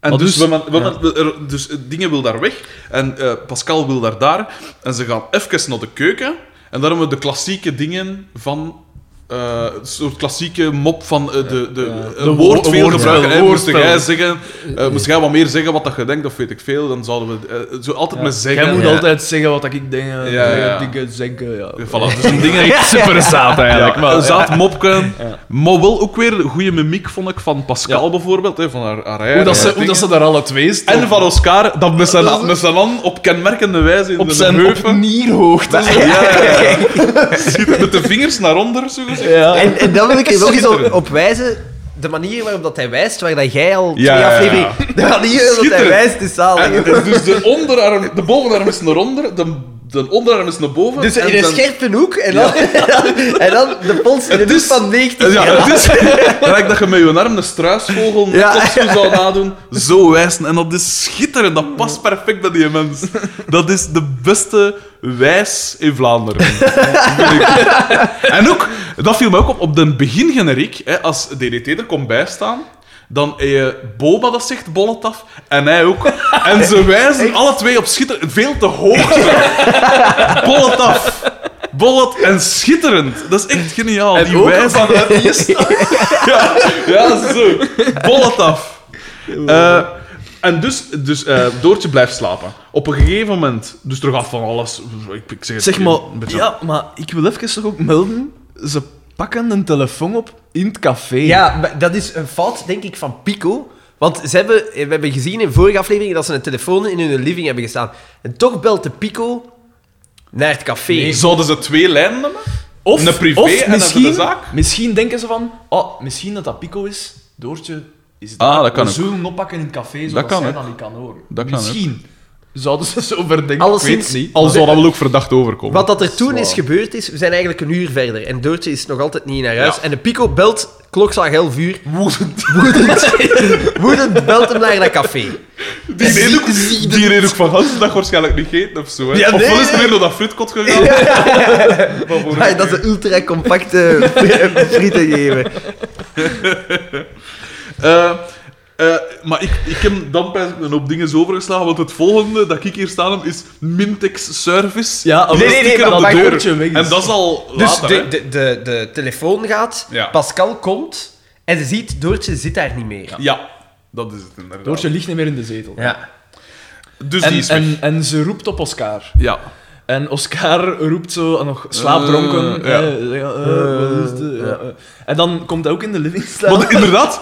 Speaker 1: en dus,
Speaker 2: Maar dus-
Speaker 1: we men- we men- we- er- dus eh, dingen wil daar weg en eh, Pascal wil daar daar. En ze gaan even naar de keuken. En daar hebben we de klassieke dingen van... eh, een soort klassieke mop van eh, de, de, een
Speaker 2: De
Speaker 1: woord
Speaker 2: wo-
Speaker 1: veel
Speaker 2: woordspel,
Speaker 1: gebruiken. hè. Moest
Speaker 2: woordspel.
Speaker 1: jij, zeggen, eh, moest jij wat meer zeggen wat dat je denkt, of weet ik veel, dan zouden we... eh, zo altijd met zeggen.
Speaker 2: Jij moet
Speaker 1: Ja.
Speaker 2: altijd zeggen wat ik denk. Ja,
Speaker 1: Ja, ja.
Speaker 2: Dingen zeggen, ja.
Speaker 1: Voilà, dus een [LAUGHS] dingen...
Speaker 2: Super zaad
Speaker 1: Ja, een zaad mopke. Maar wel ook weer een goede mimiek, vond ik, van Pascal bijvoorbeeld. Hè, van haar, haar
Speaker 2: Hoe, dat
Speaker 1: eigen
Speaker 2: ze, hoe
Speaker 1: dingen.
Speaker 2: dat ze daar alle twee stonden.
Speaker 1: En van Oscar, dat met zijn,
Speaker 2: Dat is-
Speaker 1: met zijn hand op kenmerkende wijze in
Speaker 2: op
Speaker 1: de
Speaker 2: zijn op
Speaker 1: heupen.
Speaker 2: nierhoogte.
Speaker 1: Ja, ja, ja. Met de vingers naar onder, zo gezegd.
Speaker 2: Ja.
Speaker 4: En, en dan wil ik er nog eens op, op wijzen... De manier waarop dat hij wijst, waar dat jij al
Speaker 1: Ja,
Speaker 4: twee
Speaker 1: ja, ja.
Speaker 4: afleveringen... De manier waarop dat hij
Speaker 1: Schitterend.
Speaker 4: wijst is zalig.
Speaker 1: En, dus de, onderarm, de bovenarm is naar onder, de, de onderarm is naar boven.
Speaker 4: Dus
Speaker 1: en
Speaker 4: in een
Speaker 1: zijn-
Speaker 4: scherpe hoek en dan, en dan [LAUGHS] de pols in
Speaker 1: Het
Speaker 4: een hoek
Speaker 1: is-
Speaker 4: van 90
Speaker 1: Ja,
Speaker 4: graden.
Speaker 1: het is gelijk dat je met je arm een struisvogel een
Speaker 4: Ja.
Speaker 1: kopstoel zou nadoen. Zo wijzen. En dat is schitterend. Dat past perfect bij die mens. Dat is de beste wijs in Vlaanderen. Vind ik. En ook, dat viel mij ook op, op den begingeneriek, hè, als DDT er komt bijstaan, dan heb je Boba dat zegt bollet af, en hij ook. En ze wijzen alle twee op schitterend, veel te hoog. bollet af. Bollet en schitterend. Dat is echt geniaal.
Speaker 2: En
Speaker 1: die
Speaker 2: ook
Speaker 1: wijzen-
Speaker 2: vanuit
Speaker 1: [LAUGHS]
Speaker 2: die staat.
Speaker 1: ja, ja, zo. Bollet af. Eh, en dus, dus eh, Doortje blijft slapen. Op een gegeven moment, dus er gaat van alles. Ik, ik zeg het
Speaker 2: Zeg
Speaker 1: een
Speaker 2: maar,
Speaker 1: beetje-
Speaker 2: ja, maar ik wil even toch ook melden. Ze pakken een telefoon op in het café.
Speaker 4: Ja, maar dat is een fout, denk ik, van Pico. Want ze hebben, we hebben gezien in vorige aflevering dat ze een telefoon in hun living hebben gestaan. En toch belt de Pico naar het café.
Speaker 1: Zouden ze twee lijnen hebben?
Speaker 2: Of,
Speaker 1: Een privé en
Speaker 2: of
Speaker 1: dan
Speaker 2: misschien,
Speaker 1: voor de zaak?
Speaker 2: misschien denken ze van, oh, misschien dat dat Pico is. Doortje is
Speaker 1: Ah,
Speaker 2: daar.
Speaker 1: dat kan
Speaker 2: We
Speaker 1: ook.
Speaker 2: zullen hem oppakken in het café, zodat
Speaker 1: kan
Speaker 2: zij
Speaker 1: ook.
Speaker 2: dat niet kan horen.
Speaker 1: Dat kan ook.
Speaker 2: misschien zouden ze zo verdenken.
Speaker 4: Alleszins-
Speaker 2: ik weet het niet.
Speaker 1: Al zou dat wel ook verdacht overkomen.
Speaker 4: Wat dat er toen is
Speaker 2: Zwaar.
Speaker 4: gebeurd is, we zijn eigenlijk een uur verder. En Doortje is nog altijd niet naar huis.
Speaker 1: Ja.
Speaker 4: En de Pico belt, klokslag 11 uur. Woedend. [LAUGHS] Woedend, woedend belt hem naar dat café.
Speaker 1: die reden ook, Dus die reden ook van gans de dag waarschijnlijk niet gegeten of zo. Hè?
Speaker 4: Ja,
Speaker 1: Of wel
Speaker 4: nee,
Speaker 1: is er weer door dat fruitkot gegaan. [LAUGHS] Van voor
Speaker 4: Ja, dat is een ultra-compacte [LAUGHS] frieten geven.
Speaker 1: Eh, eh, maar ik, ik heb dan pas een hoop dingen overgeslagen, want het volgende dat ik hier staan heb is Mintex Service.
Speaker 2: Ja,
Speaker 1: Met
Speaker 2: nee,
Speaker 1: een
Speaker 2: nee, nee,
Speaker 1: sticker
Speaker 2: maar
Speaker 1: op
Speaker 2: dat
Speaker 1: de
Speaker 2: maakt
Speaker 1: deur.
Speaker 2: dat je weg is.
Speaker 1: En dat is al
Speaker 4: Dus
Speaker 1: later,
Speaker 4: de,
Speaker 1: hè.
Speaker 4: de, de, de telefoon gaat,
Speaker 1: Ja.
Speaker 4: Pascal komt en ze ziet Doortje zit daar niet meer.
Speaker 1: Ja, dat is het inderdaad. [LAUGHS]
Speaker 2: Doortje ligt niet meer in de zetel.
Speaker 4: Ja.
Speaker 1: Dus die
Speaker 2: En,
Speaker 1: is weg.
Speaker 2: en, en ze roept op Oscar.
Speaker 1: Ja.
Speaker 2: Eh, En Oscar [LAUGHS] roept zo en nog slaapdronken.
Speaker 1: Eh, ja.
Speaker 2: eh, ja, eh, wat is het, eh,
Speaker 4: ja.
Speaker 2: eh. En dan komt hij ook in de living staan.
Speaker 1: Want inderdaad,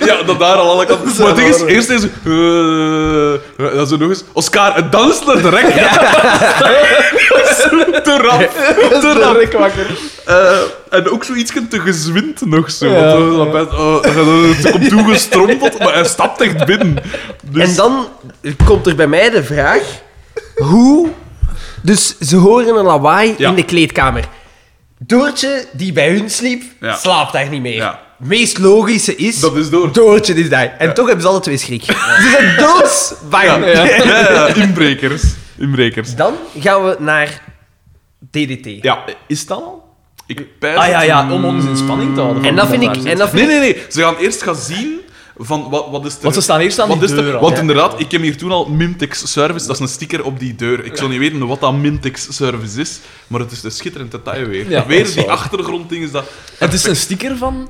Speaker 1: ja, dat daar al alle kanten. Maar het ding is, eerst is. eh, dan zo nog eens. Oscar, het danst naar de rek. [LAUGHS] te rap. Te rap. Eh, en ook zoiets te gezwind nog zo.
Speaker 2: Ja.
Speaker 1: Want, eh, dat best- eh, hij is er komt toegestrompeld, maar hij stapt echt binnen. Dus,
Speaker 4: En dan komt er bij mij de vraag: hoe. Dus ze horen een lawaai
Speaker 1: Ja.
Speaker 4: in de kleedkamer. Doortje, die bij hun sliep,
Speaker 1: Ja.
Speaker 4: slaapt daar niet meer.
Speaker 1: Ja.
Speaker 4: meest logische is.
Speaker 1: Dat is door.
Speaker 4: Doortje is daar. En toch hebben ze alle twee schrik. Ze
Speaker 1: [LAUGHS]
Speaker 4: zijn doodsbang. Dus
Speaker 1: ja.
Speaker 2: [LAUGHS]
Speaker 1: Ja. Ja, ja, inbrekers. Inbrekers.
Speaker 4: Dan gaan we naar DDT.
Speaker 1: Ja,
Speaker 2: Is dat al?
Speaker 1: ik pijs
Speaker 2: Ah ja,
Speaker 1: het
Speaker 2: ja, om ons in spanning te houden.
Speaker 4: En dat vind ik. En dat vind
Speaker 1: Nee,
Speaker 4: ik
Speaker 1: nee, nee. Ze gaan eerst gaan zien van wat, wat is er...
Speaker 2: Want ze staan eerst aan
Speaker 1: wat
Speaker 2: die
Speaker 1: is
Speaker 2: deur
Speaker 1: er...
Speaker 2: al.
Speaker 1: Want
Speaker 2: Ja.
Speaker 1: inderdaad, ik heb hier toen al Mintex Service. Dat is een sticker op die deur. Ik zou niet weten wat dat Mintex Service is, maar het is een schitterend detail weer.
Speaker 2: Ja,
Speaker 1: weer
Speaker 2: dat is
Speaker 1: die
Speaker 2: waar.
Speaker 1: achtergrondding is dat...
Speaker 2: Het is een sticker van.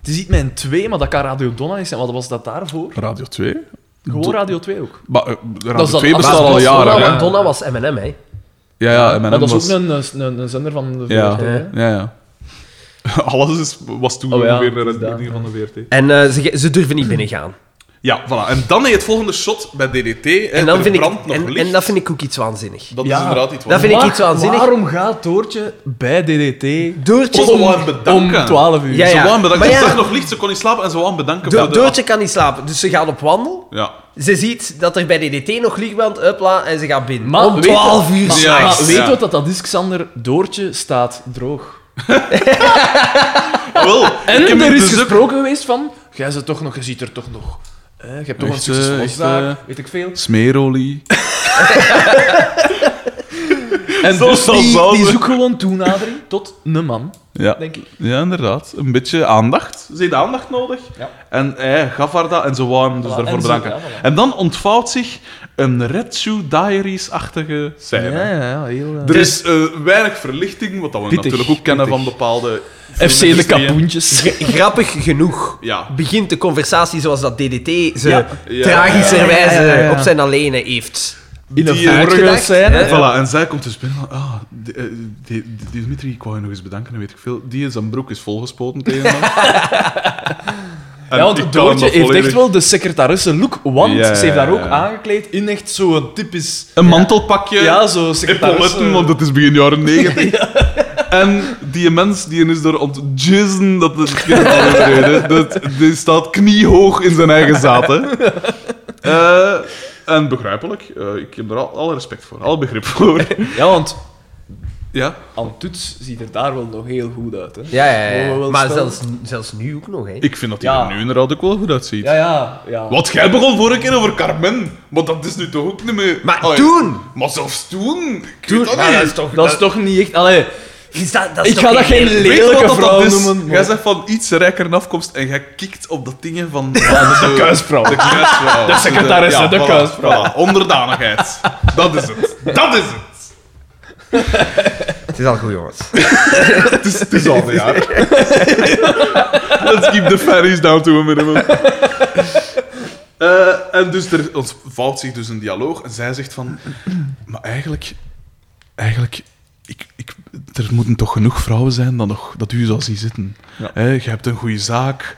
Speaker 2: Het is niet mijn 2, maar dat kan Radio Donna niet zijn. Wat was dat daarvoor?
Speaker 1: Radio 2?
Speaker 2: Gewoon Radio 2 ook.
Speaker 1: Maar eh, Radio
Speaker 2: is dan
Speaker 1: 2 bestaat al
Speaker 2: Abba's
Speaker 1: jaren,
Speaker 2: Donna,
Speaker 1: hè?
Speaker 4: Donna, Donna was MM, hè?
Speaker 1: Ja, ja, en
Speaker 2: Maar
Speaker 1: mijn
Speaker 2: dat
Speaker 1: naam
Speaker 2: is
Speaker 1: was...
Speaker 2: ook een, een, een, een zender van de
Speaker 1: Ja.
Speaker 2: VRT, hè?
Speaker 1: Ja, ja. [LAUGHS] Alles is, was toen
Speaker 2: Oh ja,
Speaker 1: ongeveer
Speaker 2: dat
Speaker 1: een
Speaker 2: is dat.
Speaker 1: ding van de VRT.
Speaker 4: En eh, ze, ge- ze durven niet binnengaan.
Speaker 1: Ja, voilà. En dan heb je het volgende shot bij DDT. hè.
Speaker 4: En, dan
Speaker 1: Er
Speaker 4: vind ik,
Speaker 1: brandt nog
Speaker 4: en,
Speaker 1: licht.
Speaker 4: en dat vind ik ook iets waanzinnig.
Speaker 1: Dat
Speaker 2: Ja.
Speaker 1: is inderdaad iets wat...
Speaker 4: Dat vind ik
Speaker 2: Waar-
Speaker 4: iets waanzinnig.
Speaker 2: Waarom gaat Doortje bij DDT
Speaker 4: Doortje,
Speaker 1: Om- om- bedanken.
Speaker 2: om 12 uur?
Speaker 4: Ja,
Speaker 1: Ze wou hem
Speaker 4: Maar
Speaker 1: bedanken.
Speaker 4: ja.
Speaker 1: Ze zag nog licht, ze kon niet slapen en ze wou hem bedanken
Speaker 4: Do-
Speaker 1: voor de...
Speaker 4: Doortje kan niet slapen, dus ze gaat op wandel.
Speaker 1: Ja.
Speaker 4: Ze ziet dat er bij DDT nog lichtband upla en ze gaat binnen.
Speaker 2: Maar
Speaker 4: Om
Speaker 2: weet-
Speaker 4: 12 uur
Speaker 2: maar-
Speaker 1: Ja.
Speaker 2: maar
Speaker 4: s'nachts.
Speaker 2: Weet
Speaker 1: Ja.
Speaker 2: wat dat, dat is, Xander? Doortje staat droog.
Speaker 1: Wel,
Speaker 2: En
Speaker 1: ik heb
Speaker 2: er
Speaker 1: hier
Speaker 2: is
Speaker 1: dus ook-
Speaker 2: gesproken geweest van... Jij zit toch nog, je ziet er toch nog... Hè, je hebt toch
Speaker 1: Echte,
Speaker 2: een succes
Speaker 1: echte-
Speaker 2: daar, weet ik veel.
Speaker 1: Smeerolie.
Speaker 2: En
Speaker 1: Zo
Speaker 2: dus
Speaker 1: zal
Speaker 2: die,
Speaker 1: zouden.
Speaker 2: die zoekt gewoon toenadering tot een man,
Speaker 1: Ja.
Speaker 2: denk ik.
Speaker 1: ja, inderdaad. Een beetje aandacht. Ze heeft aandacht nodig.
Speaker 2: Ja.
Speaker 1: En hij gaf haar dat en ze wou hem dus
Speaker 2: Voilà,
Speaker 1: daarvoor
Speaker 2: en ze-
Speaker 1: bedanken.
Speaker 2: ja, voilà.
Speaker 1: En dan ontvouwt zich een Red Shoe Diaries-achtige scène.
Speaker 2: ja, ja, heel... eh,
Speaker 1: Er is eh, weinig verlichting, wat dat we
Speaker 2: Pittig,
Speaker 1: natuurlijk ook kennen
Speaker 2: pittig.
Speaker 1: van bepaalde...
Speaker 2: FC de
Speaker 1: filmindustrieën.
Speaker 2: kapoentjes.
Speaker 4: Gra- Grappig genoeg
Speaker 1: Ja.
Speaker 4: begint de conversatische zoals dat DDT ze
Speaker 2: Ja.
Speaker 1: Ja.
Speaker 4: tragischerwijze
Speaker 2: Ja, ja, ja, ja.
Speaker 4: op zijn alleen heeft.
Speaker 2: In
Speaker 1: Die,
Speaker 2: een
Speaker 1: eh,
Speaker 2: vorige
Speaker 4: uitgedacht,
Speaker 2: scène.
Speaker 4: hè?
Speaker 1: En Voilà, en zij komt dus binnen van, ah, die, eh, die, die Dimitri, ik wou je nog eens bedanken, en weet ik veel. Die is zijn broek is volgespoten tegen hem. En
Speaker 2: Ja,
Speaker 1: ik
Speaker 2: want
Speaker 1: kan hem
Speaker 2: Doortje
Speaker 1: dat
Speaker 2: heeft
Speaker 1: volledig-
Speaker 2: echt wel de secretaresse look, want
Speaker 1: Ja,
Speaker 2: ze heeft daar
Speaker 1: ja,
Speaker 2: ook
Speaker 1: ja.
Speaker 2: aangekleed in echt zo'n typisch...
Speaker 1: Een mantelpakje,
Speaker 2: Ja, zo
Speaker 1: epauletten, want
Speaker 2: secretaresse...
Speaker 1: het is begin jaren negentig. En die mens die is door ontjizzen, dat is geen andere reden. Dat, die staat kniehoog in zijn eigen zaten. Eh, en begrijpelijk, Eh, ik heb er al, alle respect voor, alle begrip voor.
Speaker 2: Ja, want
Speaker 1: Ja.
Speaker 2: Antuts ziet er daar wel nog heel goed uit, hè.
Speaker 4: Ja, ja, ja.
Speaker 2: Mogen we wel
Speaker 4: Maar
Speaker 2: stellen?
Speaker 4: zelfs, zelfs nu ook nog, hè.
Speaker 1: Ik vind dat hij
Speaker 2: Ja.
Speaker 1: er nu inderdaad ook wel goed uitziet.
Speaker 2: Ja, ja, ja.
Speaker 1: Wat jij begon vorige keer over Carmen, maar dat is nu toch ook niet meer.
Speaker 4: Maar
Speaker 1: Allee,
Speaker 4: toen!
Speaker 1: Maar zelfs toen! Ik
Speaker 4: Toen-
Speaker 1: weet dat
Speaker 4: maar
Speaker 1: niet.
Speaker 4: dat is toch...
Speaker 2: Dat is toch niet echt... Allee,
Speaker 4: is dat- dat is
Speaker 2: ik
Speaker 4: toch
Speaker 2: ga dat geen
Speaker 1: Weet je
Speaker 2: lelijke
Speaker 1: wat dat
Speaker 2: vrouw
Speaker 1: is?
Speaker 2: noemen.
Speaker 1: Jij
Speaker 2: maar-
Speaker 1: zegt van iets rijker in afkomst en jij kikt op dat dingen van. van de
Speaker 2: kuisvrouw.
Speaker 1: De kuisvrouw. De
Speaker 2: secretaresse, de
Speaker 1: voilà,
Speaker 2: kuisvrouw.
Speaker 1: voilà. Onderdanigheid. Dat is het. Dat is het.
Speaker 4: Het is al goed, jongens.
Speaker 1: Het is, het is al een jaar. Let's keep the fairies down to a minimum. Eh, en dus er ontvouwt zich dus een dialoog en zij zegt van... Maar eigenlijk... Eigenlijk... Ik, ik, er moeten toch genoeg vrouwen zijn dat, nog, dat u zou zien zitten.
Speaker 2: Ja.
Speaker 1: Hè, je hebt een goede zaak.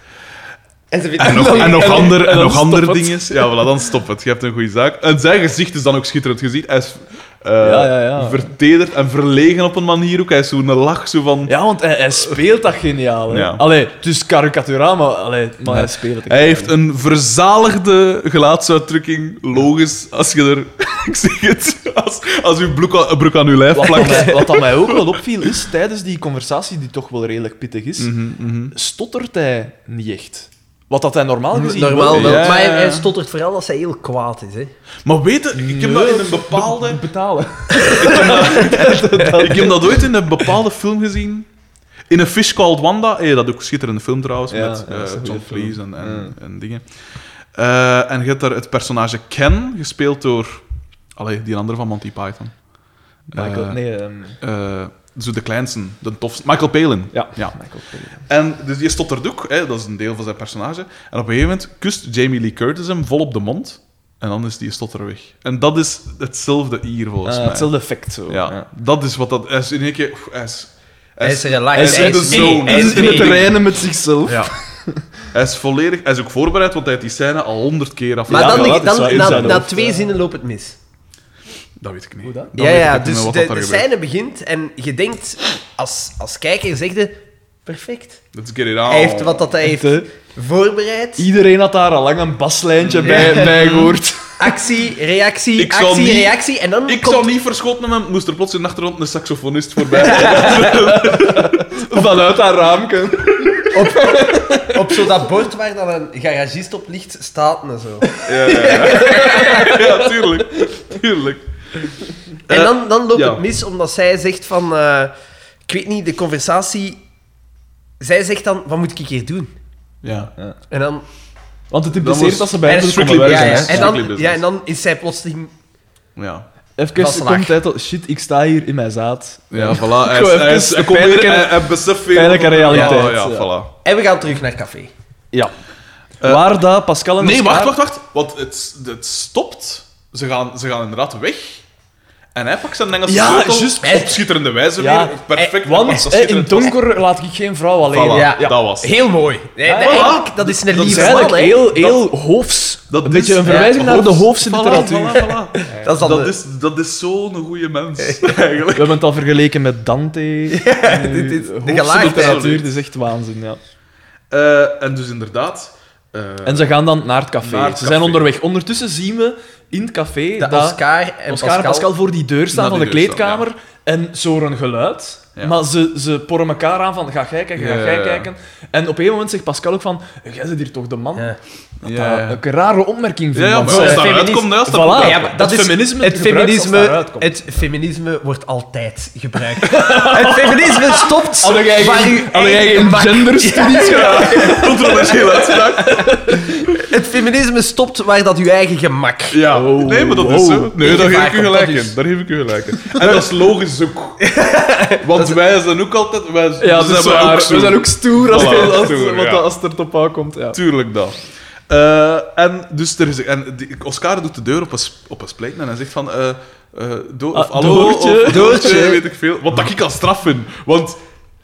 Speaker 4: En ze vindt
Speaker 1: En nog, en nog,
Speaker 2: en dan-
Speaker 1: ander,
Speaker 2: en
Speaker 1: en
Speaker 2: dan
Speaker 1: nog
Speaker 2: stop
Speaker 1: andere
Speaker 2: het.
Speaker 1: dingen. Ja, voilà, dan stop het. Je hebt een goede zaak. En zijn gezicht is dan ook schitterend gezien. Hij is eh,
Speaker 2: Ja, ja, ja.
Speaker 1: vertederd en verlegen op een manier ook. Hij is zo'n lach zo van...
Speaker 2: [LAUGHS] Ja, want hij, hij speelt dat geniaal, hè.
Speaker 1: Ja.
Speaker 2: Allee, het is karikaturaal, maar, allee, maar hij speelt het. echt
Speaker 1: Hij
Speaker 2: geniaal.
Speaker 1: heeft een verzaligde gelaatsuitdrukking. Logisch, als je er... [LAUGHS] Ik zeg het, als, als uw broek aan, broek aan uw lijf
Speaker 2: Wat, dat
Speaker 1: plakt. [LAUGHS]
Speaker 2: mij, wat dat mij ook wel opviel, is tijdens die conversatie, die toch wel redelijk pittig is,
Speaker 1: Mm. Mhm,
Speaker 2: stottert hij niet echt. Wat dat hij normaal gezien
Speaker 4: Normaal
Speaker 2: wel
Speaker 4: wel.
Speaker 1: Ja.
Speaker 4: Maar hij, hij stottert vooral als hij heel kwaad is, hè.
Speaker 1: Maar weet je, ik heb dat in een bepaalde... Eh,
Speaker 2: be- betalen.
Speaker 1: Ik heb [LAUGHS] dat ooit in een bepaalde film gezien. In een Fish Called Wanda. Hey, dat is ook een schitterende film trouwens,
Speaker 2: Ja,
Speaker 1: met
Speaker 2: ja,
Speaker 1: eh,
Speaker 2: dat is een
Speaker 1: John
Speaker 2: goede film.
Speaker 1: Cleese en, en, en dingen. Eh, en je hebt daar het personage Ken, gespeeld door... Allee, die andere van Monty Python.
Speaker 2: Michael,
Speaker 1: Eh,
Speaker 2: nee, ehm,
Speaker 1: eh, zo de kleinste, de tofste. Michael Palin.
Speaker 2: ja.
Speaker 1: ja.
Speaker 2: Michael Palin.
Speaker 1: En dus die stottert ook, hè, dat is een deel van zijn personage. En op een gegeven moment kust Jamie Lee Curtis hem vol op de mond. En dan is die stotter weg. En dat is hetzelfde hier, volgens
Speaker 2: Eh,
Speaker 1: mij.
Speaker 2: hetzelfde effect zo.
Speaker 1: Ja.
Speaker 2: ja.
Speaker 1: dat is wat dat... Hij is in één keer... oef, Hij is, hij
Speaker 4: Hij
Speaker 1: is-
Speaker 4: is relaxed.
Speaker 1: hij is in de
Speaker 4: mee,
Speaker 1: zone.
Speaker 4: hij
Speaker 1: Hij
Speaker 4: is
Speaker 1: is in het
Speaker 4: mee.
Speaker 1: terrein.
Speaker 2: Trainen met zichzelf.
Speaker 1: Ja. hij is volledig... Hij is ook voorbereid, want hij heeft die scène al honderd keer af.
Speaker 4: Maar
Speaker 2: Ja,
Speaker 4: dan,
Speaker 2: wel, dat
Speaker 4: dan,
Speaker 2: is wel in
Speaker 4: na,
Speaker 2: zijn
Speaker 4: na
Speaker 2: hoofd,
Speaker 4: twee
Speaker 2: ja.
Speaker 4: zinnen loopt het mis.
Speaker 1: Dat weet ik niet.
Speaker 2: Hoe dan?
Speaker 1: Dan
Speaker 4: ja,
Speaker 1: weet ik
Speaker 4: ja,
Speaker 1: niet meer
Speaker 4: dus
Speaker 1: wat
Speaker 4: de,
Speaker 1: dat
Speaker 4: de
Speaker 1: er gebeurt.
Speaker 4: scène begint en je denkt, als, als kijker zeg je, perfect.
Speaker 1: Let's get it on.
Speaker 4: Hij heeft wat dat hij heeft
Speaker 2: Echt, hè?
Speaker 4: voorbereid.
Speaker 2: Iedereen had daar al lang een baslijntje bij, bij gehoord.
Speaker 4: Actie, reactie,
Speaker 1: Ik zou
Speaker 4: actie,
Speaker 1: niet-
Speaker 4: reactie. En dan
Speaker 1: Ik
Speaker 4: komt-
Speaker 1: zou niet verschoten hebben, moest er plots in de achtergrond een saxofonist
Speaker 4: [LAUGHS]
Speaker 1: voorbij.
Speaker 2: Vanuit haar raamken.
Speaker 4: op zo dat bord waar dan een garagist op ligt, staat en zo.
Speaker 1: ja, ja, [LAUGHS] ja. ja, tuurlijk. Tuurlijk.
Speaker 4: En
Speaker 1: Eh,
Speaker 4: dan, dan loopt
Speaker 1: ja.
Speaker 4: het mis omdat zij zegt van, eh, ik weet niet, de conversatie... Zij zegt dan, wat moet ik hier doen?
Speaker 1: Ja.
Speaker 4: En dan,
Speaker 2: Want het
Speaker 1: Dan
Speaker 2: impliceert
Speaker 1: was-
Speaker 2: dat ze bij
Speaker 1: en
Speaker 2: hem
Speaker 1: Strictly
Speaker 2: komen
Speaker 1: Business,
Speaker 4: ja, ja,
Speaker 2: werken.
Speaker 1: business,
Speaker 2: hè.
Speaker 4: en
Speaker 1: strictly
Speaker 4: dan,
Speaker 1: business.
Speaker 4: ja, en dan is zij plotseling...
Speaker 1: Ja.
Speaker 4: Dat is
Speaker 2: Even
Speaker 4: laag.
Speaker 2: komt uit al, shit, ik sta hier in mijn zaad.
Speaker 1: Ja, voilà. Hij, is-
Speaker 2: Gewoon
Speaker 1: hij, is-
Speaker 2: even
Speaker 1: hij, komt
Speaker 2: pijnlijke-
Speaker 1: weer- hij, hij beseft weer...
Speaker 2: pijnlijke
Speaker 1: wat er-
Speaker 2: realiteit,
Speaker 1: Ja, ja,
Speaker 2: ja.
Speaker 1: voilà.
Speaker 4: En we gaan terug naar café.
Speaker 2: Ja. Eh, Waar dat Pascal en
Speaker 1: Nee,
Speaker 2: Oscar-
Speaker 1: wacht, wacht, wacht. Want het, het stopt. Ze gaan, ze gaan inderdaad weg. En hij pakt zijn Engelse
Speaker 2: Ja,
Speaker 1: sleutel
Speaker 2: juist.
Speaker 1: op schitterende wijze
Speaker 2: Ja.
Speaker 1: weer. Perfect. Hij pakt
Speaker 2: Want
Speaker 1: dat
Speaker 2: eh, in
Speaker 1: schitterend-
Speaker 2: het donker laat ik geen vrouw alleen.
Speaker 1: Voilà,
Speaker 4: Ja.
Speaker 1: dat was het.
Speaker 4: Heel mooi. Nee,
Speaker 2: Ja,
Speaker 4: nee,
Speaker 2: voilà.
Speaker 4: eigenlijk, dat is
Speaker 1: Dat
Speaker 4: een
Speaker 1: is
Speaker 4: lieve
Speaker 2: Het is
Speaker 4: man,
Speaker 2: eigenlijk
Speaker 4: hè.
Speaker 2: heel, heel hoofs.
Speaker 1: dat
Speaker 2: een
Speaker 1: is-
Speaker 2: beetje een verwijzing
Speaker 1: ja,
Speaker 2: naar de
Speaker 1: hoofs.
Speaker 2: hoofdse
Speaker 1: Voilà,
Speaker 2: literatuur.
Speaker 1: voilà, voilà.
Speaker 4: Dat is dan
Speaker 1: Dat
Speaker 4: de-
Speaker 1: is, dat is zo'n goede mens, eigenlijk.
Speaker 2: We hebben het al vergeleken
Speaker 1: [LAUGHS]
Speaker 2: met Dante. En nu,
Speaker 4: dit is- de
Speaker 2: hoofdse
Speaker 4: gelaagdheid.
Speaker 2: literatuur, dat is echt waanzin. Ja.
Speaker 1: Eh, en dus inderdaad... eh,
Speaker 2: En ze gaan dan naar het café.
Speaker 1: Naar het
Speaker 2: ze zijn
Speaker 1: café.
Speaker 2: onderweg. Ondertussen zien we in het café
Speaker 4: de
Speaker 2: dat
Speaker 4: Oscar en
Speaker 2: Oscar en
Speaker 4: Pascal.
Speaker 2: Pascal voor die deur staan
Speaker 1: Naar
Speaker 2: van de
Speaker 1: die deur staan,
Speaker 2: kleedkamer. En zo'n geluid.
Speaker 1: Ja.
Speaker 2: Maar ze, ze porren elkaar aan van, ga jij kijken, ga
Speaker 1: Ja,
Speaker 2: jij
Speaker 1: ja, ja.
Speaker 2: kijken. En op een moment zegt Pascal ook van, jij zit hier toch de man?
Speaker 4: Ja.
Speaker 1: ja, ja.
Speaker 2: Dat ik Een rare opmerking vind.
Speaker 1: Ja, ja,
Speaker 2: want
Speaker 1: maar nou, als
Speaker 2: zij-
Speaker 1: dat
Speaker 4: feminist-
Speaker 1: uitkomt, dan is dat
Speaker 2: Voilà.
Speaker 1: goed.
Speaker 4: Ja, maar dat
Speaker 2: Het
Speaker 4: is-
Speaker 2: feminisme
Speaker 4: het
Speaker 2: gebruikt als het
Speaker 4: feminisme,
Speaker 2: daaruit komt.
Speaker 4: het feminisme wordt altijd [LAUGHS] gebruikt. het feminisme stopt
Speaker 2: Hadden jij
Speaker 4: waar
Speaker 2: geen-
Speaker 4: u
Speaker 2: hadden jij
Speaker 4: eigen
Speaker 2: geen
Speaker 4: bak-
Speaker 2: genderstudies
Speaker 1: [LAUGHS]
Speaker 2: gedaan?
Speaker 1: Controversieel uitspraak.
Speaker 4: Het feminisme stopt waar dat uw eigen gemak.
Speaker 1: Ja,
Speaker 2: Oh,
Speaker 1: nee, maar dat is
Speaker 2: wow.
Speaker 1: zo. Nee,
Speaker 4: Ik
Speaker 1: daar geef
Speaker 4: vraag
Speaker 1: ik u
Speaker 4: op,
Speaker 1: gelijk
Speaker 4: dat is-
Speaker 1: in. Daar geef ik u gelijk in. En dat is logisch ook. Want wij zijn ook altijd... Wij
Speaker 2: Ja,
Speaker 1: zijn
Speaker 2: dat is
Speaker 1: wij
Speaker 2: waar.
Speaker 1: ook
Speaker 2: We
Speaker 1: zo.
Speaker 2: zijn ook stoer als,
Speaker 1: Voilà,
Speaker 2: als, als,
Speaker 1: stoer,
Speaker 2: wat
Speaker 1: ja.
Speaker 2: dat- als het er op aankomt. Ja.
Speaker 1: Tuurlijk dan. Eh, en dus er is, en die, Oscar doet de deur op een, sp- op een spleet en hij zegt van... eh, eh, do, of
Speaker 2: Ah,
Speaker 1: hallo,
Speaker 2: Doortje.
Speaker 1: of Doortje,
Speaker 4: Doortje.
Speaker 1: weet ik veel. Wat dat ik al straf vind. Want,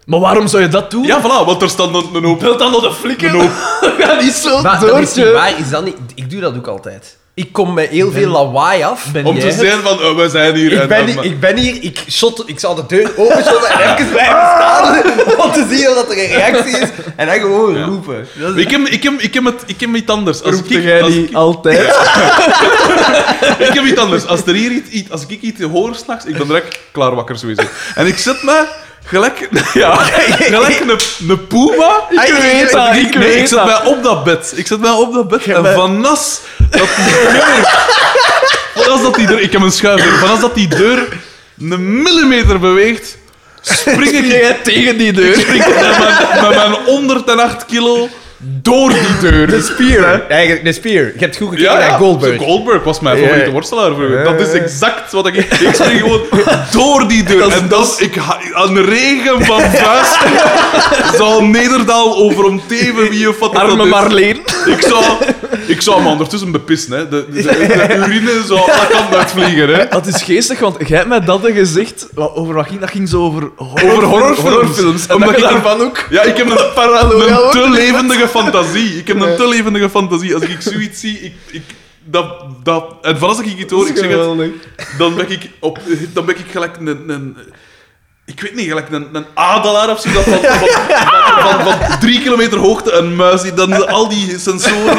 Speaker 2: Maar waarom zou je dat doen?
Speaker 1: ja, voilà, want er staat een, een hoop...
Speaker 2: Wil dan nog de flikken?
Speaker 1: Een hoop- [LAUGHS]
Speaker 2: Ga niet zo
Speaker 4: Maar dat is niet
Speaker 2: doortje.
Speaker 4: waar. Is dat niet, ik doe dat ook altijd. Ik kom met heel veel lawaai af.
Speaker 2: Ben
Speaker 1: Om
Speaker 2: jij
Speaker 1: te
Speaker 2: het?
Speaker 1: zijn van, eh, we zijn hier.
Speaker 4: Ik
Speaker 1: en-
Speaker 4: ben,
Speaker 1: en-
Speaker 4: hier, ik ben hier, ik, shot, ik zou de deur openshotten en even blijven
Speaker 1: Ah!
Speaker 4: staan [LAUGHS] om te zien of dat er een reactie is. En dan gewoon
Speaker 1: Ja.
Speaker 4: roepen. Dat is-
Speaker 1: Ik heb, ik, heb, ik, heb het, ik heb iets anders. Als
Speaker 2: Roepte
Speaker 1: ik,
Speaker 2: jij
Speaker 1: als
Speaker 2: die
Speaker 1: ik-
Speaker 2: altijd?
Speaker 1: Ik heb iets anders. Als, er hier iets, iets- als ik iets hoor s'nachts, ik ben direct klaar wakker sowieso. En ik zet me gelijk, [LAUGHS] ja, gelijk een, een puma.
Speaker 2: Ik weet dat, ik
Speaker 1: nee,
Speaker 2: weet
Speaker 1: ik zet
Speaker 2: dat.
Speaker 1: mij op dat bed. Ik zet mij op dat bed. En van nas dat die deur... Van als dat die deur... Ik heb een schuiver. Van als dat die deur een millimeter beweegt, spring [LAUGHS]
Speaker 2: [LAUGHS]
Speaker 1: ik...
Speaker 2: Jij tegen die
Speaker 1: Ik
Speaker 2: deur.
Speaker 1: spring met mijn, met mijn 108 kilo door die deur.
Speaker 4: De spier. Nee, de spier. Je hebt goed gekeken naar Goldberg.
Speaker 1: Goldberg was mijn favoriete
Speaker 4: Ja.
Speaker 1: worstelaar vroeger. Dat is
Speaker 4: Ja, ja.
Speaker 1: exact wat ik... Ik spring gewoon door die deur. en dat is... Ik, ha- een regen van vuisten [LAUGHS] zal Nederdaal over om teven wie of wat dat
Speaker 2: Arme
Speaker 1: is.
Speaker 2: Marleen.
Speaker 1: Ik zou, ik zou me ondertussen bepissen. Hè. De, de, de- de urine zou alle kanten uitvliegen. Hè.
Speaker 2: Dat is geestig, want jij hebt mij dat gezegd. Wat, over wat ging dat? ging zo over, horror-
Speaker 1: Over horrorfilms.
Speaker 2: horrorfilms. En
Speaker 1: Omdat
Speaker 2: dat je
Speaker 1: ik-
Speaker 2: daarvan ook...
Speaker 1: Ja, ik heb een, een
Speaker 2: ook.
Speaker 1: te levendige fantasie. Ik heb een te levendige fantasie. Als ik zoiets zie, ik... ik dat, dat, en vanaf dat ik iets hoor, ik zeg het, dan ben ik, op, dan ben ik gelijk een, een ik weet niet, gelijk een, een adelaar of zo, dat van, van, van, van, van drie kilometer hoogte een muis, die dan al die sensoren,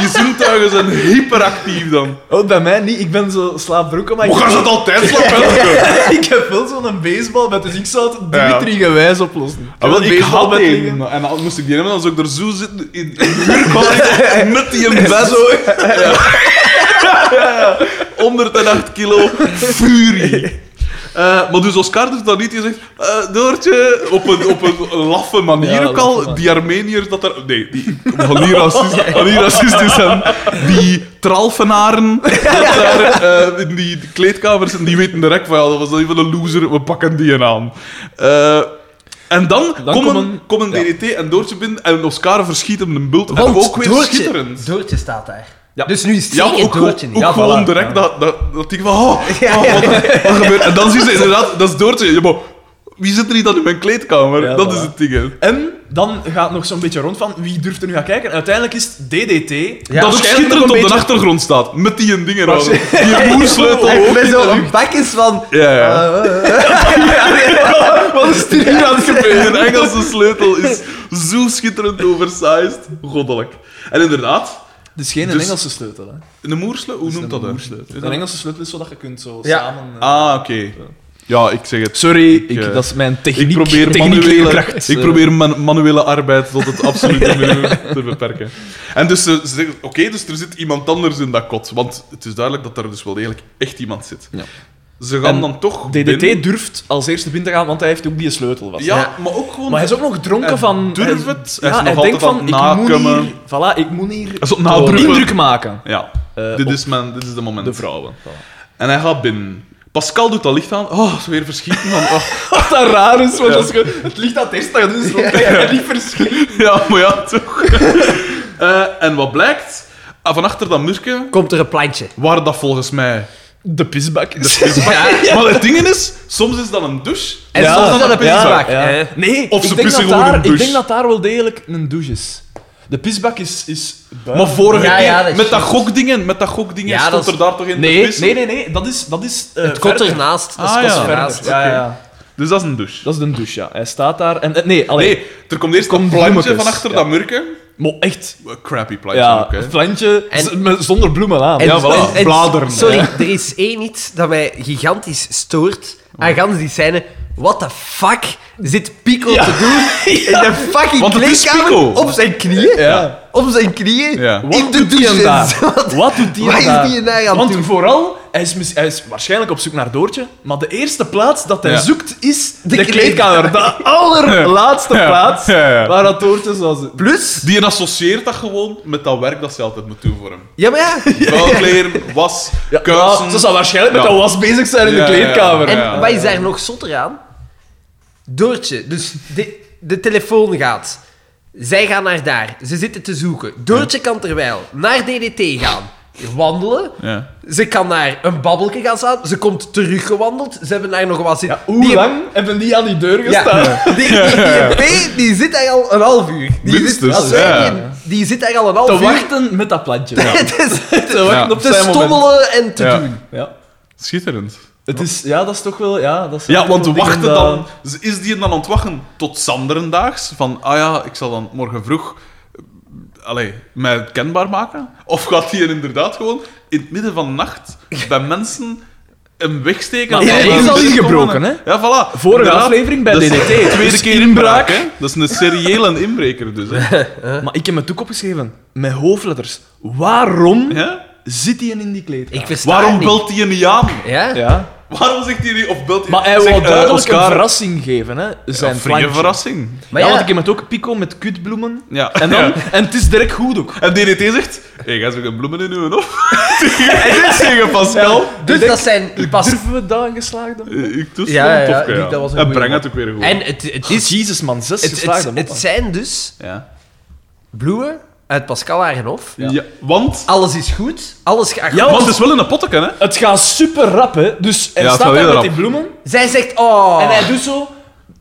Speaker 1: die zintuigen zijn hyperactief dan.
Speaker 2: Oh, bij mij niet. Ik ben zo slaapdronken, maar
Speaker 1: Hoe
Speaker 2: ik,
Speaker 1: gaan ze dat altijd slapen?
Speaker 2: [LAUGHS] ik heb wel zo'n baseball met, dus ik zou het Dimitri gewijs oplossen. Ik
Speaker 1: Ah, wel,
Speaker 2: heb
Speaker 1: ik
Speaker 2: een
Speaker 1: had
Speaker 2: baseballbed
Speaker 1: één,
Speaker 2: liggen.
Speaker 1: en dan moest ik die nemen, dan zou ik er zo zitten, in, in huurbaring, met die een bed, zo. Ja. Ja, ja. 108 kilo furie. Eh, maar dus Oscar doet dat niet. Je zegt, eh, Doortje, op een, op een laffe manier
Speaker 2: Ja,
Speaker 1: ook al.
Speaker 2: laffe manier.
Speaker 1: Die Armeniërs dat er... Nee, die, van die racist- van die racistisch zijn. Die tralfenaren dat daar eh, in die kleedkamers en die weten direct van, ja, dat was dan even een loser, we pakken die aan. Eh, en dan,
Speaker 2: Dan
Speaker 1: komen,
Speaker 2: komen-
Speaker 1: komen DDT en Doortje binnen en Oscar verschiet hem een bult. en
Speaker 4: Want
Speaker 1: ook weer
Speaker 4: Doortje,
Speaker 1: schitterend.
Speaker 4: Doortje staat daar.
Speaker 2: Ja.
Speaker 4: Dus nu is het
Speaker 1: Ja,
Speaker 4: zeker
Speaker 1: ook, gewoon-
Speaker 4: Doortje
Speaker 1: ook
Speaker 4: niet. Ja,
Speaker 1: gewoon
Speaker 2: voilà.
Speaker 1: direct dat, dat, dat ik van, oh,
Speaker 4: Ja,
Speaker 1: oh,
Speaker 4: [LAUGHS] ja.
Speaker 1: wat, wat gebeurt En dan zien ze inderdaad, dat is Doortje. Ja, maar wie zit er niet dan in mijn kleedkamer?
Speaker 2: Ja,
Speaker 1: dat
Speaker 2: voilà.
Speaker 1: is het ding. hè.
Speaker 2: En dan gaat het nog zo'n beetje rond van wie durft er nu gaan kijken. En uiteindelijk is het DDT.
Speaker 4: Ja,
Speaker 1: dat
Speaker 2: waarschijnlijk
Speaker 1: schitterend op
Speaker 2: nog een
Speaker 1: de
Speaker 2: beetje- [LAUGHS]
Speaker 1: achtergrond staat, met die dingen
Speaker 4: [LAUGHS]
Speaker 1: aan.
Speaker 2: Waarschijnlijk-
Speaker 1: Die moersleutel
Speaker 4: Ik
Speaker 1: ook
Speaker 4: ben
Speaker 1: in de
Speaker 4: zo
Speaker 1: lucht.
Speaker 4: een bakjes van...
Speaker 1: Ja, ja.
Speaker 4: eh, eh, eh.
Speaker 1: Wat is er hier aan het gebeuren? Een Engelse sleutel is zo schitterend oversized. Goddelijk. En inderdaad,
Speaker 2: Het is geen een
Speaker 1: Dus-
Speaker 2: Engelse sleutel. Hè.
Speaker 1: een moersleutel, hoe
Speaker 2: Het is
Speaker 1: noemt
Speaker 2: een
Speaker 1: dat? hè?
Speaker 2: moersleutel.
Speaker 1: Is
Speaker 2: Een
Speaker 1: dat-
Speaker 2: Engelse sleutel is zodat je kunt zo
Speaker 4: Ja.
Speaker 2: samen... eh,
Speaker 1: Ah, oké. Ja, ik zeg het.
Speaker 2: Sorry, ik,
Speaker 1: eh,
Speaker 2: dat is mijn techniek.
Speaker 1: Ik probeer,
Speaker 2: techniek
Speaker 1: manuele,
Speaker 2: leerkracht.
Speaker 1: ik probeer man- manuele arbeid tot het absolute
Speaker 2: [LAUGHS]
Speaker 1: minimum te beperken. En dus ze ze zeggen, oké, dus er zit iemand anders in dat kot. Want het is duidelijk dat er dus wel degelijk echt iemand zit.
Speaker 2: Ja.
Speaker 1: Ze gaan
Speaker 2: En
Speaker 1: dan toch
Speaker 2: DDT
Speaker 1: binnen-
Speaker 2: durft als eerste binnen te gaan, want hij heeft ook die sleutel vast.
Speaker 1: Ja, maar ook gewoon...
Speaker 2: Maar hij is ook nog dronken
Speaker 1: Hij
Speaker 2: van...
Speaker 1: durft het. Hij
Speaker 2: ja,
Speaker 1: is nog
Speaker 2: hij
Speaker 1: altijd
Speaker 2: denkt van,
Speaker 1: aan het
Speaker 2: ik moet
Speaker 1: nakummen.
Speaker 2: hier... Voilà, ik moet hier...
Speaker 1: is op
Speaker 2: gewoon
Speaker 1: nadrukken.
Speaker 2: indruk maken.
Speaker 1: Ja,
Speaker 2: Eh,
Speaker 1: dit,
Speaker 2: op
Speaker 1: is mijn, dit is de moment.
Speaker 2: de vrouwen. Voilà.
Speaker 1: En hij gaat binnen. Pascal doet dat licht aan. Oh, ze weer verschieten. Van,
Speaker 2: [LAUGHS]
Speaker 1: oh.
Speaker 2: Wat dat raar is, want
Speaker 1: Ja.
Speaker 2: als je het licht aan het eerste gaat doen, is
Speaker 1: [LAUGHS]
Speaker 2: het ja. niet verschil.
Speaker 1: Ja, maar ja, toch. [LAUGHS] Eh, en wat blijkt? Ah, van achter dat murken
Speaker 4: Komt er een plantje.
Speaker 1: waren dat volgens mij
Speaker 2: De pisbak. [LAUGHS]
Speaker 1: de pisbak. Maar Dus het ding is, soms is dat een douche.
Speaker 4: En
Speaker 2: Ja,
Speaker 4: soms dan een
Speaker 1: ja,
Speaker 4: pisbak.
Speaker 2: Ja.
Speaker 4: hè.
Speaker 2: Eh, Nee,
Speaker 1: Of
Speaker 2: ik,
Speaker 1: ze
Speaker 2: denk
Speaker 1: pissen
Speaker 2: dat
Speaker 1: gewoon in
Speaker 2: daar,
Speaker 1: een
Speaker 2: ik
Speaker 1: douche.
Speaker 2: denk dat daar wel degelijk een douche is. De pisbak is... is buiten.
Speaker 1: Maar vorige
Speaker 4: Ja, ja,
Speaker 1: keer,
Speaker 4: dat
Speaker 1: met dat
Speaker 4: klopt.
Speaker 1: gokdingen, met dat gokdingen
Speaker 4: Ja,
Speaker 1: stond
Speaker 4: dat
Speaker 1: er
Speaker 4: is-
Speaker 1: daar toch in te
Speaker 2: Nee,
Speaker 1: pissen?
Speaker 2: nee, nee, nee, dat is... Dat is eh,
Speaker 4: Het kot
Speaker 2: verder.
Speaker 4: ernaast. Dat is
Speaker 1: Ah,
Speaker 4: kot
Speaker 1: ja.
Speaker 4: ernaast.
Speaker 1: Verder.
Speaker 2: Ja, ja, ja.
Speaker 1: Dus dat is een douche.
Speaker 2: Dat is een douche, ja. Hij staat daar en... eh, Nee, alleen.
Speaker 1: Nee, er komt eerst een
Speaker 2: Komt
Speaker 1: plantje
Speaker 2: bloemetjes,
Speaker 1: van achter
Speaker 2: ja.
Speaker 1: dat murken.
Speaker 2: Maar echt,
Speaker 1: Een Crappy plantje
Speaker 2: ja,
Speaker 1: ook, hè.
Speaker 2: een plantje
Speaker 4: Ah, En-
Speaker 2: z- met- zonder bloemen aan.
Speaker 4: En-
Speaker 1: Ja, voilà,
Speaker 4: en- en-
Speaker 1: bladeren.
Speaker 4: Sorry, er is één iets dat mij gigantisch stoort aan gans die scène. What the fuck zit Pico
Speaker 2: Ja.
Speaker 4: te doen in de fucking
Speaker 1: Want het is
Speaker 4: kleedkamer
Speaker 1: Pico.
Speaker 4: op zijn knieën?
Speaker 2: Ja.
Speaker 4: Op zijn knieën?
Speaker 1: Ja.
Speaker 4: In
Speaker 2: Wat
Speaker 4: de
Speaker 2: doet die
Speaker 4: douche.
Speaker 2: hem daar?
Speaker 4: [LAUGHS] Wat-
Speaker 2: Wat doet die
Speaker 4: Waar
Speaker 2: hem
Speaker 4: is
Speaker 2: daar?
Speaker 4: die daar aan
Speaker 2: Want
Speaker 4: toe?
Speaker 2: vooral, hij is, mis- hij is waarschijnlijk op zoek naar Doortje, maar de eerste plaats dat hij
Speaker 1: Ja.
Speaker 2: zoekt is de,
Speaker 4: kleedkamer. [LAUGHS]
Speaker 2: kleedkamer. De allerlaatste
Speaker 1: Ja.
Speaker 2: plaats
Speaker 1: Ja, ja.
Speaker 2: waar dat Doortje zou zitten.
Speaker 4: Plus...
Speaker 1: Die associeert dat gewoon met dat werk dat ze altijd moet doen voor
Speaker 2: [LAUGHS]
Speaker 1: hem.
Speaker 4: Ja, maar ja.
Speaker 1: Vuilkleren, was,
Speaker 2: Ja,
Speaker 1: kuisen.
Speaker 2: maar ze zou waarschijnlijk
Speaker 1: Ja.
Speaker 2: met dat was bezig zijn in
Speaker 1: Ja,
Speaker 2: de
Speaker 1: ja, ja.
Speaker 2: kleedkamer.
Speaker 1: En-
Speaker 4: Wat is daar nog zotter aan? Doortje. Dus de, de telefoon gaat. Zij gaan naar daar. Ze zitten te zoeken. Doortje kan terwijl naar DDT gaan. Wandelen.
Speaker 2: [LAUGHS]
Speaker 1: Ja.
Speaker 4: Ze kan naar een babbelke gaan staan. Ze komt teruggewandeld. Ze hebben daar nog wat zin.
Speaker 2: Ja, hoe
Speaker 4: Die-
Speaker 2: lang hebben die aan die deur
Speaker 4: Ja,
Speaker 2: gestaan?
Speaker 4: [LAUGHS] die, die, die, EP, die zit daar al een half uur. Die
Speaker 1: Minstens,
Speaker 4: zit, als wij
Speaker 1: ja.
Speaker 4: die- die zit daar al een half
Speaker 2: Te
Speaker 4: uur. [LAUGHS]
Speaker 2: wachten met dat plantje.
Speaker 4: Het is
Speaker 2: Te wachten
Speaker 1: Ja.
Speaker 2: op
Speaker 4: te
Speaker 2: zijn moment.
Speaker 4: stommelen en te
Speaker 1: Ja.
Speaker 4: doen.
Speaker 2: Ja.
Speaker 1: Schitterend.
Speaker 2: Het is, ja, dat is toch wel... Ja, dat is
Speaker 1: Ja, want
Speaker 2: wel dingen
Speaker 1: wachten
Speaker 2: dat-
Speaker 1: dan... dus Is die dan aan het wachten tot zanderendaags? Van, ah ja, ik zal dan morgen vroeg... eh, Allee, mij kenbaar maken? Of gaat die er inderdaad gewoon in het midden van de nacht bij mensen een wegsteken?
Speaker 2: Maar
Speaker 1: aan
Speaker 2: ja,
Speaker 1: alle
Speaker 2: die is
Speaker 1: mensen
Speaker 2: al
Speaker 1: die
Speaker 2: ingebroken,
Speaker 1: komen? Ja, voilà.
Speaker 2: Vorige
Speaker 1: Inderdaad,
Speaker 2: aflevering bij
Speaker 1: dat is
Speaker 2: DDT.
Speaker 1: de Tweede
Speaker 2: Dus
Speaker 1: keer inbraak,
Speaker 2: inbraak.
Speaker 1: hè? Dat is een seriële inbreker, dus.
Speaker 2: [LAUGHS]
Speaker 1: hè.
Speaker 2: Maar ik heb het ook opgeschreven, met hoofdletters. Waarom
Speaker 1: Ja?
Speaker 2: zit hij in die kleedkamer?
Speaker 4: Ik versta
Speaker 1: Waarom
Speaker 4: het niet.
Speaker 1: belt hij een niet aan?
Speaker 4: Ja?
Speaker 2: Ja.
Speaker 1: Waarom zegt hij niet... Of belt hij...
Speaker 2: Maar hij
Speaker 1: Zeg,
Speaker 2: wil
Speaker 1: eh,
Speaker 2: duidelijk een
Speaker 1: Oscar,
Speaker 2: verrassing geven, hè. Zijn
Speaker 1: Een vrije
Speaker 2: plantje.
Speaker 1: verrassing.
Speaker 4: Maar ja.
Speaker 2: ja, want ik heb het ook pico met kutbloemen.
Speaker 1: Ja.
Speaker 2: En, dan, en het is direct goed ook.
Speaker 1: En DDT zegt: Hé, hey, zo geen bloemen in uw
Speaker 4: [LAUGHS]
Speaker 1: hoofd? Tegen- Tegen Pascal.
Speaker 4: Dus dat zijn pas
Speaker 2: Durven we dat geslaagd hebben?
Speaker 1: Eh, Ik toest
Speaker 4: Ja,
Speaker 1: ja,
Speaker 4: ja,
Speaker 1: ja,
Speaker 4: ik denk dat was een
Speaker 1: En
Speaker 4: goeie
Speaker 1: breng
Speaker 4: man.
Speaker 1: het ook weer goed.
Speaker 4: En het, het
Speaker 2: Dit is
Speaker 4: is...
Speaker 2: Jezus, man. Zes
Speaker 4: Het, het,
Speaker 2: geslaagde
Speaker 4: het zijn dus
Speaker 1: Ja.
Speaker 4: bloemen uit Pascal Hagenhof.
Speaker 1: Ja. want.
Speaker 4: Alles is goed. Alles gaat goed.
Speaker 2: Ja,
Speaker 1: Want het is wel in een potteken, hè?
Speaker 2: Het gaat super rap, hè. Dus hij
Speaker 1: Ja, het gaat
Speaker 2: staat daar
Speaker 1: heel
Speaker 2: met
Speaker 1: rap.
Speaker 2: die bloemen.
Speaker 4: Zij zegt... Oh.
Speaker 2: En hij doet zo...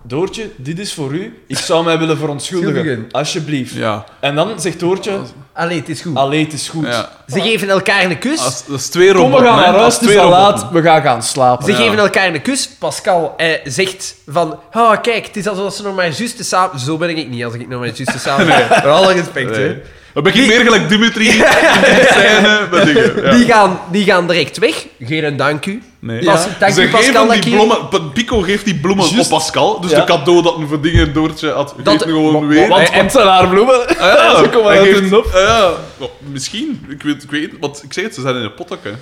Speaker 2: Doortje, dit is voor u. Ik zou mij willen verontschuldigen.
Speaker 4: Schuldigen.
Speaker 2: Alsjeblieft.
Speaker 1: Ja.
Speaker 2: En dan zegt Doortje...
Speaker 4: Allee, het is goed.
Speaker 2: Allee, het is goed.
Speaker 1: ja.
Speaker 4: Ze geven elkaar een kus.
Speaker 1: Als, dat is twee
Speaker 2: Kom, we
Speaker 1: robotten.
Speaker 2: gaan
Speaker 1: hè.
Speaker 2: naar
Speaker 1: Dat
Speaker 2: huis,
Speaker 1: is
Speaker 2: het is
Speaker 1: twee
Speaker 2: al
Speaker 1: robotten.
Speaker 2: laat, we gaan gaan slapen.
Speaker 4: Ze
Speaker 1: Oh, Ja.
Speaker 4: geven elkaar een kus. Pascal eh, zegt van... Oh, kijk, het is alsof ze nog maar juist te samen... Zo ben ik niet als ik nog maar
Speaker 1: [LAUGHS]
Speaker 4: juist te samen ben. Met alle respect,
Speaker 1: Nee.
Speaker 4: hè.
Speaker 1: Dan ben ik meer gelijk
Speaker 4: [LAUGHS]
Speaker 1: Dimitri. in de scène met dingen. Ja.
Speaker 4: Die, gaan, die gaan direct weg. Geen dank u.
Speaker 1: Nee.
Speaker 4: Pas- dank
Speaker 1: Ze
Speaker 4: u, Pascal,
Speaker 1: geven
Speaker 4: dat ik
Speaker 1: die
Speaker 4: hier-
Speaker 1: bloemen, Pa- Pico geeft die bloemen
Speaker 2: Juist.
Speaker 1: op Pascal. Dus
Speaker 2: Ja.
Speaker 1: de cadeau dat een voor dingen Doortje had, geeft
Speaker 4: Dat-
Speaker 1: hem gewoon weer.
Speaker 2: Want
Speaker 4: En-
Speaker 2: het zijn haar bloemen.
Speaker 1: Ja,
Speaker 2: [LAUGHS] Ze komen
Speaker 1: hij
Speaker 2: uit
Speaker 1: geeft-
Speaker 2: hun nop.
Speaker 1: Ja, ja. Oh, misschien. Ik weet, ik weet het. Want ik zeg het, ze zijn in een pottekken.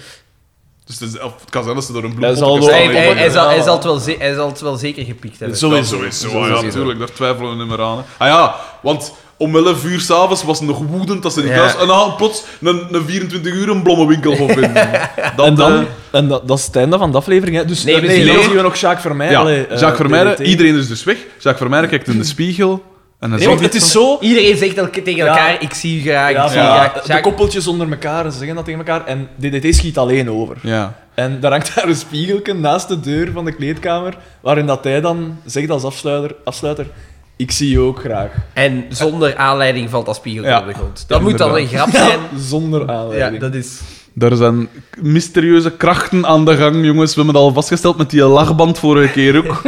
Speaker 1: Dus het, is, of het kan zijn dat ze door een bloem
Speaker 2: Hij zal
Speaker 1: pottekken
Speaker 2: door-
Speaker 4: Hij,
Speaker 1: staan.
Speaker 4: hij, hij, zal, hij, zal het
Speaker 2: Ja.
Speaker 4: wel ze- hij zal het wel zeker gepikt hebben.
Speaker 1: Ja,
Speaker 2: Sowieso.
Speaker 1: sowieso. ja, natuurlijk. Daar twijfelen we niet meer aan. hè. Ah ja, want om 11 uur s'avonds was het nog woedend dat ze niet
Speaker 4: Ja.
Speaker 1: thuis... En dan had plots een, een 24 uur een blommenwinkel gaan vinden.
Speaker 2: [LAUGHS]
Speaker 1: Dat,
Speaker 2: En dan,
Speaker 1: eh,
Speaker 2: en dat, dat is het einde van de aflevering. Hè. Dus
Speaker 4: Nee,
Speaker 2: nee,
Speaker 4: we
Speaker 2: nee,
Speaker 4: zien-
Speaker 2: dan
Speaker 1: nee.
Speaker 2: zien we nog Jacques Vermeijden.
Speaker 1: ja,
Speaker 2: Allee, eh,
Speaker 1: Jacques Vermeijden,
Speaker 2: DDT.
Speaker 1: iedereen is dus weg. Jacques Vermeijden kijkt in de spiegel. En dan
Speaker 2: Nee,
Speaker 1: zegt
Speaker 2: want het
Speaker 1: hij
Speaker 2: is
Speaker 1: van-
Speaker 2: zo...
Speaker 4: Iedereen zegt elke- tegen
Speaker 2: Ja.
Speaker 4: elkaar, ik zie u graag, ik
Speaker 2: Ja,
Speaker 4: zie u
Speaker 2: voilà.
Speaker 4: graag.
Speaker 2: de
Speaker 4: Jacques-
Speaker 2: koppeltjes onder elkaar zeggen dat tegen elkaar. En DDT schiet alleen over.
Speaker 1: Ja.
Speaker 2: En daar hangt daar een spiegeltje naast de deur van de kleedkamer, waarin dat hij dan zegt als afsluiter, afsluiter ik zie je ook graag.
Speaker 4: En zonder aanleiding valt dat spiegel
Speaker 1: Ja.
Speaker 4: op de grond. Dat
Speaker 1: Ja,
Speaker 4: moet dan een
Speaker 1: inderdaad.
Speaker 4: grap zijn.
Speaker 2: Zonder
Speaker 4: Ja,
Speaker 2: aanleiding.
Speaker 4: dat is...
Speaker 1: Daar zijn mysterieuze krachten aan de gang, jongens. We hebben het al vastgesteld met die lachband vorige keer ook.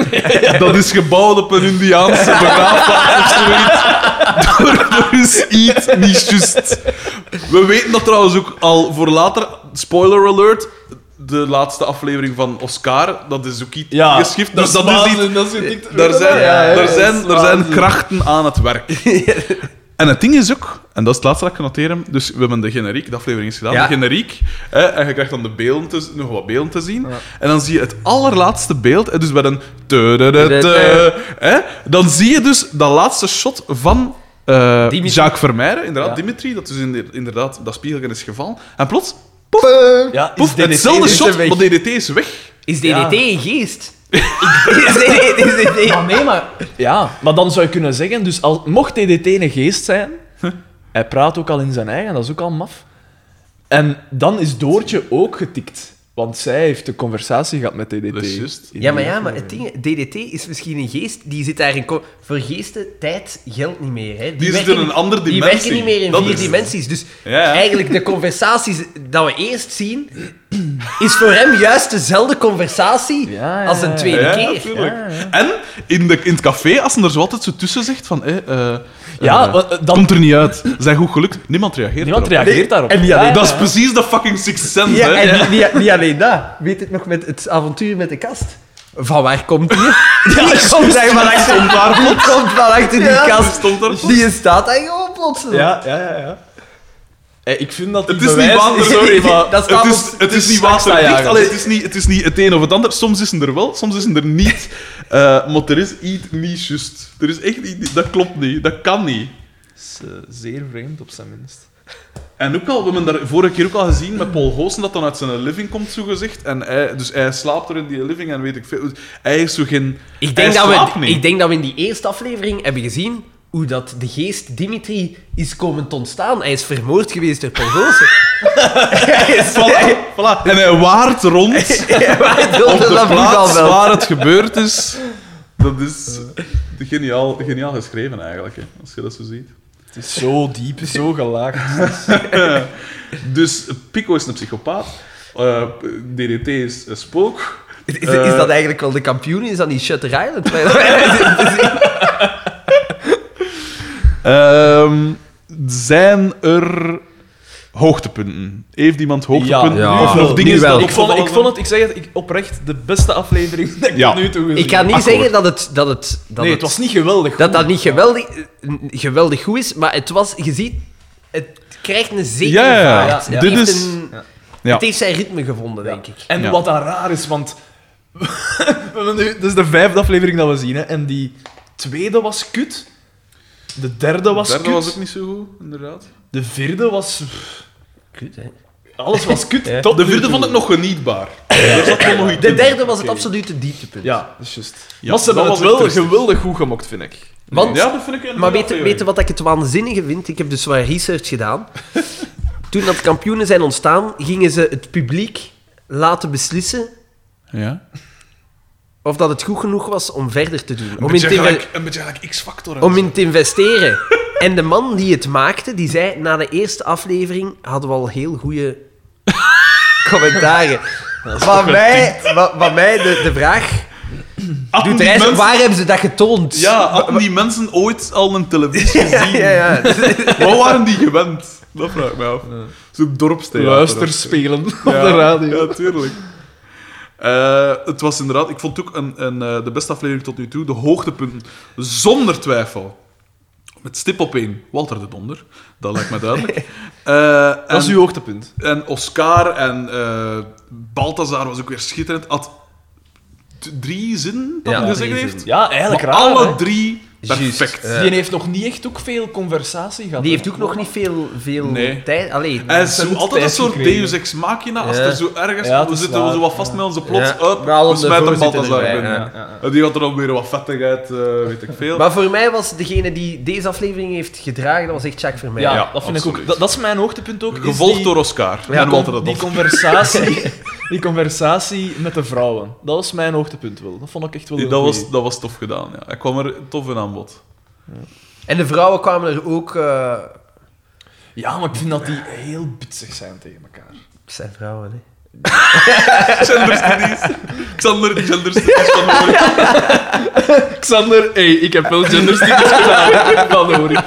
Speaker 1: Dat is gebouwd op een Indiaanse begraafplaats of zoiets. Daar, daar is iets niet juist. We weten dat trouwens ook al voor later. Spoiler alert. De laatste aflevering van Oscar, dat is ook iets
Speaker 2: Ja,
Speaker 1: geschift. Dat, dat is
Speaker 2: waanzin,
Speaker 1: iets
Speaker 2: dat is niet-
Speaker 1: daar zijn,
Speaker 4: Ja, ja,
Speaker 1: daar
Speaker 4: ja,
Speaker 1: zijn,
Speaker 2: dat is
Speaker 1: daar zijn
Speaker 2: waanzin.
Speaker 1: krachten aan het
Speaker 2: [LAUGHS]
Speaker 1: werk. En het ding is ook, en dat is het laatste dat ik genoteerd heb, dus we hebben de generiek, de aflevering is gedaan,
Speaker 4: Ja.
Speaker 1: de generiek, hè, en je krijgt dan de beelden te, nog wat beelden te zien, en dan zie je het allerlaatste beeld, hè, dus bij een te de de te, hè, dan zie je dus dat laatste shot van eh
Speaker 4: Dimitri.
Speaker 1: Jacques Vermeijden, inderdaad,
Speaker 2: Ja.
Speaker 1: Dimitri, dat is inder- inderdaad dat spiegeltje is gevallen, en plots, poef,
Speaker 2: Ja, is
Speaker 1: poef,
Speaker 2: DDT
Speaker 1: hetzelfde
Speaker 2: dus
Speaker 1: shot,
Speaker 2: weg?
Speaker 1: maar DDT is weg.
Speaker 4: Is DDT
Speaker 2: Ja.
Speaker 4: een
Speaker 2: [LAUGHS]
Speaker 4: geest? [LAUGHS] is DDT, is DDT
Speaker 2: Maar nee, maar... Ja, maar dan zou je kunnen zeggen, dus al, mocht DDT een geest
Speaker 1: [LAUGHS]
Speaker 2: zijn, hij praat ook al in zijn eigen, dat is ook al maf. En dan is Doortje ook getikt. Want zij heeft de conversatie gehad met DDT.
Speaker 1: Dat is juist.
Speaker 2: In
Speaker 4: Ja, maar
Speaker 2: die
Speaker 4: ja, maar
Speaker 2: aflevering.
Speaker 4: het ding, DDT is misschien een geest, die zit daar in... ko- Voor geesten, tijd geldt niet meer. Hè.
Speaker 1: Die zit
Speaker 4: werken
Speaker 1: in een
Speaker 4: niet-
Speaker 1: andere
Speaker 4: Die
Speaker 1: dimensie.
Speaker 4: werken niet meer in
Speaker 1: Dat
Speaker 4: vier
Speaker 1: is het.
Speaker 4: dimensies. Dus
Speaker 1: Ja.
Speaker 4: eigenlijk de conversaties dat we eerst zien, is voor hem juist dezelfde conversatie
Speaker 2: Ja, ja,
Speaker 4: als een
Speaker 2: ja.
Speaker 4: tweede
Speaker 1: Ja,
Speaker 4: keer.
Speaker 1: natuurlijk. En in, de, in het café, als ze er zo altijd zo tussen zegt van... eh, eh,
Speaker 2: Ja,
Speaker 1: eh,
Speaker 2: want, eh, dan-
Speaker 1: Komt er niet uit. Zijn goed gelukt. Niemand reageert
Speaker 2: Niemand
Speaker 1: daarop.
Speaker 2: reageert daarop.
Speaker 4: en die alleen-
Speaker 2: Ja, [LAUGHS]
Speaker 1: Dat is
Speaker 2: ja.
Speaker 1: precies de fucking six sense,
Speaker 4: Ja,
Speaker 1: hè.
Speaker 4: en die- die- niet alleen dat. Weet het nog met het avontuur met de kast? Van waar komt die? Die komt daar van achter.
Speaker 1: Stond daar plots.
Speaker 4: Die komt van achter die [LAUGHS]
Speaker 1: Ja,
Speaker 4: kast.
Speaker 1: Stond daar plots.
Speaker 4: Die staat daar gewoon plotseling.
Speaker 2: Ja, ja, ja. ja. Eh, ik vind dat die
Speaker 1: Het is niet
Speaker 2: bewijs-
Speaker 1: water,
Speaker 2: [LAUGHS]
Speaker 1: sorry, maar
Speaker 4: [LAUGHS] Dat staat
Speaker 1: het
Speaker 4: op-
Speaker 1: is, het is niet
Speaker 2: straks
Speaker 1: waterdicht.
Speaker 2: aanjagen.
Speaker 1: Allee, het, is niet, het is niet het een of het ander. Soms is het er wel, soms is het er niet. Eh, maar er is iets niet juist. Er is echt iets... Dat klopt niet. Dat kan niet.
Speaker 2: is eh, zeer vreemd, op zijn minst.
Speaker 1: En ook al, we hebben daar vorige keer ook al gezien met Paul Goossen dat dan uit zijn living komt, zogezegd. En hij, dus hij slaapt er in die living en weet ik veel. Hij is zo geen.
Speaker 4: Ik denk,
Speaker 1: hij
Speaker 4: dat
Speaker 1: slaapt
Speaker 4: we,
Speaker 1: niet.
Speaker 4: ik denk dat we in die eerste aflevering hebben gezien hoe dat de geest Dimitri is komen te ontstaan. Hij is vermoord geweest door
Speaker 1: [LAUGHS]
Speaker 4: Pergozen. hij is
Speaker 1: Voilà,
Speaker 4: [LAUGHS]
Speaker 1: voilà. En hij waart rond op de plaats waar het gebeurd
Speaker 4: [LAUGHS]
Speaker 1: is. Dat is geniaal, geniaal geschreven eigenlijk, hè, als je dat zo ziet.
Speaker 2: Het is zo diep, zo gelaagd.
Speaker 1: Dus Pico is een psychopaat. eh, DDT is een spook. Eh,
Speaker 4: Is, is dat eigenlijk wel de kampioen? Is dat niet Shutter
Speaker 1: [LAUGHS]
Speaker 4: Island? [LAUGHS] ja,
Speaker 1: Ehm, zijn er hoogtepunten? Heeft iemand hoogtepunten?
Speaker 4: Ja.
Speaker 1: nu? Of
Speaker 4: Ja.
Speaker 1: nog dingen
Speaker 4: Nu wel.
Speaker 1: die
Speaker 2: Ik vond, ik
Speaker 1: opgevallen
Speaker 2: vond het, ik zeg het, ik, oprecht de beste aflevering dat ik
Speaker 1: Ja.
Speaker 2: tot nu toe gezien
Speaker 4: ik ga niet
Speaker 1: Akkoord.
Speaker 4: zeggen dat het... Dat het, dat
Speaker 2: Nee, het was niet geweldig.
Speaker 4: Dat
Speaker 2: goed.
Speaker 4: dat niet geweldig, geweldig goed is, maar het was... Je ziet, het krijgt een zekere
Speaker 1: Ja, ja, ja.
Speaker 4: vaart.
Speaker 1: Dit
Speaker 4: Het heeft
Speaker 1: is-
Speaker 4: een-
Speaker 1: Ja.
Speaker 4: Het heeft zijn ritme gevonden, denk ik.
Speaker 2: En
Speaker 1: Ja.
Speaker 2: wat daar raar is, want... [LAUGHS] we hebben nu, dit is de vijfde aflevering dat we zien, hè. En die tweede was kut. De derde was
Speaker 1: De derde
Speaker 2: kut.
Speaker 1: was ook niet zo goed, inderdaad.
Speaker 2: De vierde was...
Speaker 4: Goed, hè?
Speaker 2: Alles was kut.
Speaker 4: [LAUGHS] Ja.
Speaker 2: tot
Speaker 1: De
Speaker 2: nu
Speaker 1: vierde
Speaker 2: toe.
Speaker 1: vond ik nog
Speaker 4: [LAUGHS]
Speaker 1: genietbaar. Er zat wel nog iets
Speaker 4: De
Speaker 1: in.
Speaker 4: derde was het absolute dieptepunt.
Speaker 2: Ja, dat is juist.
Speaker 1: Ja,
Speaker 2: maar ze hebben
Speaker 1: dat
Speaker 2: het
Speaker 1: was echt
Speaker 2: wel
Speaker 1: rustig.
Speaker 2: geweldig goed gemokt, vind ik.
Speaker 4: Want,
Speaker 1: Ja, dat vind ik een
Speaker 4: maar
Speaker 1: goede
Speaker 4: weet, weet je wat ik het waanzinnige vind? Ik heb dus wat research
Speaker 1: [LAUGHS]
Speaker 4: gedaan. Toen dat kampioenen zijn ontstaan, gingen ze het publiek laten beslissen
Speaker 1: Ja.
Speaker 4: of dat het goed genoeg was om verder te doen. Om in
Speaker 1: beetje
Speaker 4: te, inve-
Speaker 1: gelijk- een beetje gelijk X-Factor. en
Speaker 4: om
Speaker 1: zo.
Speaker 4: in te investeren. [LAUGHS] En de man die het maakte, die zei, na de eerste aflevering hadden we al heel
Speaker 1: [LAUGHS]
Speaker 4: goede commentaren. Van mij, wat, wat mij de, de vraag
Speaker 1: Hadden
Speaker 4: doet
Speaker 1: die
Speaker 4: reizen,
Speaker 1: mensen-
Speaker 4: waar hebben ze dat getoond?
Speaker 1: Ja, hadden die mensen ooit al een televisie
Speaker 4: [LAUGHS] ja,
Speaker 1: gezien?
Speaker 4: ja,
Speaker 1: [LAUGHS]
Speaker 4: ja.
Speaker 1: Wat waren die gewend? Dat vraag ik me af. Zo'n dorpstheater.
Speaker 2: Luister spelen op
Speaker 1: Ja,
Speaker 2: de radio.
Speaker 1: Ja, tuurlijk. Eh, het was inderdaad, ik vond het ook een, een, eh, de beste aflevering tot nu toe. De hoogtepunten, zonder twijfel. Met stip op één, Walter de Donder. Dat lijkt me
Speaker 2: [LAUGHS]
Speaker 1: duidelijk. Eh,
Speaker 2: Dat is
Speaker 1: en-
Speaker 2: uw hoogtepunt.
Speaker 1: En Oscar en eh Balthazar was ook weer schitterend. Had t- drie zinnen dat
Speaker 4: Ja,
Speaker 1: hij
Speaker 4: drie
Speaker 1: gezegd
Speaker 4: zinnen.
Speaker 1: heeft.
Speaker 2: Ja, eigenlijk
Speaker 1: Maar
Speaker 2: raar,
Speaker 1: alle
Speaker 2: hè.
Speaker 1: drie
Speaker 4: Juist.
Speaker 1: Perfect.
Speaker 4: Ja.
Speaker 2: Die heeft nog niet echt ook veel conversatie gehad.
Speaker 4: Die
Speaker 2: hè?
Speaker 4: heeft ook nog niet veel, veel
Speaker 1: Nee.
Speaker 4: tijd. Allee,
Speaker 1: Hij is zo
Speaker 2: Recent
Speaker 1: altijd een
Speaker 2: tijd
Speaker 1: soort
Speaker 2: gekregen.
Speaker 1: Deus Ex Machina. Als
Speaker 4: Ja.
Speaker 1: er zo ergens...
Speaker 2: Ja, het
Speaker 1: we
Speaker 2: is
Speaker 1: zitten
Speaker 2: waar.
Speaker 1: zo wat vast met onze plots.
Speaker 4: Ja.
Speaker 1: Up,
Speaker 4: We halen
Speaker 1: we
Speaker 4: de
Speaker 1: smijten
Speaker 4: voorzitter
Speaker 1: Balthazar
Speaker 4: erbij,
Speaker 1: binnen.
Speaker 4: ja.
Speaker 2: Ja,
Speaker 1: En die gaat er dan weer wat vettigheid, eh weet ik veel.
Speaker 4: Maar voor mij was degene die deze aflevering heeft gedragen, dat was echt Jacques Vermeij.
Speaker 2: ja,
Speaker 1: Ja,
Speaker 2: dat vind ik
Speaker 1: absoluut.
Speaker 2: ook. Dat, dat is mijn hoogtepunt ook. is
Speaker 1: Gevolgd
Speaker 2: die-
Speaker 1: door Oscar.
Speaker 2: die,
Speaker 1: en Walter
Speaker 2: con-
Speaker 1: dat
Speaker 2: die
Speaker 1: [LAUGHS]
Speaker 2: conversatie, die conversatie met de vrouwen. Dat was mijn hoogtepunt wel. Dat vond ik echt wel
Speaker 1: Die-
Speaker 2: een
Speaker 1: dat,
Speaker 2: goeie.
Speaker 1: was, dat was tof gedaan, ja. Hij kwam er tof in aan bod. [LAUGHS]
Speaker 4: En de vrouwen kwamen er ook... eh,
Speaker 2: Ja, maar ik vind dat die heel bitsig zijn tegen elkaar.
Speaker 4: het zijn vrouwen, hè.
Speaker 1: Genderstudies. Xander, genderstudies van Horik.
Speaker 2: Xander, hey, ik heb wel genderstudies [LAUGHS] gedaan. Dat hoor ik.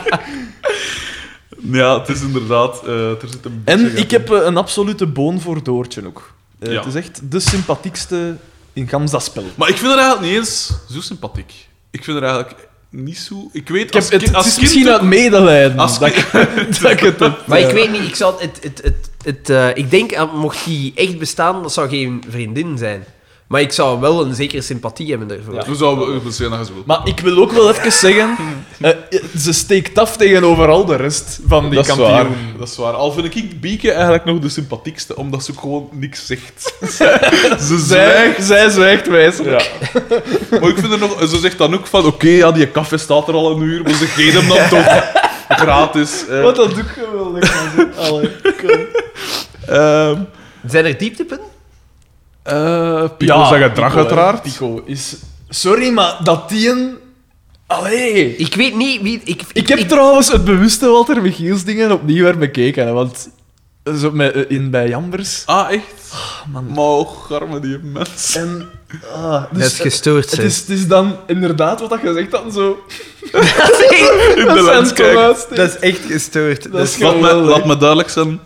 Speaker 1: Ja, het is inderdaad... eh, er zit een
Speaker 2: En
Speaker 1: beetje-
Speaker 2: ik heb eh, een absolute boon voor Doortje ook. Eh,
Speaker 1: Ja.
Speaker 2: Het is echt de sympathiekste in gans dat spel.
Speaker 1: Maar ik vind haar eigenlijk niet eens zo sympathiek. Ik vind haar eigenlijk niet zo... Ik weet,
Speaker 2: Ik heb,
Speaker 1: als
Speaker 2: het,
Speaker 1: kind... Als
Speaker 2: is
Speaker 1: kind
Speaker 2: misschien uit medelijden
Speaker 1: Als
Speaker 2: dat, ik, dat ik het heb.
Speaker 4: Maar
Speaker 2: eh,
Speaker 4: ik weet niet, ik, zal, het, het, het, het, eh, ik denk, eh, mocht die echt bestaan, dat zou geen vriendin zijn. Maar ik zou wel een zekere sympathie hebben daarvoor.
Speaker 2: Ja.
Speaker 1: [LAUGHS] We zouden we zijn naar zo.
Speaker 2: Maar ik wil ook wel even zeggen, eh, ze steekt af tegenover al de rest van die
Speaker 1: dat is
Speaker 2: kampioen.
Speaker 1: waar. Dat is waar. Al vind ik Bieke eigenlijk nog de sympathiekste, omdat ze ook gewoon niks zegt. ze
Speaker 2: Zij,
Speaker 1: zwijgt.
Speaker 2: zij zwijgt wijselijk.
Speaker 1: Maar ik vind er nog... Ze zegt dan ook van, oké, ja, die café staat er al een uur, maar ze geeft hem dan toch gratis. Eh,
Speaker 2: Wat dat doe ik geweldig. man. Allee, kom.
Speaker 1: ehm,
Speaker 4: Zijn er dieptepunten?
Speaker 1: eh, Pico zijn gedrag
Speaker 2: Pico, hè.
Speaker 1: uiteraard.
Speaker 2: Pico is... Sorry, maar dat die een... Allee...
Speaker 4: Ik weet niet wie... Ik,
Speaker 2: Ik heb trouwens het bewuste Walter Michiels dingen opnieuw weer bekeken, hè, want zo met, eh, in bij Jambers.
Speaker 1: Ah, echt?
Speaker 2: man.
Speaker 1: Maar och, arme die mens.
Speaker 2: En ah,
Speaker 4: Dat
Speaker 2: dus
Speaker 4: is
Speaker 2: het,
Speaker 4: gestoord,
Speaker 2: het is, het is dan inderdaad wat dat je zegt dan zo.
Speaker 1: [LAUGHS] In
Speaker 2: dat
Speaker 1: de
Speaker 2: zijn
Speaker 1: lens kijken.
Speaker 2: tomaatsteek.
Speaker 4: Dat is echt gestoord. Dat
Speaker 2: is
Speaker 4: is-
Speaker 1: Laat me,
Speaker 2: Geweldig.
Speaker 1: laat me duidelijk zijn.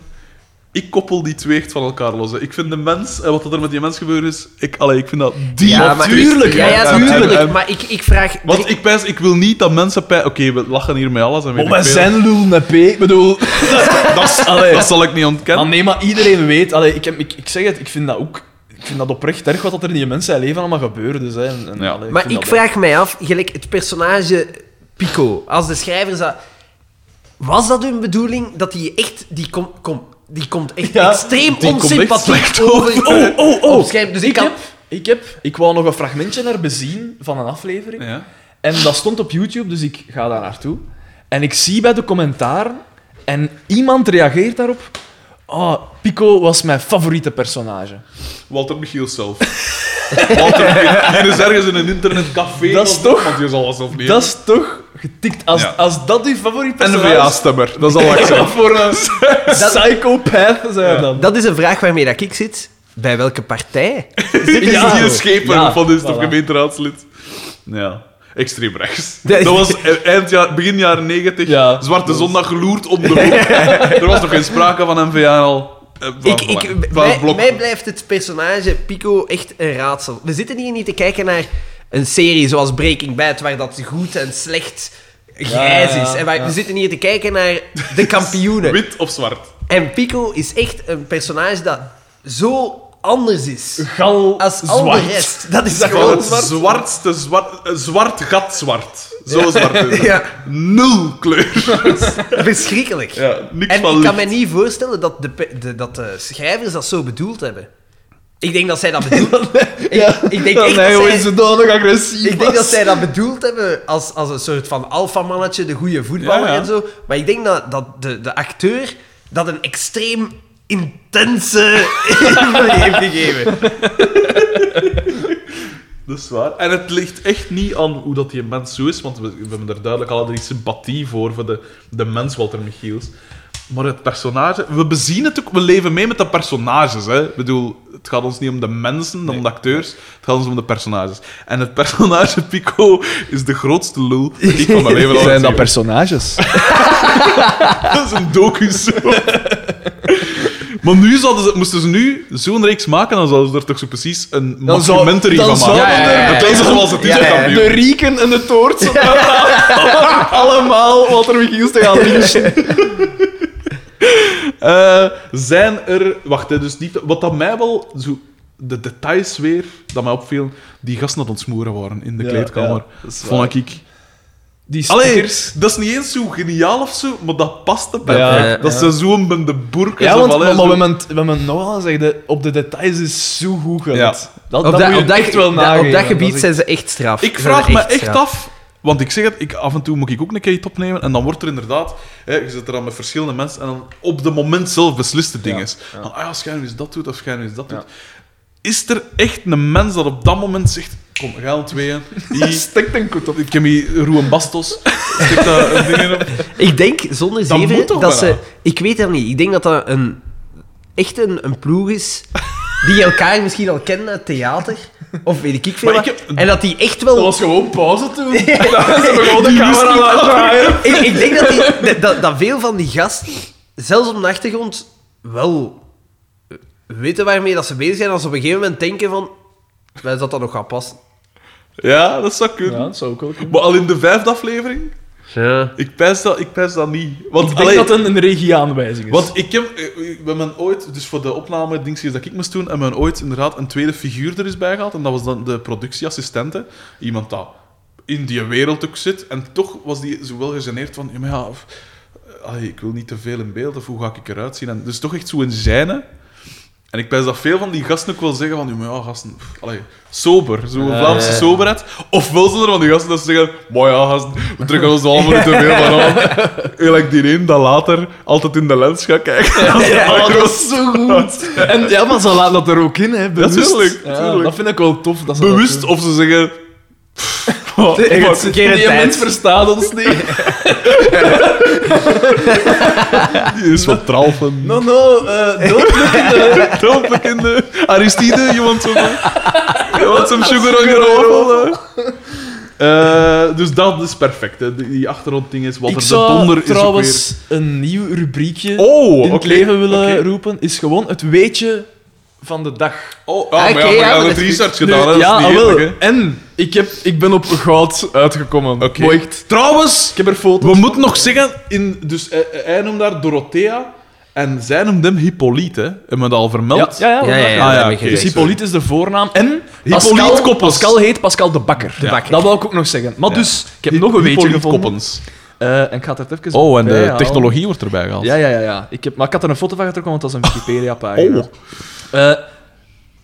Speaker 1: Ik koppel die twee echt van elkaar los. hè. Ik vind de mens en wat er met die mens gebeurd is, ik, allee, ik vind dat die.
Speaker 4: Ja, maar-
Speaker 2: Tuurlijk,
Speaker 4: Ja, ja,
Speaker 2: man,
Speaker 4: natuurlijk.
Speaker 1: tuurlijk.
Speaker 4: Maar ik, ik vraag...
Speaker 1: Want ik, pijs, ik wil niet dat mensen. pij- Oké, we lachen hier met alles. En weet
Speaker 2: Oh, Maar
Speaker 1: ik
Speaker 2: wij
Speaker 1: veel.
Speaker 2: zijn lul met P. Ik bedoel,
Speaker 1: [LAUGHS] Dat, is-
Speaker 2: Allee.
Speaker 1: dat zal ik niet ontkennen.
Speaker 2: maar nee, maar iedereen weet. Allee, ik, heb, ik, ik zeg het, ik vind dat ook. Ik vind dat oprecht erg wat dat er in die mensen zijn leven allemaal gebeurd is. Hè. En, en,
Speaker 1: Ja.
Speaker 2: allee,
Speaker 4: Maar
Speaker 2: vind
Speaker 4: ik
Speaker 2: dat
Speaker 4: vraag mij af, gelijk het personage Pico, als de schrijver dat... Was dat hun bedoeling dat die echt... Die, kom, kom, die komt echt
Speaker 2: Ja,
Speaker 4: extreem
Speaker 1: die komt echt
Speaker 4: onsympathiek
Speaker 1: slecht
Speaker 4: over.
Speaker 2: ook. Oh, oh, oh!
Speaker 4: Opschrijven. Dus ik,
Speaker 2: Ik
Speaker 4: kan...
Speaker 2: heb, ik heb... Ik wou nog een fragmentje naar bezien van een aflevering.
Speaker 1: Ja.
Speaker 2: En dat stond op YouTube, dus ik ga daar naartoe. En ik zie bij de commentaren, en iemand reageert daarop. Oh, Pico was mijn favoriete personage.
Speaker 1: Walter Michiel zelf. [LAUGHS] Walter Michiel. Die is ergens in een internetcafé.
Speaker 2: Dat is
Speaker 1: of zo,
Speaker 2: toch-
Speaker 1: Want die zal alsof niet.
Speaker 2: Dat is toch getikt. Als,
Speaker 1: Ja.
Speaker 2: als dat uw favoriete
Speaker 1: en een
Speaker 2: personage is.
Speaker 1: VA-stemmer. Dat zal ik zelf.
Speaker 2: voor een psychopath zijn we dan.
Speaker 4: dat is een vraag waarmee dat ik zit. Bij welke partij?
Speaker 1: [LAUGHS] Dit is
Speaker 2: Ja.
Speaker 1: hier schepen
Speaker 2: Ja,
Speaker 1: van dit is
Speaker 2: voilà.
Speaker 1: toch gemeenteraadslid. Ja. Extreem rechts.
Speaker 4: Ja.
Speaker 1: Dat was e- eind jaar, begin jaren 90.
Speaker 2: Ja.
Speaker 1: Zwarte Zondag geloerd om de hoek.
Speaker 2: [LAUGHS]
Speaker 1: er was nog geen sprake van NVA al. eh, van
Speaker 4: Ik,
Speaker 1: belang.
Speaker 4: ik,
Speaker 1: Van het
Speaker 4: mij,
Speaker 1: blok.
Speaker 4: mij blijft het personage Pico echt een raadsel. We zitten hier niet te kijken naar een serie zoals Breaking Bad, waar dat goed en slecht grijs
Speaker 2: Ja,
Speaker 4: is.
Speaker 2: ja,
Speaker 4: En wij,
Speaker 2: ja.
Speaker 4: We zitten hier te kijken naar de kampioenen.
Speaker 1: Wit of zwart?
Speaker 4: En Pico is echt een personage dat zo anders is
Speaker 2: Gal
Speaker 4: als al
Speaker 2: zwart.
Speaker 4: de rest. Dat is
Speaker 1: Van
Speaker 4: gewoon
Speaker 1: het
Speaker 4: zwart.
Speaker 1: zwartste zwart, eh, zwart gat zwart. Zo zwart is het.
Speaker 4: [LAUGHS] Ja,
Speaker 1: Nul kleur.
Speaker 4: verschrikkelijk.
Speaker 1: Ja, niks
Speaker 4: En
Speaker 1: van
Speaker 4: ik kan
Speaker 1: licht.
Speaker 4: me niet voorstellen dat de, pe- de- dat de schrijvers dat zo bedoeld hebben. Ik denk dat zij dat bedoeld ik, ik denk
Speaker 2: Dan
Speaker 4: echt
Speaker 2: hij
Speaker 4: dat
Speaker 2: gewoon
Speaker 4: zij...
Speaker 2: zodanig agressief
Speaker 4: Ik denk
Speaker 2: was.
Speaker 4: dat zij dat bedoeld hebben als, als een soort van alfamannetje, de goede voetballer
Speaker 1: Ja, ja.
Speaker 4: en zo. Maar ik denk dat, dat de, de acteur dat een extreem intense [LAUGHS] invulling heeft gegeven.
Speaker 1: Dat is waar. En het ligt echt niet aan hoe dat die mens zo is, want we, we hebben er duidelijk alle drie sympathie voor, voor de, de mens Walter Michiels. Maar het personage... We bezien het ook, we leven mee met de personages. Hè. Ik bedoel, het gaat ons niet om de mensen, om de acteurs, het gaat ons om de personages. En het personage Pico is de grootste lul die [LAUGHS] ik [LAUGHS] van mijn leven al
Speaker 2: Zijn dat
Speaker 1: gezien heb. [LAUGHS]
Speaker 2: personages?
Speaker 1: Dat is een docusoap. maar nu zouden ze, moesten ze nu zo'n reeks maken, dan zouden ze er toch zo precies een
Speaker 2: Dan zou-
Speaker 1: documentary
Speaker 2: dan
Speaker 1: van maken.
Speaker 2: zou-
Speaker 1: Ja, ja, ja.
Speaker 4: ja.
Speaker 1: Het lezen zoals het is,
Speaker 4: Ja, ja, ja.
Speaker 1: kampioen.
Speaker 2: De rieken en de [LAUGHS] toorts. Allemaal Walter Michiels te gaan lynchen. [LAUGHS]
Speaker 1: Eh, zijn er... Wacht, hè, dus niet... Wat dat mij wel... Zo, de details weer, dat mij opvielen, die gasten dat ontsmoren waren in de
Speaker 2: Ja,
Speaker 1: kleedkamer,
Speaker 2: ja, dat is
Speaker 1: vond ik...
Speaker 2: die
Speaker 1: Allee,
Speaker 2: stickers.
Speaker 1: dat is niet eens zo geniaal of zo, maar dat past erbij.
Speaker 2: Ja,
Speaker 4: ja,
Speaker 1: dat
Speaker 2: ja.
Speaker 1: ze zo'n ben de boerkes
Speaker 2: ja,
Speaker 1: of
Speaker 2: want
Speaker 1: allee,
Speaker 2: maar,
Speaker 1: zo.
Speaker 2: maar we hebben nogal gezegd, op de details is zo goed gelet.
Speaker 1: Ja.
Speaker 2: Dat,
Speaker 4: Op
Speaker 2: dat
Speaker 4: dat-
Speaker 2: moet je
Speaker 4: op dat-
Speaker 2: echt wel
Speaker 4: dat-
Speaker 2: nageven.
Speaker 4: Op dat gebied
Speaker 2: is
Speaker 4: zijn ze echt straf.
Speaker 1: Ik
Speaker 4: Zijn
Speaker 1: vraag
Speaker 4: ze
Speaker 1: me echt
Speaker 4: straf.
Speaker 1: af, want ik zeg het, ik, af en toe moet ik ook een keer iets opnemen en dan wordt er inderdaad, hè, je zit er dan met verschillende mensen en dan op de moment zelf beslist de dingen.
Speaker 2: ja.
Speaker 1: Van, ah ja, als jij nu eens dat doet of als jij nu eens dat
Speaker 2: Ja.
Speaker 1: doet. Is er echt een mens dat op dat moment zegt, kom, ga al tweeën,
Speaker 2: [LAUGHS] echt-
Speaker 1: die,
Speaker 2: Steekt een kot op.
Speaker 1: ik heb hier Roen
Speaker 2: [LAUGHS]
Speaker 1: Bastos, stik daar een ding in op.
Speaker 4: Ik denk zonder
Speaker 1: Dat
Speaker 4: zeven
Speaker 1: moet
Speaker 4: dat,
Speaker 1: toch
Speaker 4: ze.
Speaker 1: bijna?
Speaker 4: Ik weet dat niet. Ik denk dat dat een, echt een, een ploeg is die elkaar misschien al kennen uit theater of weet ik veel.
Speaker 1: Maar
Speaker 4: wat.
Speaker 1: ik heb-
Speaker 4: En dat die echt
Speaker 2: Dat
Speaker 4: wel.
Speaker 2: was gewoon pauze toen. Dan hebben we gewoon de
Speaker 1: Die
Speaker 2: camera
Speaker 1: wist niet
Speaker 2: laten draaien.
Speaker 4: Ik, ik denk dat, die, dat- dat, dat veel van die gasten, zelfs op de achtergrond, wel eh, weten waarmee dat ze bezig zijn. Als ze op een gegeven moment denken van. Wij dat dan nog gaan passen.
Speaker 1: Ja, dat zou kunnen.
Speaker 2: Ja, dat zou ook wel kunnen.
Speaker 1: Maar al in de vijfde aflevering?
Speaker 4: Ja.
Speaker 1: Ik pijs dat, ik pijs dat niet. Want,
Speaker 2: Ik
Speaker 1: allee,
Speaker 2: denk dat het een, een regieaanwijzing is.
Speaker 1: Want ik heb, eh, we hebben ooit, dus voor de opname dingetjes dat ik moest doen, hebben we ooit inderdaad een tweede figuur er is bij gehad. En dat was dan de productieassistente. Iemand dat in die wereld ook zit. En toch was die zo wel gegeneerd van, ja, maar ja, f- eh, allee, ik wil niet te veel in beeld, of hoe ga ik eruit zien? En dus toch echt zo een zijne. En ik pijs dat veel van die gasten ook wel zeggen van, ja, maar ja, gasten, pff, allee, sober, zo'n Vlaamse
Speaker 4: ja.
Speaker 1: soberheid. Ofwel zijn er van die gasten dat zeggen, maar ja, gasten, we trekken ons allemaal
Speaker 4: [LAUGHS]
Speaker 1: te veel van aan. Eerlijk die een dat later altijd in de lens gaat kijken.
Speaker 2: Ja, dat is zo goed. En ja, maar ze laten dat er ook in, hè. Bewust.
Speaker 1: tuurlijk,
Speaker 2: Ja,
Speaker 1: tuurlijk.
Speaker 2: dat vind ik wel tof. Dat ze dat
Speaker 1: Bewust
Speaker 2: doen.
Speaker 1: of ze
Speaker 2: [LAUGHS]
Speaker 1: zeggen... Oh,
Speaker 4: Tegen
Speaker 1: fuck.
Speaker 4: het verkeerde
Speaker 2: Die
Speaker 4: tijd.
Speaker 2: mens verstaat ons
Speaker 1: [LAUGHS]
Speaker 2: niet.
Speaker 1: Die is wat
Speaker 2: [LAUGHS]
Speaker 1: tralfen. [LAUGHS]
Speaker 2: No, no, eh don't.
Speaker 1: Tralfen in de... Aristide, je want some... You want some sugar on your waffle? eh? Eh, dus dat is perfect. Hè. Die, die achtergrondding is... Walter
Speaker 2: Ik
Speaker 1: de
Speaker 2: zou
Speaker 1: Donder is ook
Speaker 2: trouwens een nieuw rubriekje
Speaker 1: weer... Oh,
Speaker 2: in
Speaker 1: oké.
Speaker 2: het leven willen
Speaker 1: oké.
Speaker 2: roepen. Is gewoon het weetje van de dag.
Speaker 1: Oh, ah,
Speaker 4: Oké,
Speaker 1: maar ja, we
Speaker 4: ja,
Speaker 1: hebben
Speaker 4: maar
Speaker 1: het
Speaker 4: dat is
Speaker 1: research
Speaker 2: Nu,
Speaker 1: gedaan. hè.
Speaker 2: ja,
Speaker 1: dat is niet
Speaker 2: ah, wel.
Speaker 1: eerlijk,
Speaker 2: En ik, heb, ik ben op goud uitgekomen.
Speaker 1: hè. Oké.
Speaker 2: Mooi, echt.
Speaker 1: Trouwens...
Speaker 2: Ik heb er foto's.
Speaker 1: We moeten nog zeggen, in, dus eh, eh, hij noemt daar Dorothea en zij noemt hem Hippolyte. hè. Hebben we dat al vermeld?
Speaker 2: Ja, ja,
Speaker 4: Ja,
Speaker 2: ja.
Speaker 4: ja, ja,
Speaker 2: ja.
Speaker 1: Ah,
Speaker 4: dat
Speaker 1: ja,
Speaker 4: heb ik
Speaker 1: oké.
Speaker 2: Dus
Speaker 4: gezegd.
Speaker 2: Hippolyte is de voornaam. En
Speaker 1: Hippolyte
Speaker 2: Pascal,
Speaker 1: Koppens.
Speaker 2: Pascal heet Pascal de Bakker.
Speaker 1: De Bakker.
Speaker 2: Dat wil ik ook nog zeggen. Maar
Speaker 1: Ja.
Speaker 2: dus, ik heb nog een weetje
Speaker 1: Hippolyte
Speaker 2: gevonden.
Speaker 1: Koppens.
Speaker 2: Eh, en ik ga het er even
Speaker 1: Oh, en de
Speaker 2: bij halen.
Speaker 1: technologie wordt erbij gehaald.
Speaker 2: Ja, ja, ja. ja. Ik heb, maar ik had er een foto van getrokken, want dat is een Wikipedia-pagina.
Speaker 1: Oh.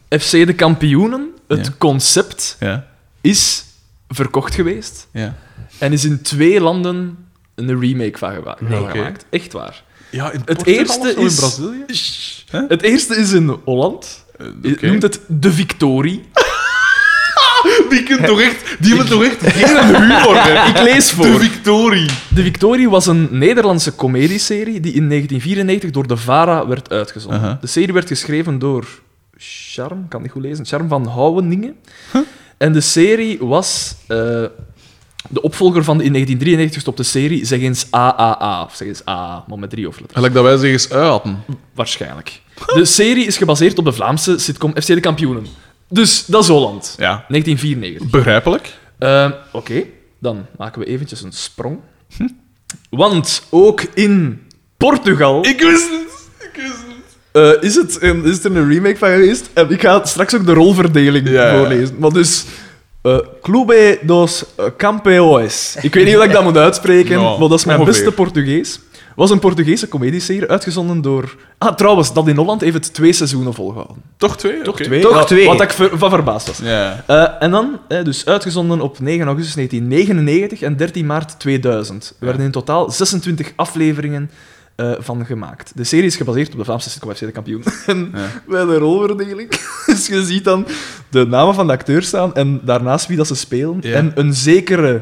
Speaker 2: Eh, FC De Kampioenen, het
Speaker 1: Ja.
Speaker 2: concept,
Speaker 1: Ja,
Speaker 2: is verkocht geweest.
Speaker 1: ja.
Speaker 2: En is in twee landen een remake van gema- van
Speaker 1: Nee.
Speaker 2: gemaakt. Echt waar.
Speaker 1: ja in
Speaker 2: Het
Speaker 1: Portugal
Speaker 2: eerste
Speaker 1: of zo, in
Speaker 2: is...
Speaker 1: Brazilië?
Speaker 2: Shh.
Speaker 1: Hè?
Speaker 2: Het eerste is in Holland.
Speaker 1: Eh,
Speaker 2: Je
Speaker 1: oké.
Speaker 2: Noemt het De Victorie.
Speaker 1: [LAUGHS] Die kunnen toch echt... Die hebben toch echt [LAUGHS] geen humor, hè?
Speaker 2: Ik lees voor.
Speaker 1: De victorie.
Speaker 2: De Victorie was een Nederlandse comedieserie die in 1994 door de VARA werd uitgezonden.
Speaker 1: Aha.
Speaker 2: De serie werd geschreven door Charm, kan niet goed lezen, Charm van Houweningen. En de serie was eh, de opvolger van de in 1993 gestopte serie Zeg eens AAA, of Zeg eens AA, maar met drie hoofdletters.
Speaker 1: Gelijk dat wij zeggen eens uiten.
Speaker 2: Waarschijnlijk. De serie is gebaseerd op de Vlaamse sitcom FC De Kampioenen. Dus dat is Holland.
Speaker 1: Ja.
Speaker 2: 1994.
Speaker 1: Begrijpelijk.
Speaker 2: Ehm, Oké, Hm. dan maken we eventjes een sprong. Want ook in Portugal
Speaker 1: Ik wist het. Ik wist het.
Speaker 2: eh, is, het een, is er een remake van geweest. En ik ga straks ook de rolverdeling
Speaker 1: Ja, ja.
Speaker 2: voorlezen. Maar dus, eh, Clube dos Campeões. Ik weet niet hoe ik dat moet uitspreken,
Speaker 1: Ja,
Speaker 2: maar dat is mijn
Speaker 1: ongeveer.
Speaker 2: beste Portugees. Was een Portugese comedieserie uitgezonden door... Ah, trouwens, dat in Holland heeft het twee seizoenen volgehouden.
Speaker 1: Toch twee?
Speaker 2: Toch
Speaker 1: Oké.
Speaker 2: twee?
Speaker 4: Toch
Speaker 2: Wat-
Speaker 4: twee.
Speaker 2: Wat ik ver- van verbaasd was.
Speaker 1: Ja.
Speaker 2: Eh, en dan, eh, dus uitgezonden op 9 augustus 1999 en 13 maart 2000. Er werden in totaal 26 afleveringen eh, van gemaakt. De serie is gebaseerd op de Vlaamse sitcom FC de kampioen. [LAUGHS] En
Speaker 1: Ja.
Speaker 2: bij de rolverdeling, [LAUGHS] dus je ziet dan de namen van de acteurs staan en daarnaast wie dat ze spelen.
Speaker 1: Ja.
Speaker 2: En een zekere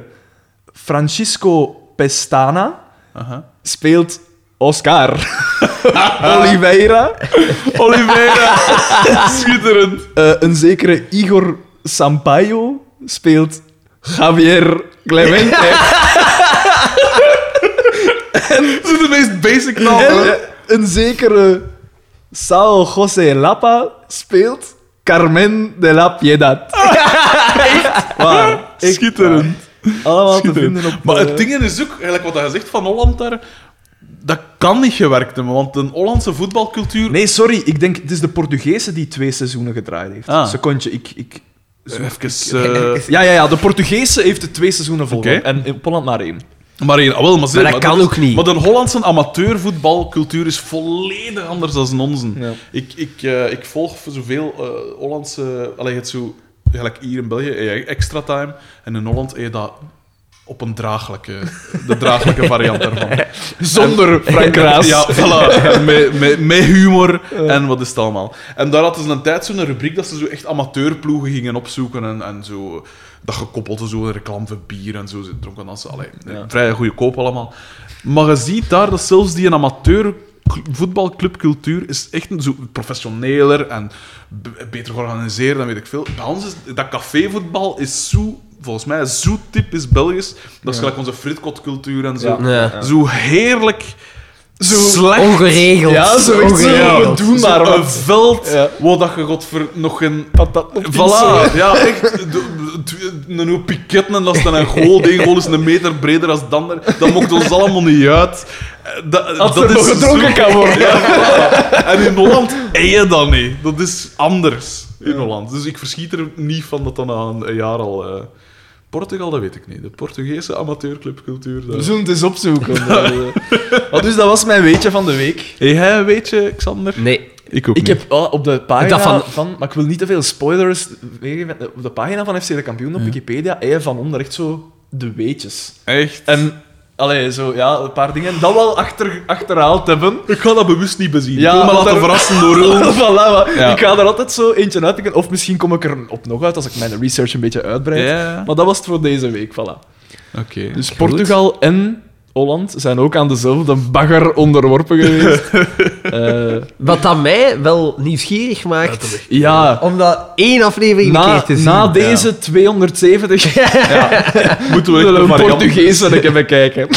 Speaker 2: Francisco Pestana
Speaker 1: Aha.
Speaker 2: speelt
Speaker 1: [LAUGHS]
Speaker 2: Oscar Oliveira.
Speaker 1: Oliveira. [LAUGHS] Schitterend.
Speaker 2: Eh, een zekere Igor Sampaio speelt Javier Clemente.
Speaker 1: Dat is de meest basic naam,
Speaker 2: En
Speaker 1: hè?
Speaker 2: een zekere Sao José Lapa speelt Carmen de la
Speaker 1: [LAUGHS]
Speaker 2: Piedad. Echt waar. Echt
Speaker 1: Schitterend.
Speaker 2: waar. Allemaal te
Speaker 1: Schitterend.
Speaker 2: vinden op...
Speaker 1: maar
Speaker 2: eh,
Speaker 1: het ding is ook, eigenlijk wat je zegt van Holland daar, dat kan niet gewerkt hebben, want een Hollandse voetbalcultuur...
Speaker 2: Nee, sorry. Ik denk, het is de Portugese die twee seizoenen gedraaid heeft.
Speaker 1: Ah.
Speaker 2: Secondje, ik... ik
Speaker 1: Zo even... eh,
Speaker 2: Ja, ja, ja, de Portugese heeft het twee seizoenen vol.
Speaker 1: Oké.
Speaker 2: hè. En in Holland maar één.
Speaker 1: maar, één- ah, wel, maar, zeer,
Speaker 4: Maar dat kan ook niet.
Speaker 1: Maar de Hollandse amateurvoetbalcultuur is volledig anders dan onze. Ik, ik, eh, ik volg voor zoveel eh, Hollandse... Allee, het zo... Gelijk hier in België heb je extra time. En in Holland heb je dat op een draaglijke... De draaglijke
Speaker 2: [LAUGHS]
Speaker 1: variant daarvan.
Speaker 2: Zonder Frank [LAUGHS] Raas.
Speaker 1: Ja,
Speaker 2: [LAUGHS]
Speaker 1: voilà. met, met, met humor en wat is het allemaal. En daar hadden ze een tijd zo'n rubriek dat ze zo echt amateurploegen gingen opzoeken en, en zo... Dat gekoppelde zo, reclame voor bier en zo. Ze dronken dansen. Allee, vrij goede koop allemaal. Maar je ziet daar dat zelfs die een amateur voetbalclubcultuur is echt een- zo professioneler en b- beter georganiseerd en weet ik veel. Bij ons is dat cafévoetbal is zo, volgens mij, zo typisch Belgisch. Dat is gelijk onze fritkotcultuur en zo.
Speaker 2: Ja.
Speaker 4: Ja.
Speaker 1: Zo heerlijk, zo slecht.
Speaker 4: Ongeregeld.
Speaker 2: Ja, zo echt zo.
Speaker 1: Ja,
Speaker 2: Doe
Speaker 1: zo
Speaker 2: maar
Speaker 1: Een
Speaker 2: wat.
Speaker 1: veld
Speaker 2: Ja.
Speaker 1: waar dat je godver nog een...
Speaker 2: Patat op
Speaker 1: Voilà, ja, echt. de- de- de- Een hoop piketten en dat is dan een
Speaker 2: [LAUGHS]
Speaker 1: goal. De ene goal is een meter breder als de ander. Dat mocht ons allemaal niet uit. Eh, Dat,
Speaker 2: Als er nog gedronken kan worden.
Speaker 1: Ja, voilà. En in Holland heb je dat niet. Dat is anders in Holland. Dus ik verschiet er niet van dat dan na een jaar al... eh, Portugal, dat weet ik niet. De Portugese amateurclubcultuur.
Speaker 2: We
Speaker 1: daar-
Speaker 2: zullen het eens opzoeken. [LAUGHS] Maar dus dat was mijn weetje van de week.
Speaker 1: Hey, hè, weet je, Xander?
Speaker 4: Nee.
Speaker 1: Ik ook
Speaker 2: Ik heb ah, op de pagina
Speaker 4: Dat van-
Speaker 2: van, maar ik wil niet te veel spoilers meegeven. Op de pagina van FC de Kampioen op Wikipedia, hij van onder echt zo de weetjes.
Speaker 1: Echt?
Speaker 2: En allee, zo, ja, een paar dingen dat wel achter, achterhaald hebben.
Speaker 1: Ik ga dat bewust niet bezien.
Speaker 2: Ja,
Speaker 1: Ja, maar
Speaker 2: want
Speaker 1: laten
Speaker 2: daar-
Speaker 1: verrassen door
Speaker 2: [LAUGHS] Voilà,
Speaker 1: Ulm.
Speaker 2: maar
Speaker 1: Ja.
Speaker 2: Ik ga er altijd zo eentje uitpikken. Of misschien kom ik er op nog uit als ik mijn research een beetje uitbreid.
Speaker 1: Ja.
Speaker 2: Maar dat was het voor deze week, voilà.
Speaker 1: Oké.
Speaker 2: Dus Portugal en Holland zijn ook aan dezelfde bagger onderworpen [LAUGHS] geweest. Eh,
Speaker 4: Wat dat mij wel nieuwsgierig maakt,
Speaker 2: ja,
Speaker 4: om dat één aflevering een
Speaker 2: na,
Speaker 4: Oh, keer te zien.
Speaker 2: na deze 270
Speaker 1: moeten we echt
Speaker 2: zullen
Speaker 1: een
Speaker 2: we een
Speaker 1: variant-
Speaker 2: [LAUGHS] Portugees een keer bekijken.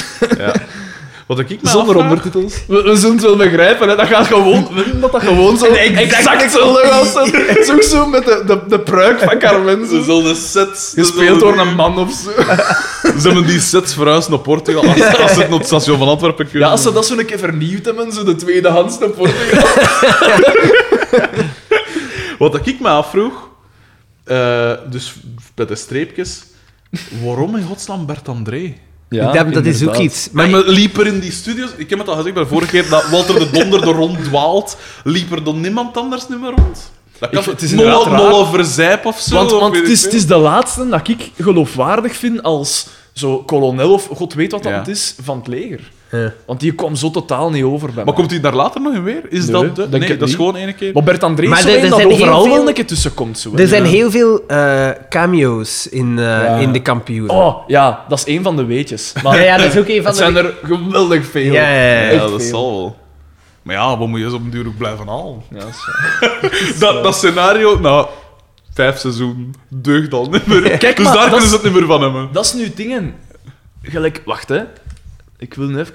Speaker 1: Wat ik mij
Speaker 2: Zonder
Speaker 1: afvraag-
Speaker 2: ondertitels. We, we zullen het wel begrijpen, hè. dat gaat gewoon, we doen dat dat gewoon
Speaker 4: [LAUGHS]
Speaker 2: zo exact, hetzelfde was. Het is ook zo met de, de, de pruik van
Speaker 1: Ze
Speaker 2: Carmen.
Speaker 1: zullen de sets...
Speaker 2: Gespeeld door een man of zo.
Speaker 1: Ze hebben die sets verhuisd naar Portugal.
Speaker 2: [LAUGHS]
Speaker 1: Als, als ze het naar het station van Antwerpen kunnen...
Speaker 2: Ja, als ze dat zo een keer vernieuwd hebben, zo de tweedehands naar Portugal.
Speaker 1: Wat ik mij afvroeg... eh, dus bij de streepjes... Waarom in godsnaam Bert André?
Speaker 4: Ja, dat, dat is ook iets. Maar
Speaker 1: Maar we liepen in die studios... Ik heb het al gezegd bij de vorige keer, dat Walter de Donder er rond dwaalt. Liep er dan niemand anders nu meer rond? Dat kan
Speaker 2: Ik- het is
Speaker 1: Nolle-
Speaker 2: inderdaad raar.
Speaker 1: Nolle Verzijp of zo.
Speaker 2: Want,
Speaker 1: of
Speaker 2: want
Speaker 1: weet
Speaker 2: het,
Speaker 1: ik
Speaker 2: is, het
Speaker 1: veel.
Speaker 2: is de laatste dat ik geloofwaardig vind als zo kolonel of god weet wat dat
Speaker 1: Ja.
Speaker 2: het is van het leger.
Speaker 4: Ja.
Speaker 2: Want die kwam zo totaal niet over bij
Speaker 1: Maar
Speaker 2: mij.
Speaker 1: komt hij daar later nog in weer? Is
Speaker 2: Nee,
Speaker 1: dat de...
Speaker 2: denk
Speaker 1: Nee,
Speaker 2: ik
Speaker 1: dat is
Speaker 2: niet.
Speaker 1: gewoon één keer.
Speaker 2: Maar Bert André
Speaker 4: Maar
Speaker 2: is zo
Speaker 4: er- er
Speaker 2: één dat
Speaker 4: zijn heel
Speaker 2: overal wel
Speaker 4: veel-
Speaker 2: een keer tussenkomt. Zo, hè.
Speaker 4: er zijn heel veel eh, cameo's in, eh, in de kampioen.
Speaker 2: Oh, ja, dat is één van de weetjes. Maar
Speaker 4: Ja, ja, dat is ook een van
Speaker 2: het
Speaker 4: de...
Speaker 2: zijn er geweldig veel.
Speaker 4: Ja, ja, ja.
Speaker 1: Ja,
Speaker 2: Echt
Speaker 1: dat
Speaker 2: veel.
Speaker 1: zal wel. Maar ja, wat moet je ze op een duur ook blijven
Speaker 2: [LAUGHS]
Speaker 1: halen?
Speaker 2: Ja, dat is
Speaker 1: Dat, dat scenario, nou, vijf seizoenen deugt al niet meer.
Speaker 2: Kijk,
Speaker 1: dus daar
Speaker 2: maar dat
Speaker 1: kunnen
Speaker 2: is-
Speaker 1: ze het niet meer van hebben.
Speaker 2: Dat is nu dingen. Gelijk, wacht hè. Ik wil nu even.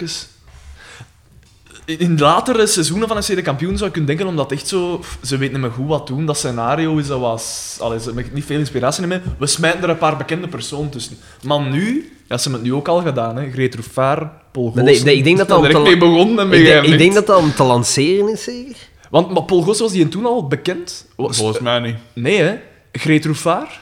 Speaker 2: In- In latere seizoenen van FC de kampioen zou ik kunnen denken, omdat echt zo. pff, Ze weten niet meer goed wat doen. Dat scenario is dat was. Allee, ze hebben niet veel inspiratie meer. We smijten er een paar bekende personen tussen. Maar nu, ja, ze hebben het nu ook al gedaan, hè? Greet Roefaar, Paul
Speaker 4: Maar
Speaker 2: Goossens.
Speaker 4: nee, nee, ik denk dat dat om
Speaker 2: direct
Speaker 4: te
Speaker 2: mee
Speaker 4: la-
Speaker 2: begonnen en mee
Speaker 4: ik, denk, ik
Speaker 2: geëindigd.
Speaker 4: denk dat dat om te lanceren is, zeker?
Speaker 2: Want maar Paul Goossens was die toen al bekend? Was-
Speaker 1: Volgens mij niet.
Speaker 2: Nee, hè? Greet Roefaar?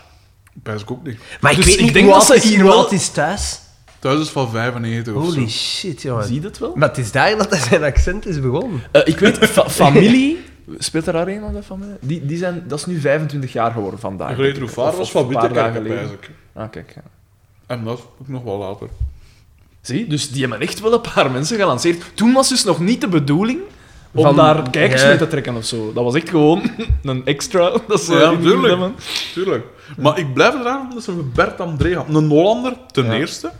Speaker 1: Pijs ik ook niet.
Speaker 4: Maar ik
Speaker 2: Dus
Speaker 4: weet
Speaker 2: ik
Speaker 4: niet
Speaker 2: denk
Speaker 4: hoe
Speaker 2: dat
Speaker 4: oud
Speaker 2: ze
Speaker 4: is-
Speaker 2: hier
Speaker 4: hoe
Speaker 2: wel-
Speaker 4: oud is thuis.
Speaker 1: Thuis is van 95 of
Speaker 4: Holy
Speaker 1: zo.
Speaker 4: shit, jongen.
Speaker 2: Zie je dat wel?
Speaker 4: Maar het is daar dat hij zijn accent is begonnen.
Speaker 2: Eh, ik weet, [LAUGHS] fa- familie. Speelt er daar een van de familie? Die, die zijn, dat is nu 25 jaar geworden vandaag.
Speaker 1: Greet
Speaker 2: denk ik.
Speaker 1: Roefaar
Speaker 2: Of-
Speaker 1: was
Speaker 2: of
Speaker 1: van
Speaker 2: een paar dagen
Speaker 1: Wittekerk,
Speaker 2: geleden.
Speaker 1: pijs ik.
Speaker 2: Ah, kijk. ja.
Speaker 1: En dat is ook nog wel later.
Speaker 2: Zie, dus die hebben echt wel een paar [LAUGHS] mensen gelanceerd. Toen was dus nog niet de bedoeling om
Speaker 4: Van-
Speaker 2: daar kijkers
Speaker 4: Ja.
Speaker 2: mee te trekken of zo. Dat was echt gewoon [LAUGHS] een extra. Dat eh, ze
Speaker 1: Ja,
Speaker 2: erin
Speaker 1: tuurlijk.
Speaker 2: hebben.
Speaker 1: Tuurlijk. Maar ik blijf eraan dat ze Bert André gaan. Een Hollander, ten
Speaker 2: Ja.
Speaker 1: eerste.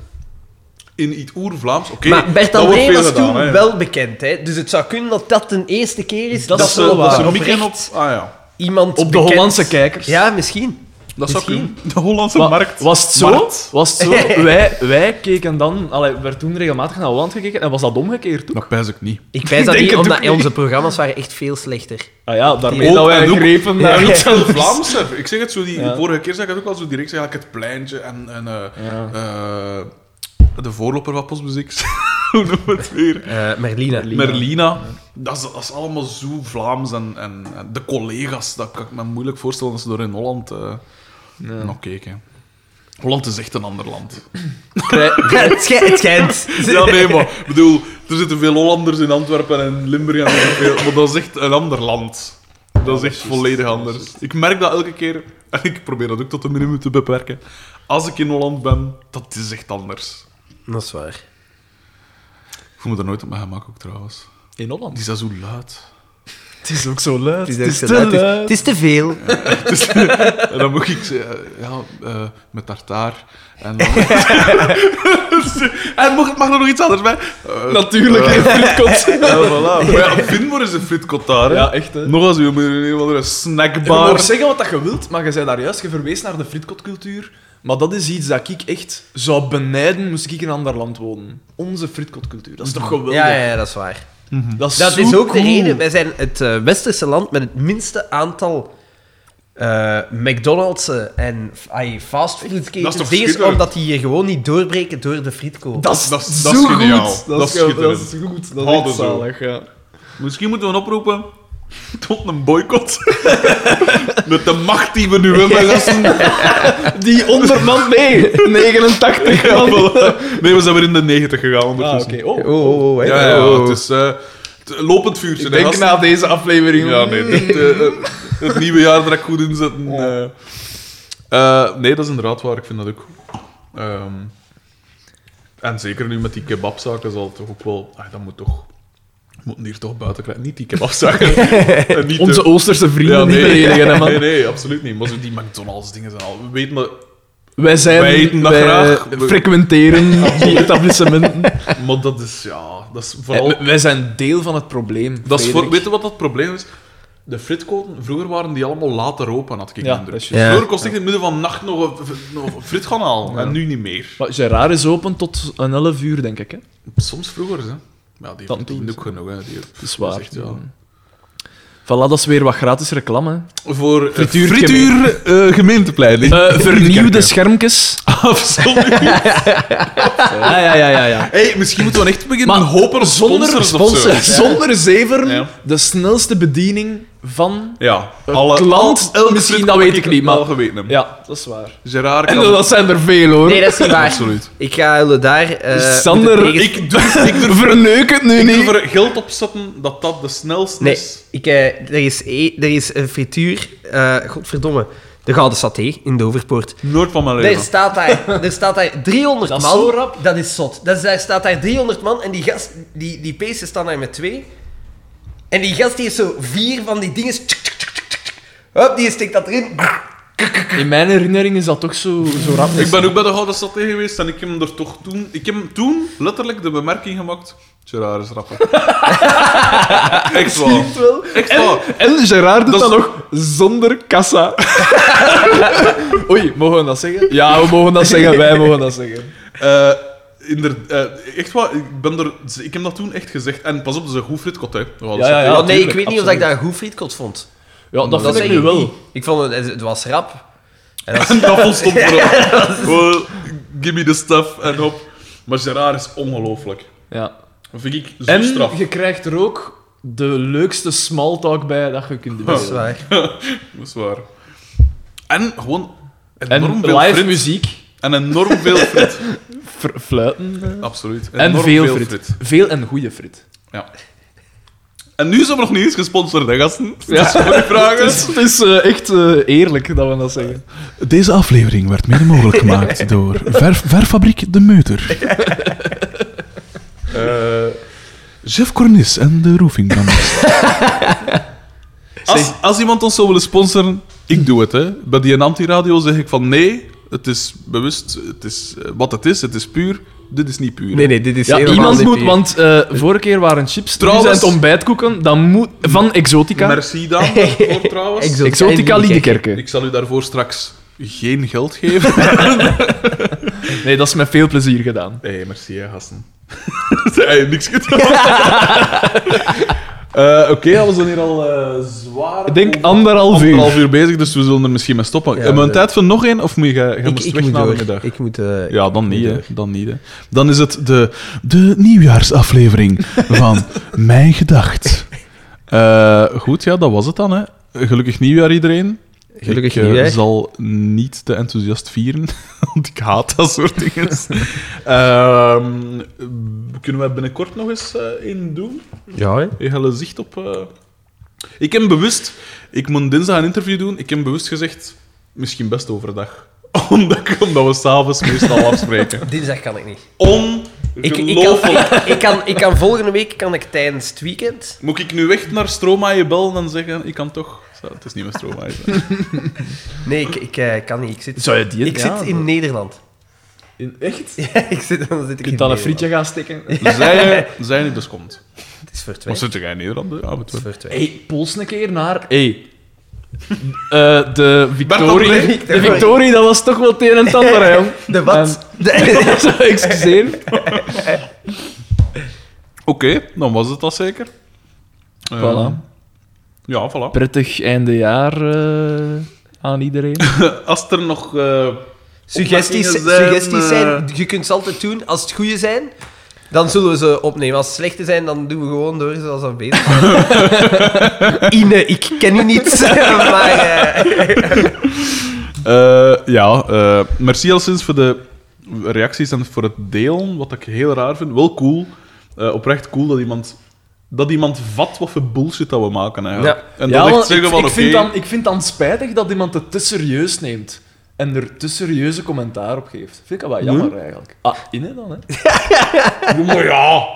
Speaker 1: In iets oer-Vlaams. Oké,
Speaker 4: maar Bert
Speaker 1: dat wordt
Speaker 4: André
Speaker 1: veel
Speaker 4: was
Speaker 1: gedaan,
Speaker 4: toen
Speaker 1: hè.
Speaker 4: wel bekend, hè. Dus het zou kunnen dat dat de eerste keer is
Speaker 2: Dat
Speaker 4: dat,
Speaker 2: is
Speaker 4: ze,
Speaker 2: wel
Speaker 4: dat
Speaker 2: waar.
Speaker 4: ze
Speaker 1: Een
Speaker 4: oprecht
Speaker 1: mikken op... Ah ja.
Speaker 4: iemand
Speaker 2: Op de
Speaker 4: bekend-
Speaker 2: Hollandse kijkers.
Speaker 4: Ja, misschien.
Speaker 1: Dat zou
Speaker 4: Misschien.
Speaker 1: kunnen. De Hollandse
Speaker 2: Wa-
Speaker 1: markt.
Speaker 2: Was het zo?
Speaker 1: Markt.
Speaker 2: Was het zo? [LAUGHS] wij, wij keken dan, allee, werd toen regelmatig naar Holland gekeken en was dat omgekeerd ook?
Speaker 1: Dat pijs ik niet.
Speaker 4: Ik wijs dat
Speaker 2: denk
Speaker 4: niet,
Speaker 2: het
Speaker 4: omdat
Speaker 2: ook niet.
Speaker 4: onze programma's waren echt veel slechter.
Speaker 2: Ah ja, daarmee
Speaker 1: Oh,
Speaker 2: dat wij
Speaker 1: en ook-
Speaker 2: grepen naar
Speaker 1: En ook [LAUGHS]
Speaker 2: iets [LAUGHS]
Speaker 1: veel
Speaker 2: anders.
Speaker 1: Vlaamser. Ik zeg het zo, die
Speaker 2: Ja.
Speaker 1: vorige keer zei ik het ook al zo direct. Zeg, eigenlijk het pleintje en, en eh,
Speaker 2: Ja.
Speaker 1: eh, de voorloper van Postmuziek. [LAUGHS] Hoe noemen we het weer?
Speaker 4: Eh Merlina.
Speaker 1: Merlina. Dat is, dat is allemaal zo Vlaams. En, en, en de collega's, dat kan ik me moeilijk voorstellen dat ze door in Holland... eh,
Speaker 2: Ja.
Speaker 1: Nog keken. Holland is echt een ander land.
Speaker 4: het, schijnt, het schijnt.
Speaker 1: [LAUGHS] Ja, nee, maar ik bedoel, er zitten veel Hollanders in Antwerpen en Limburg en veel, maar dat is echt een ander land. Dat is echt volledig anders. Ik merk dat elke keer, en ik probeer dat ook tot een minimum te beperken. Als ik in Holland ben, dat is echt anders.
Speaker 4: [LAUGHS] Dat is waar.
Speaker 1: Ik voel me er nooit op mijn gemak ook trouwens.
Speaker 2: In Holland.
Speaker 1: Die zijn zo luid. [LAUGHS]
Speaker 2: Het is ook zo luid.
Speaker 4: Het is, te
Speaker 2: luid.
Speaker 4: het is te veel.
Speaker 1: Dus, En dan moet ik zeggen, ja, eh, met tartaar. En dan... [LAUGHS] en mag, mag er nog iets anders bij? Eh,
Speaker 2: Natuurlijk,
Speaker 1: eh,
Speaker 2: in fritkot.
Speaker 1: ja, voilà. Maar ja, Finmore is een fritkot daar. hè.
Speaker 2: Ja, echt, hè.
Speaker 1: Nog als u met een of andere
Speaker 2: Je mag
Speaker 1: snackbar.
Speaker 2: zeggen wat dat je wilt, maar je zei daar juist, je verwees naar de fritkotcultuur. Maar dat is iets dat ik echt zou benijden moest ik in een ander land wonen. Onze fritkotcultuur, dat is toch geweldig?
Speaker 4: Ja, ja, dat is waar.
Speaker 2: Dat is,
Speaker 4: Dat
Speaker 2: zo
Speaker 4: is ook
Speaker 2: cool.
Speaker 4: de reden. Wij zijn het eh, westerse land met het minste aantal eh, McDonald's eh, en ai,
Speaker 1: Dat is
Speaker 4: fastfoodketens.
Speaker 1: toch
Speaker 4: dingen,
Speaker 1: schitterend?
Speaker 4: Omdat die hier gewoon niet doorbreken door de frietkoop.
Speaker 2: Dat is,
Speaker 1: Dat is-
Speaker 2: zo
Speaker 1: dat is
Speaker 2: goed.
Speaker 1: geniaal.
Speaker 2: Dat,
Speaker 1: Dat is
Speaker 2: is ge- dat
Speaker 1: schitterend.
Speaker 2: is goed. Dat is
Speaker 1: Houden
Speaker 2: echt
Speaker 1: zo.
Speaker 2: zalig, ja.
Speaker 1: Misschien moeten we een oproepen tot een boycott. [LAUGHS] met de macht die we nu hebben. met
Speaker 2: [LAUGHS]
Speaker 1: gasten.
Speaker 2: Die ondermand mee. [LAUGHS] 89
Speaker 1: Ja,
Speaker 2: man.
Speaker 1: voilà. Nee, we zijn weer in de 90 gegaan
Speaker 2: Ah,
Speaker 1: ondertussen.
Speaker 2: oké. Oh.
Speaker 4: Oh, oh, oh, hè.
Speaker 1: Ja, ja,
Speaker 4: Oh.
Speaker 1: het is eh, het- lopend vuurtje.
Speaker 2: Ik
Speaker 1: hè,
Speaker 2: denk
Speaker 1: gasten.
Speaker 2: na deze aflevering...
Speaker 1: Ja, nee, dit, eh, eh, het nieuwe jaar er ook goed in zetten. eh. Eh, nee, dat is inderdaad waar. Ik vind dat ook. Ehm, en zeker nu met die kebabzaken zal het toch ook wel... Ah, dat moet toch... we moeten hier toch buiten krijgen. Niet die
Speaker 2: [LAUGHS]
Speaker 1: kebabzaken. En niet de-
Speaker 2: Onze Oosterse vrienden
Speaker 1: Ja,
Speaker 2: niet beledigen, hè, man.
Speaker 1: Nee, nee, absoluut niet. Maar zo die McDonald's-dingen zijn al... Weet maar,
Speaker 2: Wij zijn...
Speaker 1: Wij eten dat graag.
Speaker 2: frequenteren die etablissementen.
Speaker 1: maar dat is... Ja, dat is
Speaker 2: Eh,
Speaker 1: vooral...
Speaker 2: w- Wij zijn deel van het probleem,
Speaker 1: dat is voor,
Speaker 2: Frederik.
Speaker 1: weet je wat dat probleem is? De fritkoten, vroeger waren die allemaal later open, had ik
Speaker 2: Ja,
Speaker 1: ja,
Speaker 2: dat is
Speaker 1: indruk.
Speaker 4: juist.
Speaker 1: Vroeger kost ik in het midden van de nacht nog een, v- nog een frit gaan halen. En nu niet meer.
Speaker 2: Maar Gerard is open tot een 11 uur, denk ik. Hè?
Speaker 1: Soms vroeger, hè. Ja, die
Speaker 2: Dat
Speaker 1: verdient
Speaker 2: doet.
Speaker 1: ook genoeg, hè. Die,
Speaker 2: Dat is waar.
Speaker 1: dat is echt, ja.
Speaker 2: Voilà, dat is weer wat gratis reclame. hè.
Speaker 1: Voor eh,
Speaker 2: Frituur-
Speaker 1: frituur eh, gemeenteplein.
Speaker 2: Eh, vernieuwde
Speaker 1: Frituurkerken.
Speaker 2: schermpjes.
Speaker 1: [LAUGHS] Absoluut.
Speaker 2: Ja, Ah, ja, ja, ja. ja.
Speaker 1: hey, misschien moeten we echt beginnen
Speaker 2: Maar
Speaker 1: hopen op
Speaker 2: Zonder,
Speaker 1: sponsors of zo.
Speaker 2: sponsor, [LAUGHS] zonder zever,
Speaker 1: Ja.
Speaker 2: de snelste bediening van...
Speaker 1: Ja.
Speaker 2: Het land,
Speaker 1: elke
Speaker 2: misschien,
Speaker 1: frit
Speaker 2: dat
Speaker 1: kan
Speaker 2: weet ik niet,
Speaker 1: wel
Speaker 2: maar-
Speaker 1: geweten hebben.
Speaker 2: Ja, dat is waar.
Speaker 1: Gerard
Speaker 2: En
Speaker 1: kan...
Speaker 2: dat zijn er veel, hoor.
Speaker 4: Nee, dat is niet waar.
Speaker 1: Absoluut.
Speaker 4: Ik ga jullie daar... eh,
Speaker 2: Sander,
Speaker 4: moeten tegen-
Speaker 1: Ik durf, ik durf,
Speaker 2: Verneuk het nu
Speaker 1: ik durf
Speaker 2: niet.
Speaker 1: er geld op zetten dat dat de snelste
Speaker 4: Nee,
Speaker 1: is.
Speaker 4: ik, eh, er, is e- er is een frituur... eh, godverdomme. De Gouden Saté in Doverpoort.
Speaker 1: Nooit van mijn
Speaker 4: Er
Speaker 1: leven.
Speaker 4: staat daar, er staat daar
Speaker 2: [LAUGHS]
Speaker 4: 300
Speaker 2: Dat is
Speaker 4: man.
Speaker 2: zo rap.
Speaker 4: Dat is zot. Dat is, daar staat daar 300 man en die gast, die, die peesten staan daar met twee. En die gast die heeft zo vier van die dingen. Tsk, tsk, tsk, tsk, tsk. Hup, die steekt dat erin.
Speaker 2: Ah, In mijn herinnering is dat toch zo, zo rap.
Speaker 1: Ik ben ook bij de Gouden Saté geweest en ik heb hem er toch toen... Ik heb hem toen letterlijk de bemerking gemaakt... Gerard is
Speaker 2: [LAUGHS]
Speaker 1: rapper. Echt waar.
Speaker 2: wel.
Speaker 1: Echt waar.
Speaker 2: En Gerard doet
Speaker 1: Dat
Speaker 2: dat,
Speaker 1: is-
Speaker 2: nog zonder kassa. Oei, mogen we dat zeggen? Ja, we mogen dat zeggen. Wij mogen dat zeggen.
Speaker 1: Eh, inder, eh, echt waar, ik, ben er, ik heb dat toen echt gezegd. En pas op, dat is een goed fritkot, hè. De Gouden
Speaker 2: Ja, ja,
Speaker 1: Saté.
Speaker 2: ja.
Speaker 4: Oh, nee, ik
Speaker 2: tuurlijk,
Speaker 4: weet niet of
Speaker 2: absoluut.
Speaker 4: ik daar een goed frietkot vond.
Speaker 2: Ja, dat vind
Speaker 4: zeg
Speaker 2: ik nu wel.
Speaker 4: niet. Ik vond het, het was rap.
Speaker 1: [LAUGHS] En dat
Speaker 2: [LAUGHS]
Speaker 1: volstond vooral. Gewoon, give me the stuff en hop. Maar Gerard is ongelooflijk.
Speaker 2: Ja.
Speaker 1: Dat vind ik zo
Speaker 2: En
Speaker 1: straf.
Speaker 2: je krijgt er ook de leukste small talk bij dat je kunt
Speaker 4: Dat is
Speaker 2: doen.
Speaker 4: waar.
Speaker 1: Dat is waar. En gewoon enorm
Speaker 2: En
Speaker 1: veel
Speaker 2: live
Speaker 1: frit.
Speaker 2: muziek,
Speaker 1: En enorm veel frit. [LAUGHS]
Speaker 2: fr- fluiten.
Speaker 1: Absoluut.
Speaker 2: En
Speaker 1: Enorm
Speaker 2: veel frit. Veel en goede frit.
Speaker 1: Ja. En nu zijn we nog niet eens gesponsord, hè, gasten? Ja. voor die vragen.
Speaker 2: Het is, het is, eh, echt eh, eerlijk dat we dat zeggen.
Speaker 5: Deze aflevering werd mede mogelijk gemaakt door verf, Verfabriek De Meuter, Eh, Jeff Cornis en de Roofing Bandits.
Speaker 1: als, als iemand ons zou willen sponsoren, ik doe het. Hè. Bij die antiradio zeg ik van nee, het is bewust, het is eh, wat het is, het is puur. Dit is niet puur.
Speaker 4: nee, dit is
Speaker 2: Ja, iemand moet, want eh, vorige keer waren chips,
Speaker 1: Trouwens-
Speaker 2: nu zijn het ontbijtkoeken dan moet, van Exotica.
Speaker 1: Merci dan, daarvoor
Speaker 4: [LAUGHS]
Speaker 1: trouwens.
Speaker 2: Exotica Liedekerke.
Speaker 1: Ik zal u daarvoor straks geen geld geven.
Speaker 4: [LAUGHS]
Speaker 2: Nee, dat is met veel plezier gedaan.
Speaker 1: Hé, hey, merci, hè, [LAUGHS] gasten. Ze hebben niks
Speaker 4: [LAUGHS]
Speaker 1: gedaan. Eh, Oké, ja, we zijn hier al eh, zwaar.
Speaker 2: Ik denk anderhalf uur.
Speaker 1: Anderhalf uur bezig, dus we zullen er misschien mee stoppen.
Speaker 4: Ja,
Speaker 1: Hebben we een
Speaker 4: we-
Speaker 1: tijd voor nog één? Of moet je, je
Speaker 4: Ik,
Speaker 1: moest
Speaker 4: ik
Speaker 1: weg
Speaker 4: moet
Speaker 1: na de
Speaker 4: door.
Speaker 1: middag?
Speaker 4: Ik moet... eh,
Speaker 1: Ja, dan niet, hè.
Speaker 4: door.
Speaker 1: Dan niet, hè. Dan
Speaker 5: Dan is het de, de
Speaker 1: [LAUGHS]
Speaker 5: nieuwjaarsaflevering van Mijn Gedacht.
Speaker 1: Eh, goed, ja, dat was het dan, hè. Gelukkig nieuwjaar iedereen.
Speaker 4: Gelukkig
Speaker 1: ik eh,
Speaker 4: niet, hè?
Speaker 1: zal niet te enthousiast vieren, [LAUGHS] want ik haat dat soort dingen. Ehm, kunnen we binnenkort nog eens eh in doen?
Speaker 4: Ja, hè?
Speaker 1: Je hele zicht op. eh. Ik heb bewust, ik moet dinsdag een interview doen. Ik heb bewust gezegd, misschien best overdag. [LAUGHS] Omdat, ik- omdat we s'avonds meestal [LAUGHS] afspreken.
Speaker 4: Dinsdag kan ik niet. Ik, ik, kan,
Speaker 1: Ongelooflijk.
Speaker 4: [LAUGHS] ik, ik kan, ik kan volgende week kan ik tijdens het weekend.
Speaker 1: Moet ik nu echt naar Stromae bellen en zeggen, ik kan toch... Zo, Het is niet met Stromae.
Speaker 4: Nee, ik, ik eh, kan niet. Ik zit,
Speaker 2: Zou je die
Speaker 4: ik
Speaker 2: ja,
Speaker 4: zit in Nederland. [LAUGHS]
Speaker 2: in- Echt? Je
Speaker 4: Ja, ik zit, dan zit ik in
Speaker 2: kunt dan een
Speaker 4: Nederland.
Speaker 2: frietje gaan [LAUGHS] stikken.
Speaker 1: [LAUGHS] Zij, zij niet dus komt.
Speaker 4: Het is
Speaker 1: Of
Speaker 4: vertwijfeld.
Speaker 1: zit jij in Nederland? hè? Ah, wat
Speaker 4: Het is vertwijfeld.
Speaker 2: Hey, pols een keer naar. Hey. Eh, de
Speaker 1: Bert
Speaker 2: Victorie.
Speaker 4: André.
Speaker 2: De Victorie, dat was toch wel het een en het ander,
Speaker 1: [LAUGHS]
Speaker 2: hè, jong.
Speaker 4: De wat?
Speaker 2: En- [LAUGHS] Zo, Excuseer.
Speaker 1: Oké, dan was het dat zeker. Eh,
Speaker 2: Voilà.
Speaker 1: Ja, voilà.
Speaker 2: Prettig eindejaar eh, aan iedereen.
Speaker 1: Als er nog... eh,
Speaker 4: [LAUGHS] Suggesties,
Speaker 1: Opmerkingen zijn,
Speaker 4: suggesties zijn,
Speaker 1: eh,
Speaker 4: je kunt ze altijd doen. Als het goede zijn, dan zullen we ze opnemen. Als het slechte zijn, dan doen we gewoon door zoals we bezig zijn. Ine, ik ken u niet, [LAUGHS] maar... eh,
Speaker 1: Eh, ja, eh, merci al sinds voor de reacties en voor het delen, wat ik heel raar vind. Wel cool, eh, oprecht cool dat iemand, dat iemand vat wat voor bullshit dat we maken eigenlijk. En dat
Speaker 2: want
Speaker 1: echt zeggen
Speaker 2: ik,
Speaker 1: van
Speaker 2: ik,
Speaker 1: oké,
Speaker 2: vind dan, ik vind dan spijtig dat iemand het te serieus neemt. En er te serieuze commentaar op geeft. Vind ik dat wel jammer eigenlijk. Ah, inne dan, hè? [LAUGHS]
Speaker 1: doe maar ja.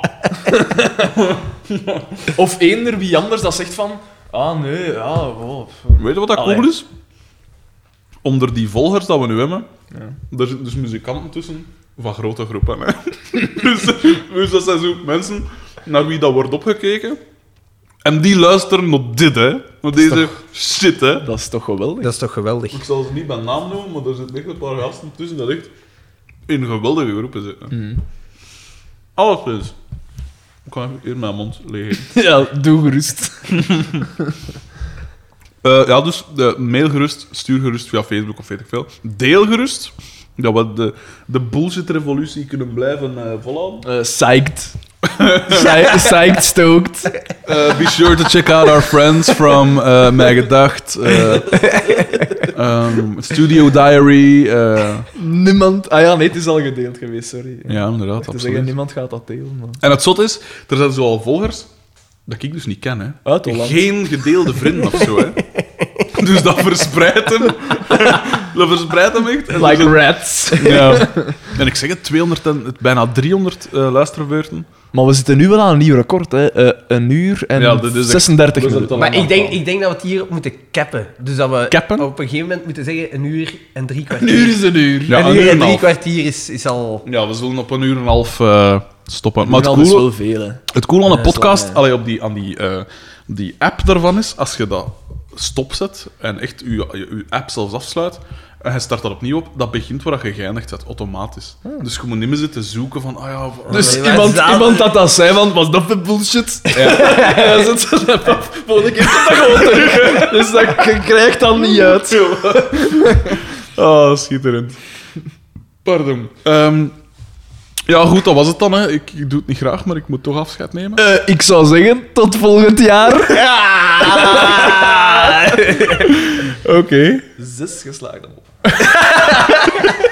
Speaker 2: Of eender wie anders dat zegt van. Ah, nee, ja, wow.
Speaker 1: Weet je wat dat cool
Speaker 2: Allee.
Speaker 1: is? Onder die volgers dat we nu hebben, er zitten dus muzikanten tussen van grote groepen. Hè. [LAUGHS] dus, dus dat zijn zo mensen naar wie dat wordt opgekeken. En die luisteren naar dit, hè. Naar deze shit, hè.
Speaker 2: Dat is toch geweldig?
Speaker 4: Dat is toch geweldig.
Speaker 1: Ik zal ze niet bij naam noemen, maar er zitten echt een paar gasten tussen dat echt in geweldige groepen zitten. Alles dus. Ik kan even hier mijn mond liggen.
Speaker 2: Ja, doe gerust.
Speaker 1: Eh, ja, dus eh, mail gerust, stuur gerust via Facebook of weet ik veel. Deel gerust. Dat we de, de bullshit-revolutie kunnen blijven eh, volhouden.
Speaker 2: Eh [LAUGHS] psyched. Psy- psyched, stoked.
Speaker 1: Eh, be sure to check out our friends from eh Mijn Gedacht, [LAUGHS] eh, ehm, Studio Diary. eh,
Speaker 2: Niemand. Ah ja, nee, het is al gedeeld geweest, sorry.
Speaker 1: ja, inderdaad,
Speaker 2: Te zeggen,
Speaker 1: absoluut.
Speaker 2: niemand gaat dat delen. Maar...
Speaker 1: En het zot is, er zijn zoal volgers dat ik dus niet ken, hè.
Speaker 2: Uit Holland.
Speaker 1: Geen gedeelde vrienden of zo,
Speaker 4: [LAUGHS]
Speaker 1: hè. Dus dat verspreidt hem. [LAUGHS] dat verspreidt hem echt. En,
Speaker 2: Like rats.
Speaker 1: ja. [LAUGHS] en ik zeg het, 200 en, bijna 300 eh luisterbeurten.
Speaker 2: Maar we zitten nu wel aan een nieuw record, hè. Eh, een uur en
Speaker 1: Ja, dit is echt-
Speaker 2: 36
Speaker 1: dit is
Speaker 2: minuten.
Speaker 1: het
Speaker 4: Maar ik denk, ik denk dat we het hierop moeten cappen. Dus dat we
Speaker 1: Cappen?
Speaker 4: op een gegeven moment moeten zeggen een uur en drie
Speaker 2: Een
Speaker 4: kwartier.
Speaker 2: uur is een uur.
Speaker 1: Ja,
Speaker 4: een uur en drie
Speaker 1: half.
Speaker 4: kwartier is, is al...
Speaker 1: Ja, we zullen op een uur en een half eh, stoppen. Maar het
Speaker 2: dat is
Speaker 1: coole,
Speaker 2: wel veel, hè.
Speaker 1: het coole aan
Speaker 2: Ja,
Speaker 1: een
Speaker 2: dat is
Speaker 1: podcast,
Speaker 2: wel, ja.
Speaker 1: allee, op die, aan die, eh, die app daarvan is, als je dat stopzet en echt je, je, je app zelfs afsluit, en je start dat opnieuw op, dat begint waar je geëindigd hebt, automatisch. Dus je moet niet meer zitten zoeken van, ah ja... wa-
Speaker 2: Hmm. Dus
Speaker 4: Nee, maar
Speaker 2: iemand,
Speaker 4: zaten-
Speaker 2: iemand dat dat zei, van, was dat voor bullshit? [LAUGHS] Ja. dat is het. Volgende keer zit dat gewoon terug. Dus dat je krijgt dan niet uit.
Speaker 1: Ah, schitterend. Pardon. Ehm, ja, goed, dat was het dan. Hè. Ik, ik doe het niet graag, maar ik moet toch afscheid nemen.
Speaker 2: Eh, ik zou zeggen, tot volgend jaar.
Speaker 1: Oké.
Speaker 2: Zes geslaagd op.